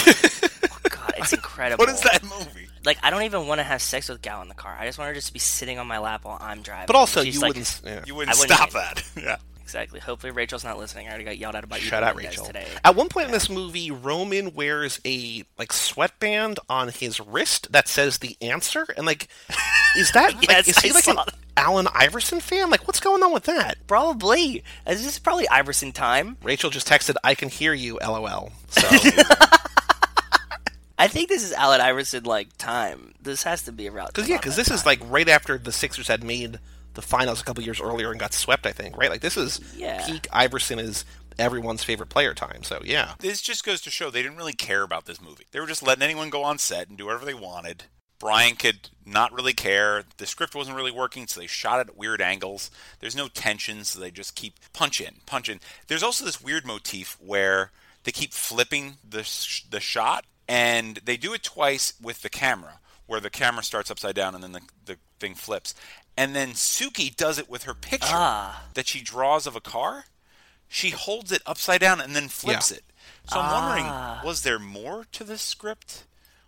God, it's incredible. what is that movie? Like, I don't even want to have sex with Gal in the car. I just want her just to be sitting on my lap while I'm driving. But also, She's you like, wouldn't. Yeah. You wouldn't I wouldn't stop even- that. yeah. Exactly. Hopefully, Rachel's not listening. I already got yelled at about you Shout out, guys Rachel. today. At one point in this movie, Roman wears a like sweatband on his wrist that says "the answer," and like, is that like, Yes, is he I like saw an that. Allen Iverson fan? Like, what's going on with that? Probably. This is probably Iverson time. Rachel just texted, "I can hear you, lol." I think this is Allen Iverson like time. This has to be around. Because yeah, around because that this is time. like right after the Sixers had made the finals a couple years earlier and got swept. I think right. Like this is Yeah. peak Iverson is everyone's favorite player time. So yeah. This just goes to show they didn't really care about this movie. They were just letting anyone go on set and do whatever they wanted. Brian could not really care. The script wasn't really working, so they shot it at weird angles. There's no tension, so they just keep punch in, punch in. There's also this weird motif where they keep flipping the sh- the shot, and they do it twice with the camera, where the camera starts upside down and then the, the thing flips. And then Suki does it with her picture that she draws of a car. She holds it upside down and then flips Yeah. it. So I'm Ah. wondering, was there more to this script?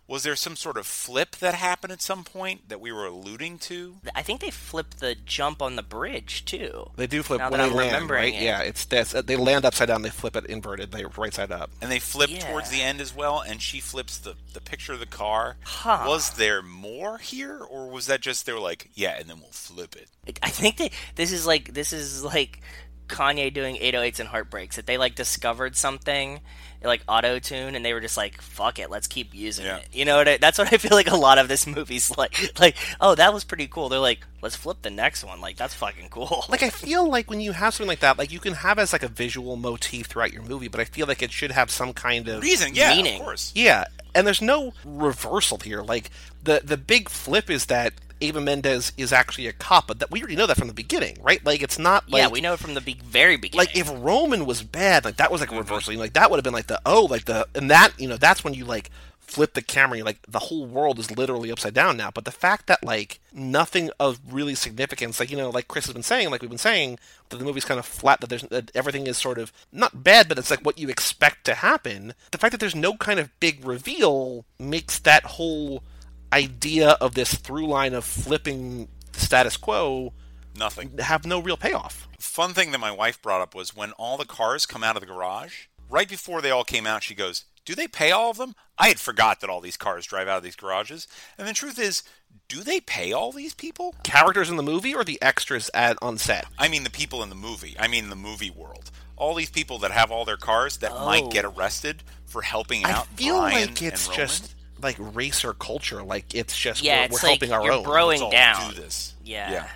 Was there some sort of flip that happened at some point that we were alluding to? I think they flipped the jump on the bridge too. They do flip Now when that they I'm land, remembering right? it. Yeah, it's that's they land upside down. They flip it inverted. They right side up. And they flip towards Yeah. the end as well, and she flips the, the picture of the car. Huh. Was there more here, or was that just they were like, yeah, and then we'll flip it? I think that this is like this is like Kanye doing 808s and heartbreaks. That they like discovered something like auto tune and they were just like fuck it let's keep using Yeah. it you know what I, that's what i feel like a lot of this movie's like like oh that was pretty cool they're like let's flip the next one like that's fucking cool Like I feel like when you have something like that, like you can have as like a visual motif throughout your movie, but I feel like it should have some kind of Reason, yeah, Meaning. of course. Yeah, and there's no reversal here. Like the the big flip is that Ava Mendez is actually a cop, but that we already know that from the beginning, right? Like it's not like yeah we know it from the be- very beginning like if Roman was bad, like that was like a reversal. Like that would have been like the oh, like the and that you know that's when you like flip the camera. You're like the whole world is literally upside down now. But the fact that like nothing of really significance, like you know, like Chris has been saying, like we've been saying that the movie's kind of flat. That there's that everything is sort of not bad, but it's like what you expect to happen. The fact that there's no kind of big reveal makes that whole idea of this through line of flipping status quo Nothing. have no real payoff. fun thing that my wife brought up was when all the cars come out of the garage, right before they all came out, she goes, Do they pay all of them? I had forgot that all these cars drive out of these garages. And the truth is, do they pay all these people? characters in the movie or the extras at on set? I mean, the people in the movie. I mean, the movie world. All these people that have all their cars that might get arrested for helping Oh. I out. feel Brian like it's and Roman. just like racer culture. Like it's just Yeah, we're, it's we're like helping our you're own. broing- Let's all down. Do this. Yeah.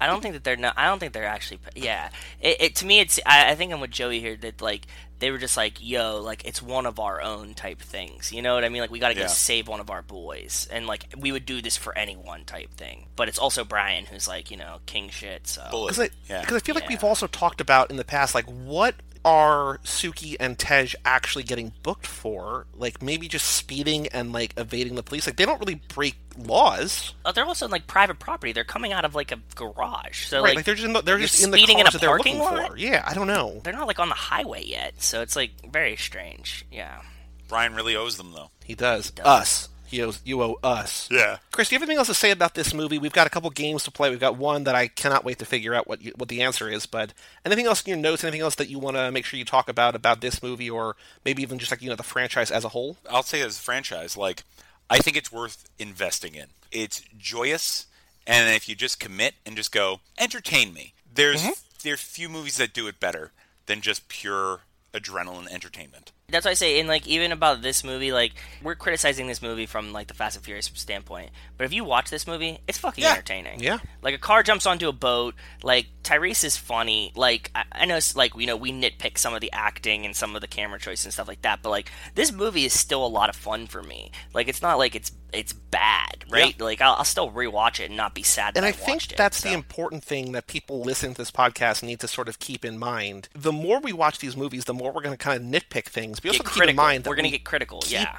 I don't think that they're not. I don't think they're actually. Yeah. It, it to me, it's. I, I think I'm with Joey here that like they were just like, yo, like it's one of our own type things. You know what I mean? Like we got to go Yeah. save one of our boys, and like we would do this for anyone type thing. But it's also Brian who's like, you know, king shit. So Bullet. Because I, yeah. 'cause I feel like Yeah. we've also talked about in the past, like what are Suki and Tej actually getting booked for? Like maybe just speeding and like evading the police. Like they don't really break laws, Uh, they're also in like private property. They're coming out of like a garage, so right? Like, like they're just in the, they're you're just in the cars speeding in a that they're parking looking lot? for. Yeah, I don't know. they're not like on the highway yet. So it's like very strange. Yeah. Brian really owes them though. He does. Us. He owes, you owe us. Yeah. Chris, do you have anything else to say about this movie? We've got a couple games to play. We've got one that I cannot wait to figure out what you, what the answer is. But anything else in your notes? Anything else that you want to make sure you talk about about this movie, or maybe even just like you know the franchise as a whole? I'll say as a franchise, like I think it's worth investing in. It's joyous, and if you just commit and just go, entertain me. There's Mm-hmm. there's few movies that do it better than just pure adrenaline entertainment. That's why I say, and like even about this movie, like we're criticizing this movie from like the Fast and Furious standpoint. But if you watch this movie, it's fucking Yeah. entertaining. Yeah. Like a car jumps onto a boat. Like Tyrese is funny. Like I, I know, it's, like you know, we nitpick some of the acting and some of the camera choice and stuff like that. But like this movie is still a lot of fun for me. Like it's not like it's it's bad, right? Like I'll, I'll still rewatch it and not be sad. And that I, watched think it, that's the so. important thing that people listening to this podcast need to sort of keep in mind. The more we watch these movies, the more we're going to kind of nitpick things. We also have Get to keep in critical. mind that We're gonna we get critical. keep Yeah.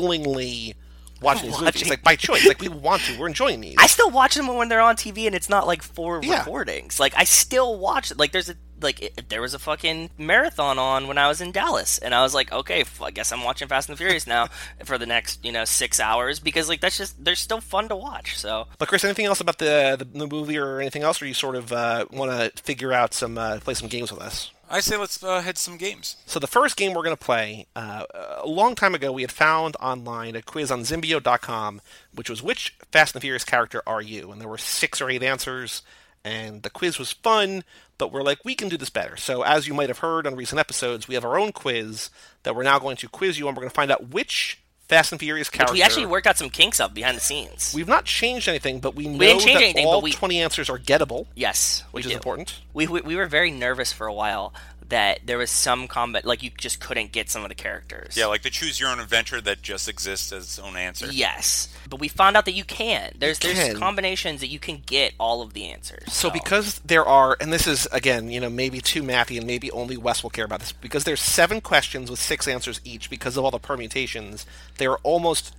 willingly watching these movies, Watching- like by choice, like we want to. We're enjoying these. I still watch them when they're on TV, and it's not like for Yeah. recordings. Like I still watch it. Like there's a like it, there was a fucking marathon on when I was in Dallas, and I was like, okay, f- I guess I'm watching Fast and the Furious now for the next you know six hours because like that's just they're still fun to watch. So But Chris, anything else about the the, the movie or anything else, or you sort of uh, want to figure out some uh, play some games with us? I say let's uh, head to some games. So the first game we're going to play, uh, a long time ago, we had found online a quiz on Zimbio.com, which was which Fast and Furious character are you? And there were six or eight answers, and the quiz was fun, but we're like, we can do this better. So as you might have heard on recent episodes, we have our own quiz that we're now going to quiz you on. We're going to find out which Fast and Furious character. we actually worked out some kinks up behind the scenes. We've not changed anything, but we know didn't change that anything, all but we- 20 answers are gettable. yes, we which is do. important. We, we we were very nervous for a while that there was some combat like you just couldn't get some of the characters. Yeah, like the choose your own adventure that just exists as its own answer. Yes, but we found out that you can. There's can. there's combinations that you can get all of the answers. So because there are, and this is again, you know, maybe too mathy, and maybe only Wes will care about this, because there's seven questions with six answers each. Because of all the permutations, there are almost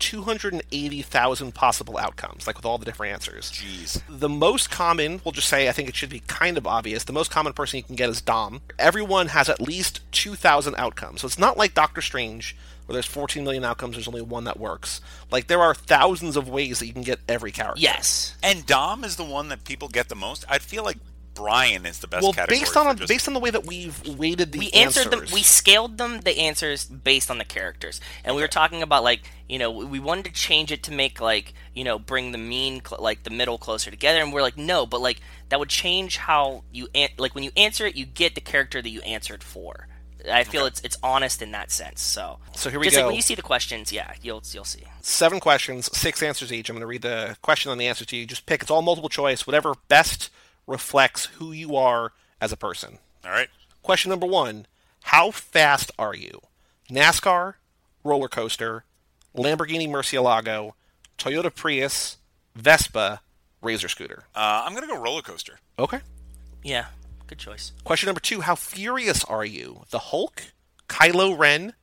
280,000 possible outcomes, like with all the different answers. Jeez. The most common, we'll just say, I think it should be kind of obvious. The most common person you can get is Dom. Everyone has at least 2,000 outcomes. So it's not like Doctor Strange, where there's 14 million outcomes, there's only one that works. Like, there are thousands of ways that you can get every character. yes, And Dom is the one that people get the most. I feel like Brian is the best well, category. based on for a, just- based on the way that we've weighted the we answered them. answers, We scaled them the answers based on the characters, and we were talking about like you know we wanted to change it to make like you know bring the mean cl- like the middle closer together, and we're like no, but like that would change how you an- like when you answer it, you get the character that you answered for. I feel it's it's honest in that sense. So So here we just go. Like when you see the questions, yeah, you'll you'll see. seven questions, six answers each. I'm going to read the question and the answer to you. Just pick. It's all multiple choice. Whatever best reflects who you are as a person. All right. Question number one: How fast are you? NASCAR, roller coaster, Lamborghini Murcielago, Toyota Prius, Vespa, Razor scooter. Uh, I'm gonna go roller coaster. Okay. Yeah, good choice. Question number two: How furious are you? The Hulk, Kylo Ren,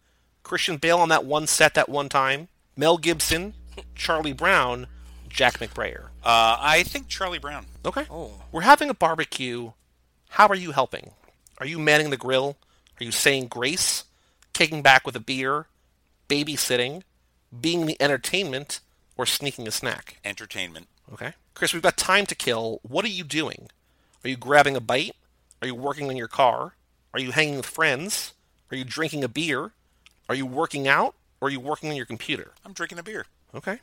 Christian Bale on that one set that one time, Mel Gibson, Charlie Brown, Jack McBrayer. Uh, I think Charlie Brown. Okay. We're having a barbecue. How are you helping? Are you manning the grill? Are you saying grace? Kicking back with a beer? Babysitting? Being the entertainment? Or sneaking a snack? Entertainment. Okay. Chris, we've got time to kill. What are you doing? Are you grabbing a bite? Are you working on your car? Are you hanging with friends? Are you drinking a beer? Are you working out? Or are you working on your computer? I'm drinking a beer. Okay.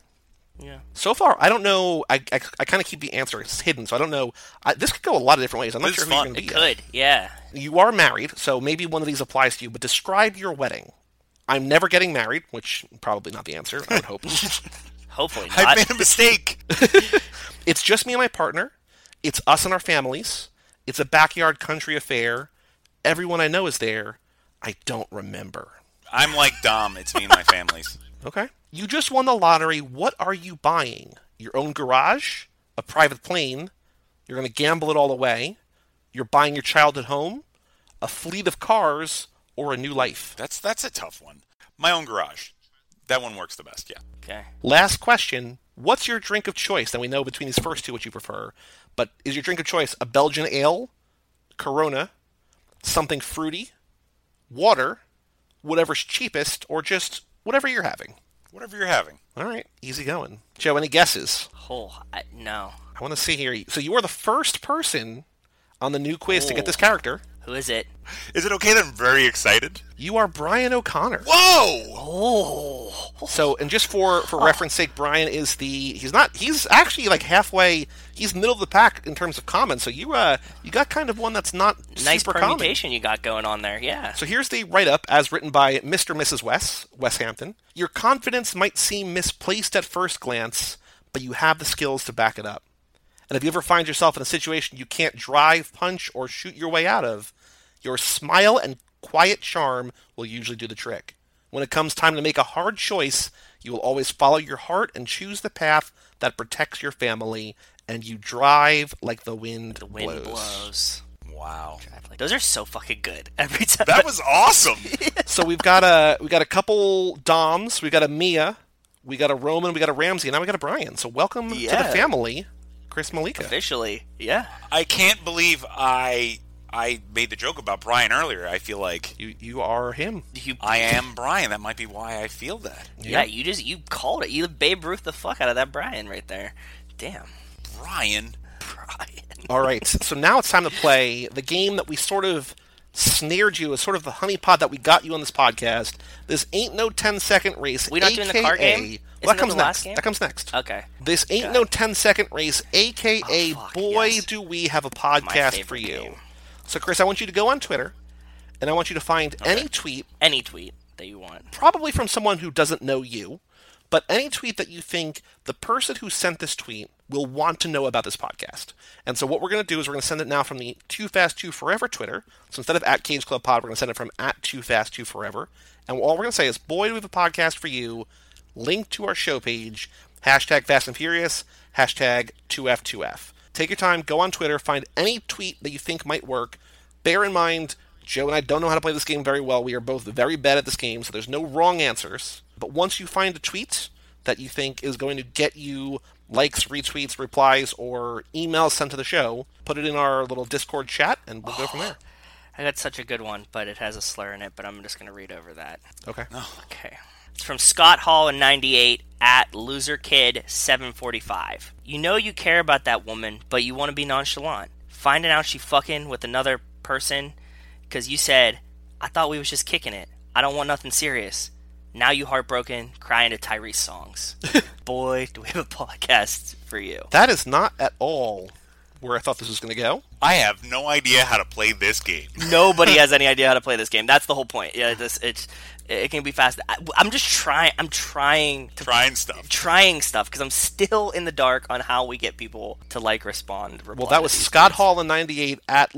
Yeah. So far, I don't know. I, I, kind of keep the answer hidden, so I don't know. I, this could go a lot of different ways. I'm not This sure is who you're fun. going to be. yet. Good, yeah. You are married, so maybe one of these applies to you. But describe your wedding. I'm never getting married, which probably not the answer. I would hope. Hopefully I not. made a mistake. It's just me and my partner. It's us and our families. It's a backyard country affair. Everyone I know is there. I don't remember. I'm like Dom. It's me and my families. Okay. You just won the lottery. What are you buying? Your own garage? A private plane? You're going to gamble it all away? You're buying your childhood home? a fleet of cars, or a new life? That's that's a tough one. My own garage. That one works the best, yeah. Okay. Last question. What's your drink of choice? Now we know between these first two what you prefer, but is your drink of choice a Belgian ale, Corona, something fruity, water, whatever's cheapest, or just whatever you're having? Whatever you're having. All right, easy going. Joe, any guesses? Oh, I, no. I want to see here. So you are the first person on the new quiz to get Oh. this character. Who is it? Is it okay that I'm very excited? You are Brian O'Connor. Whoa! Oh. So, and just for for reference sake, Brian is the he's not he's actually like halfway. He's middle of the pack in terms of common. So you uh you got kind of one that's not Nice super common. permutation you got going on there. Yeah. So here's the write up as written by Mr. and Mrs. West, West Hampton. Your confidence might seem misplaced at first glance, but you have the skills to back it up. And if you ever find yourself in a situation you can't drive, punch, or shoot your way out of, your smile and quiet charm will usually do the trick. When it comes time to make a hard choice, you will always follow your heart and choose the path that protects your family, and you drive like the wind, the wind blows. Wow. Those are so fucking good. Every time. That was awesome. So we've got a we got a couple Doms, we got a Mia, we got a Roman, we got a Ramsey, and now we got a Brian. So welcome to the Yeah. family, Chris Malika. officially. Yeah. I can't believe I I made the joke about Brian earlier. I feel like You you are him. You. I am Brian. That might be why I feel that. yeah. You just you called it. You Babe Ruth the fuck out of that Brian right there. Damn. Brian. Brian. All right. So now it's time to play the game that we sort of snared you as sort of the honeypot that we got you on this podcast. This ain't no 10 second race. We not doing the car AKA game? Well, that Isn't that comes the last next. game? That comes next. Okay. This ain't no 10 second race, aka Oh, fuck, boy yes. do we have a podcast for favorite you. game. So Chris, I want you to go on Twitter and I want you to find any tweet, Any tweet that you want. probably from someone who doesn't know you, but any tweet that you think the person who sent this tweet will want to know about this podcast. And so what we're going to do is we're going to send it now from the Too Fast Too Forever Twitter. So instead of at Cage Club Pod, we're going to send it from at Too Fast Too Forever. And all we're going to say is, boy, do we have a podcast for you. Link to our show page, hashtag Fast and Furious, hashtag 2F2F. Take your time, go on Twitter, find any tweet that you think might work. Bear in mind, Joe and I don't know how to play this game very well. We are both very bad at this game, so there's no wrong answers. But once you find a tweet that you think is going to get you likes, retweets, replies, or emails sent to the show, put it in our little Discord chat and we'll go from Oh. there. I got such a good one, but it has a slur in it. But I'm just gonna read over that. Okay. Okay. It's from Scott Hall in 98 at Loser Kid 745. You know you care about that woman, but you want to be nonchalant. Finding out she fucking with another person because you said, I thought we was just kicking it. I don't want nothing serious. Now you heartbroken, crying to Tyrese songs. Boy, do we have a podcast for you. That is not at all where I thought this was going to go. I have no idea how to play this game. Nobody has any idea how to play this game. That's the whole point. Yeah, this it's it can be fast. I, I'm just trying. I'm trying to Trying stuff. trying stuff because I'm still in the dark on how we get people to like respond. reply Well, that to was these Scott things. Hall in 98 at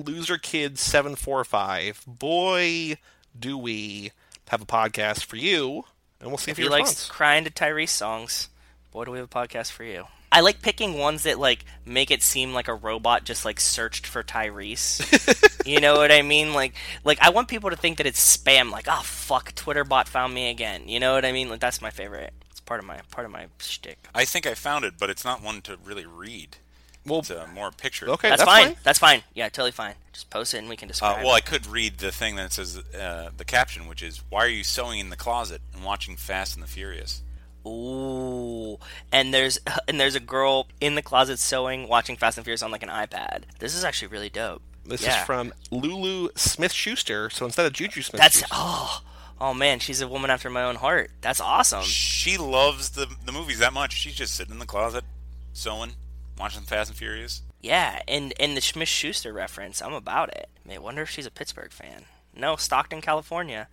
LoserKid745. Boy, do we have a podcast for you. And we'll see if, If he you likes crying to Tyrese songs, boy, do we have a podcast for you. I like picking ones that like make it seem like a robot just like searched for Tyrese. you know what I mean? Like, like I want people to think that it's spam. Like, oh fuck, Twitter bot found me again. You know what I mean? Like, that's my favorite. It's part of my part of my shtick. I think I found it, but it's not one to really read. Well, It's uh, more a picture. okay, That's, that's fine. fine. That's fine. Yeah, totally fine. Just post it and we can Uh, describe. well, it. I could read the thing that says uh, the caption, which is "Why are you sewing in the closet and watching Fast and the Furious?" Ooh, and there's and there's a girl in the closet sewing, watching Fast and Furious on like an iPad. This is actually really dope. This Yeah. is from Lulu Smith Schuster. So instead of Juju Smith that's Schuster, oh oh man, she's a woman after my own heart. That's awesome. She loves the the movies that much. She's just sitting in the closet, sewing, watching Fast and Furious. Yeah, and and the Smith Schuster reference, I'm about it. I wonder if she's a Pittsburgh fan. No, Stockton, California.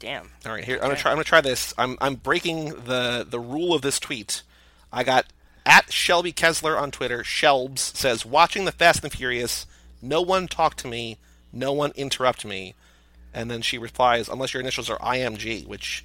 Damn. All right, here I'm gonna try. I'm gonna try this. I'm I'm breaking the the rule of this tweet. I got at Shelby Kessler on Twitter. Shelbs says, "Watching the Fast and Furious. No one talk to me. No one interrupt me." And then she replies, "Unless your initials are IMG," which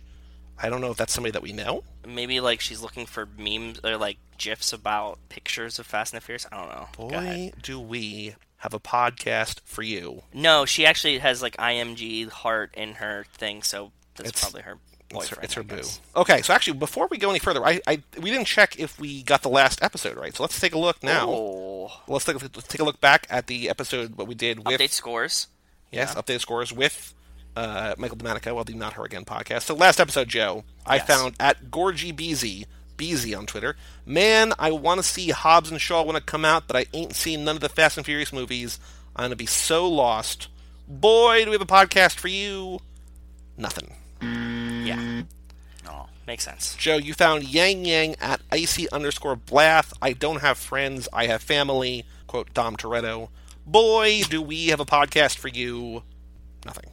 I don't know if that's somebody that we know. Maybe like she's looking for memes or like gifs about pictures of Fast and the Furious. I don't know. Go ahead. Boy, do we have a podcast for you. No, she actually has like IMG heart in her thing, so that's It's- probably her It's her, boyfriend. it's her I boo. guess. Okay, so actually, before we go any further, I, I we didn't check if we got the last episode right. So let's take a look now. Oh. Let's take, let's take a look back at the episode what we did with Update scores. yes updated scores with uh, Michael Domenico of the Not Her Again podcast. So last episode, Joe, I Yes. found at Gorgy Beezy Beezy on Twitter. Man, I want to see Hobbs and Shaw when it come out, but I ain't seen none of the Fast and Furious movies. I'm gonna be so lost. Boy, do we have a podcast for you? Nothing. Yeah, No. makes sense. Joe, you found Yang Yang at icy underscore blath. I don't have friends. I have family. Quote Dom Toretto. Boy, do we have a podcast for you. Nothing.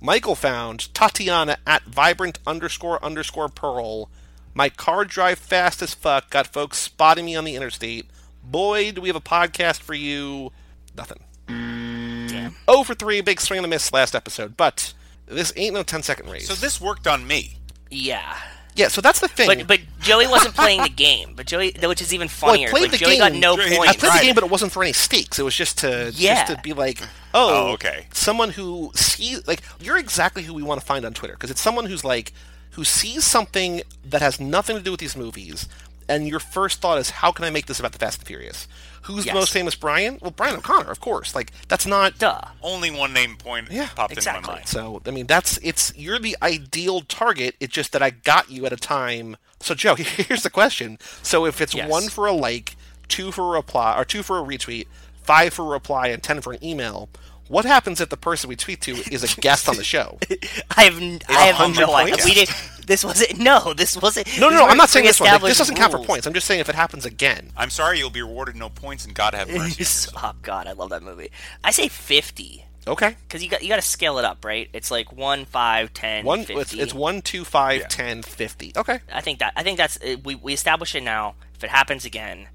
Michael found Tatiana at vibrant underscore underscore pearl. My car drive fast as fuck. Got folks spotting me on the interstate. Boy, do we have a podcast for you. Nothing. Damn. 0 for 3, big swing and a miss last episode, but this ain't no 10 second race. So this worked on me. Yeah. yeah, so that's the thing. But but Joey wasn't playing the game. But Joey, which is even funnier. played like the Joey got game. no Joey- I I points. played the Right. game, but it wasn't for any stakes. It was just to Yeah. just to be like, oh, Oh, okay. someone who sees like you're exactly who we want to find on Twitter because it's someone who's like who sees something that has nothing to do with these movies, and your first thought is, how can I make this about the Fast and Furious? Who's Yes. the most famous Brian? Well, Brian O'Connor, of course. Like that's not Duh. Only one name point Yeah, popped into exactly. my mind. so I mean, that's it's you're the ideal target. It's just that I got you at a time. So Joe, here's the question: So if it's Yes. one for a like, two for a reply, or two for a retweet, five for a reply, and ten for an email, what happens if the person we tweet to is a guest on the show? I have n- I have 100 no idea. points? We did. This wasn't. No, this wasn't. No, these no, no. I'm weren't not saying this one. Like, this pre-established doesn't count for rules. points. I'm just saying if it happens again. I'm sorry you'll be rewarded no points and God have mercy. oh God, I love that movie. I say fifty Okay. because you got you got to scale it up, right? It's like one, five, ten, One. 50. It's, it's one, two, five, Yeah. ten, fifty. Okay. I think that I think that's uh, we we establish it now. If it happens again,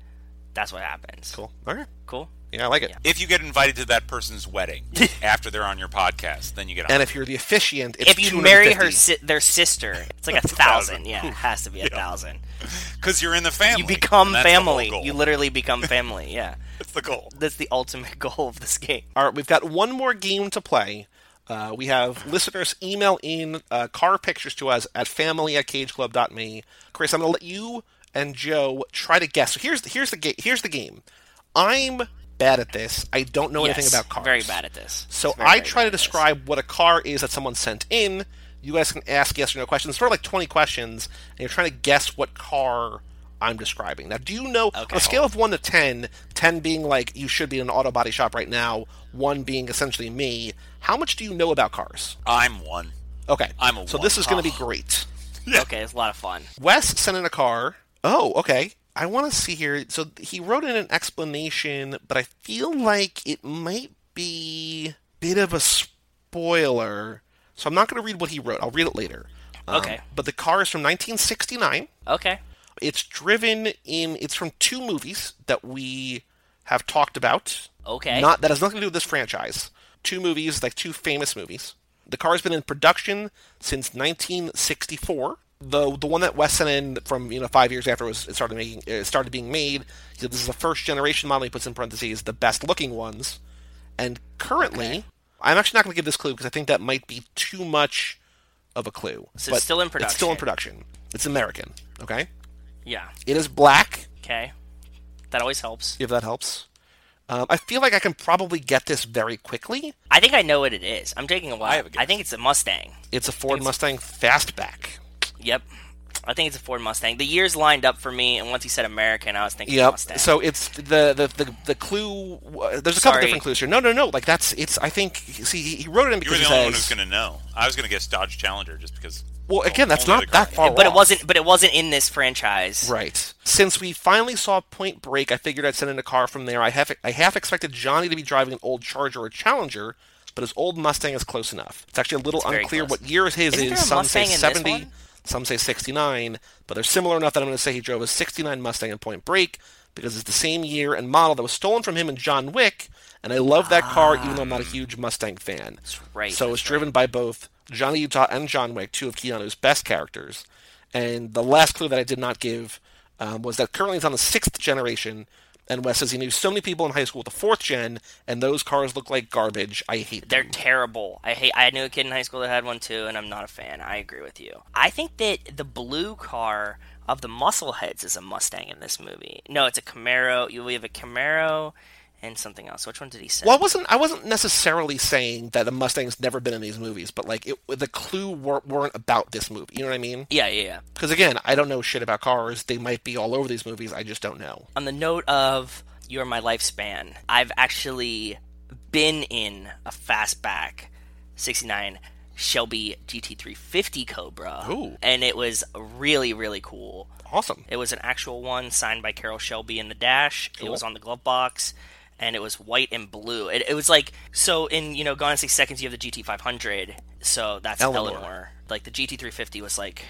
that's what happens. Cool. Okay. Cool. Yeah, I like it. Yeah. If you get invited to that person's wedding after they're on your podcast, then you get on. And if you're the officiant, it's If you marry her, 250. si- their sister, it's like a thousand. Yeah, it has to be a thousand. because you're in the family. You become and that's the whole family. goal. You literally become family. Yeah, That's the goal. that's the ultimate goal of this game. All right, we've got one more game to play. Uh, we have listeners email in uh, car pictures to us at family at cageclub.me. Chris, I'm going to let you and Joe try to guess. So here's the, here's the game. Here's the game. I'm bad at this. I don't know Yes, anything about cars. Very bad at this. So Very, I very try bad to at this. describe what a car is that someone sent in. You guys can ask yes or no questions. Sort of like 20 questions, and you're trying to guess what car I'm describing. Now, do you know, on a scale of 1 to 10, 10 being like you should be in an auto body shop right now, 1 being essentially me, how much do you know about cars? I'm one. Okay. I'm a so one. this is going to be great. Okay, it's a lot of fun. Wes sent in a car. Oh, okay. I want to see here. So he wrote in an explanation, but I feel like it might be a bit of a spoiler. So I'm not going to read what he wrote. I'll read it later. Um, Okay. But the car is from 1969. Okay. It's driven in. It's from two movies that we have talked about. Okay. Not that has nothing to do with this franchise. Two movies, like two famous movies. The car has been in production since 1964. The the one that Wes sent in from you know five years after it was it started making it started being made. he said, This is the first generation model. He puts in parentheses the best looking ones. And currently, I'm actually not going to give this clue because I think that might be too much of a clue. So it's still in It's still in production. production. It's American. Okay. Yeah. It is black. Okay. That always helps. If that helps. Um, I feel like I can probably get this very quickly. I think I know what it is. I'm taking a while. I, have a guess. think it's a Mustang. It's a Ford Mustang Fastback. Yep. I think it's a Ford Mustang. The years lined up for me, and once he said American, I was thinking Yep. Mustang. So it's the the the, the clue. w- There's a couple Sorry. different clues here. No, no, no. Like that's it's. I think see he- he wrote it in You were because the he only one says- who's going to know. I was going to guess Dodge Challenger just because. Well, again, that's only not the car. that far. but it off. wasn't. But it wasn't in this franchise. oh. Right. Since we finally saw Point Break, I figured I'd send in a car from there. I half I half expected Johnny to be driving an old Charger or Challenger, but his old Mustang is close enough. It's actually a little very unclear close. what year his Isn't is. there a some Mustang in say this seventy, one? some say sixty-nine, but they're similar enough that I'm going to say he drove a '69 Mustang in Point Break because it's the same year and model that was stolen from him in John Wick. And I love that car, even though I'm not a huge Mustang fan. right, So that's it's driven by both Johnny Utah and John Wick, two of Keanu's best characters. And the last clue that I did not give um, was that currently it's on the sixth generation. And Wes says he knew so many people in high school with the fourth gen, and those cars look like garbage. I hate They're them. terrible. I hate. I knew a kid in high school that had one too, and I'm not a fan. I agree with you. I think that the blue car of the Muscleheads is a Mustang in this movie. No, it's a Camaro. You we have a Camaro and something else. Which one did he say? Well, I wasn't. I wasn't necessarily saying that the Mustang's never been in these movies, but like it, the clue were, weren't about this movie. You know what I mean? Yeah, yeah, yeah. Because again, I don't know shit about cars. They might be all over these movies. I just don't know. On the note of You're My Lifespan, I've actually been in a fastback 69 Shelby GT350 Cobra. Ooh. And it was really, really cool. Awesome. It was an actual one signed by Carol Shelby in the dash. It was on the glove box, and it was white and blue. It, it was like so in you know Gone in six seconds. You have the GT five hundred, so that's Eleanor. Eleanor. Like the GT three fifty was like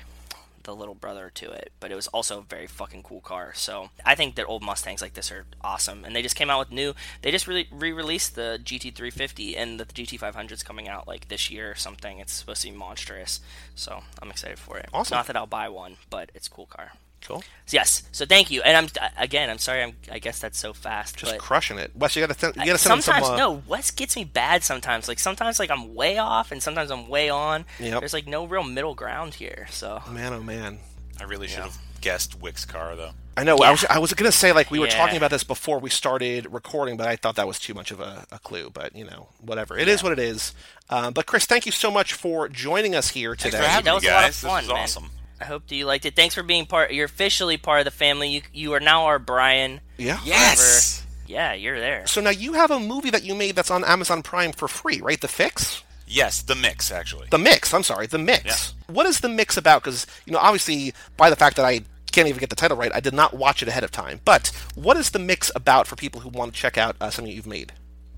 the little brother to it, but it was also a very fucking cool car. So I think that old Mustangs like this are awesome, and they just came out with new. They just really re-released the GT three fifty, and the GT five hundred's coming out like this year or something. It's supposed to be monstrous, so I'm excited for it. Awesome. Not that I'll buy one, but it's a cool car. Cool. Yes. So thank you. And I'm again. I'm sorry. I'm, I guess that's so fast. Just but crushing it, Wes. You gotta send. You gotta send sometimes some. uh, no. Wes gets me bad sometimes. Like sometimes like I'm way off, and sometimes I'm way on. Yep. There's like no real middle ground here. So Man, oh man. I really should have guessed Wick's car though. I know. I was. I was gonna say like we were Yeah. talking about this before we started recording, but I thought that was too much of a, a clue. But you know, whatever. It is what it is. Um, but Chris, thank you so much for joining us here today. for having that you was guys. a lot of This fun. was man. awesome. I hope that you liked it. Thanks for being part. You're officially part of the family. You you are now our Brian. yeah. Yes. Yeah, you're there. So now you have a movie that you made that's on Amazon Prime for free, right? The Fix. Yes, the mix actually. The Mix. I'm sorry, The Mix. What is The Mix about? Because you know, obviously, by the fact that I can't even get the title right, I did not watch it ahead of time. But what is The Mix about for people who want to check out uh, something you've made?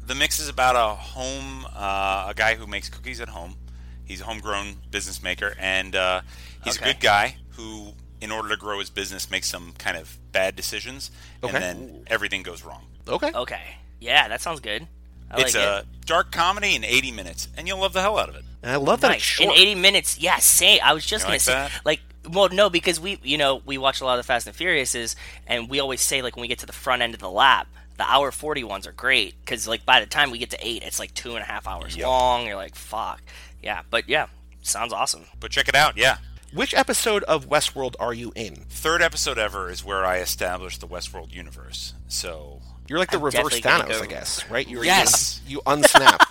The mix is about a home, uh, a guy who makes cookies at home. He's a homegrown business maker, and uh, he's Okay. a good guy who, in order to grow his business, makes some kind of bad decisions, Okay. and then everything goes wrong. Okay. Okay. Yeah, that sounds good. I it's like a it. dark comedy in 80 minutes, and you'll love the hell out of it. And I love that. it's Nice. short. In 80 minutes, yeah, say. I was just You gonna like say, that? like, well, no, because we, you know, we watch a lot of the Fast and Furiouses, and we always say, like, when we get to the front end of the lap, the hour 40 ones are great because, like, by the time we get to eight, it's like two and a half hours long. You're like, fuck, yeah, but yeah, sounds awesome. But check it out, yeah. Which episode of Westworld are you in? Third episode ever is where I established the Westworld universe. So You're like the I'm reverse definitely gonna Thanos, go- I guess, right? You're, Yes. You, you unsnap.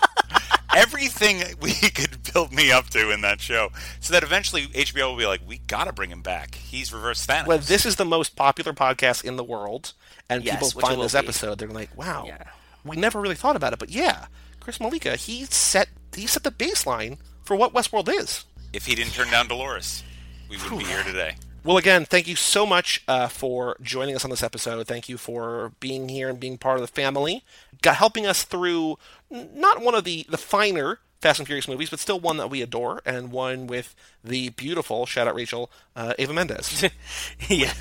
everything we could build me up to in that show, so that eventually HBO will be like, we got to bring him back. He's reverse Thanos. well, this is the most popular podcast in the world, and Yes, people which it find will this be. episode, they're like, "Wow, Yeah. we never really thought about it." But yeah, Chris Malika, he set he set the baseline for what Westworld is. If he didn't turn down Dolores, we would be here today. Well, again, thank you so much uh, for joining us on this episode. Thank you for being here and being part of the family, got, helping us through n- not one of the, the finer Fast and Furious movies, but still one that we adore, and one with the beautiful, shout out Rachel, uh, Ava Mendez. yeah,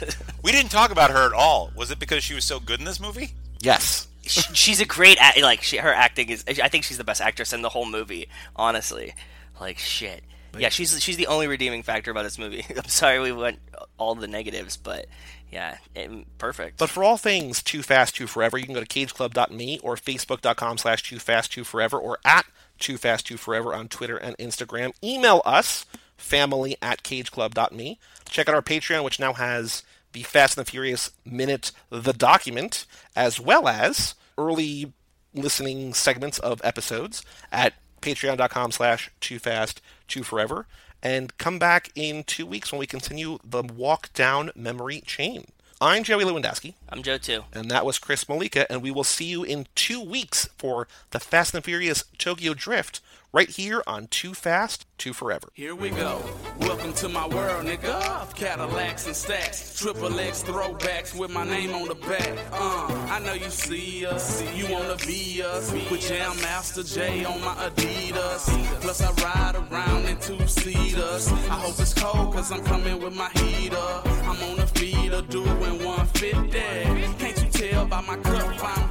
We didn't talk about her at all. Was it because she was so good in this movie? yes. She- she's a great act. Like, she, her acting is. I think she's the best actress in the whole movie. Honestly, like, shit. Yeah, she's she's the only redeeming factor about this movie. I'm sorry we went all the negatives, but yeah, it, perfect. But for all things Too Fast, Too Forever, you can go to cageclub.me or facebook.com slash Too Fast, Too Forever or at Too Fast, Too Forever on Twitter and Instagram. Email us, family at cageclub.me. Check out our Patreon, which now has the Fast and the Furious Minute, the document, as well as early listening segments of episodes at patreon.com slash too fast too forever and come back in two weeks when we continue the walk down memory chain i'm joey lewandowski I'm Joe too. and that was chris malika and we will see you in two weeks for the fast and furious tokyo drift right here on too fast too forever Here we go. Welcome to my world, nigga. Cadillacs and stacks, triple X throwbacks with my name on the back. Uh, I know you see us, you wanna be us. With Jam Master J on my Adidas. Plus I ride around in two seaters. I hope it's cold cause I'm coming with my heater. I'm on a feeder doing 150. Can't you tell by my cup I'm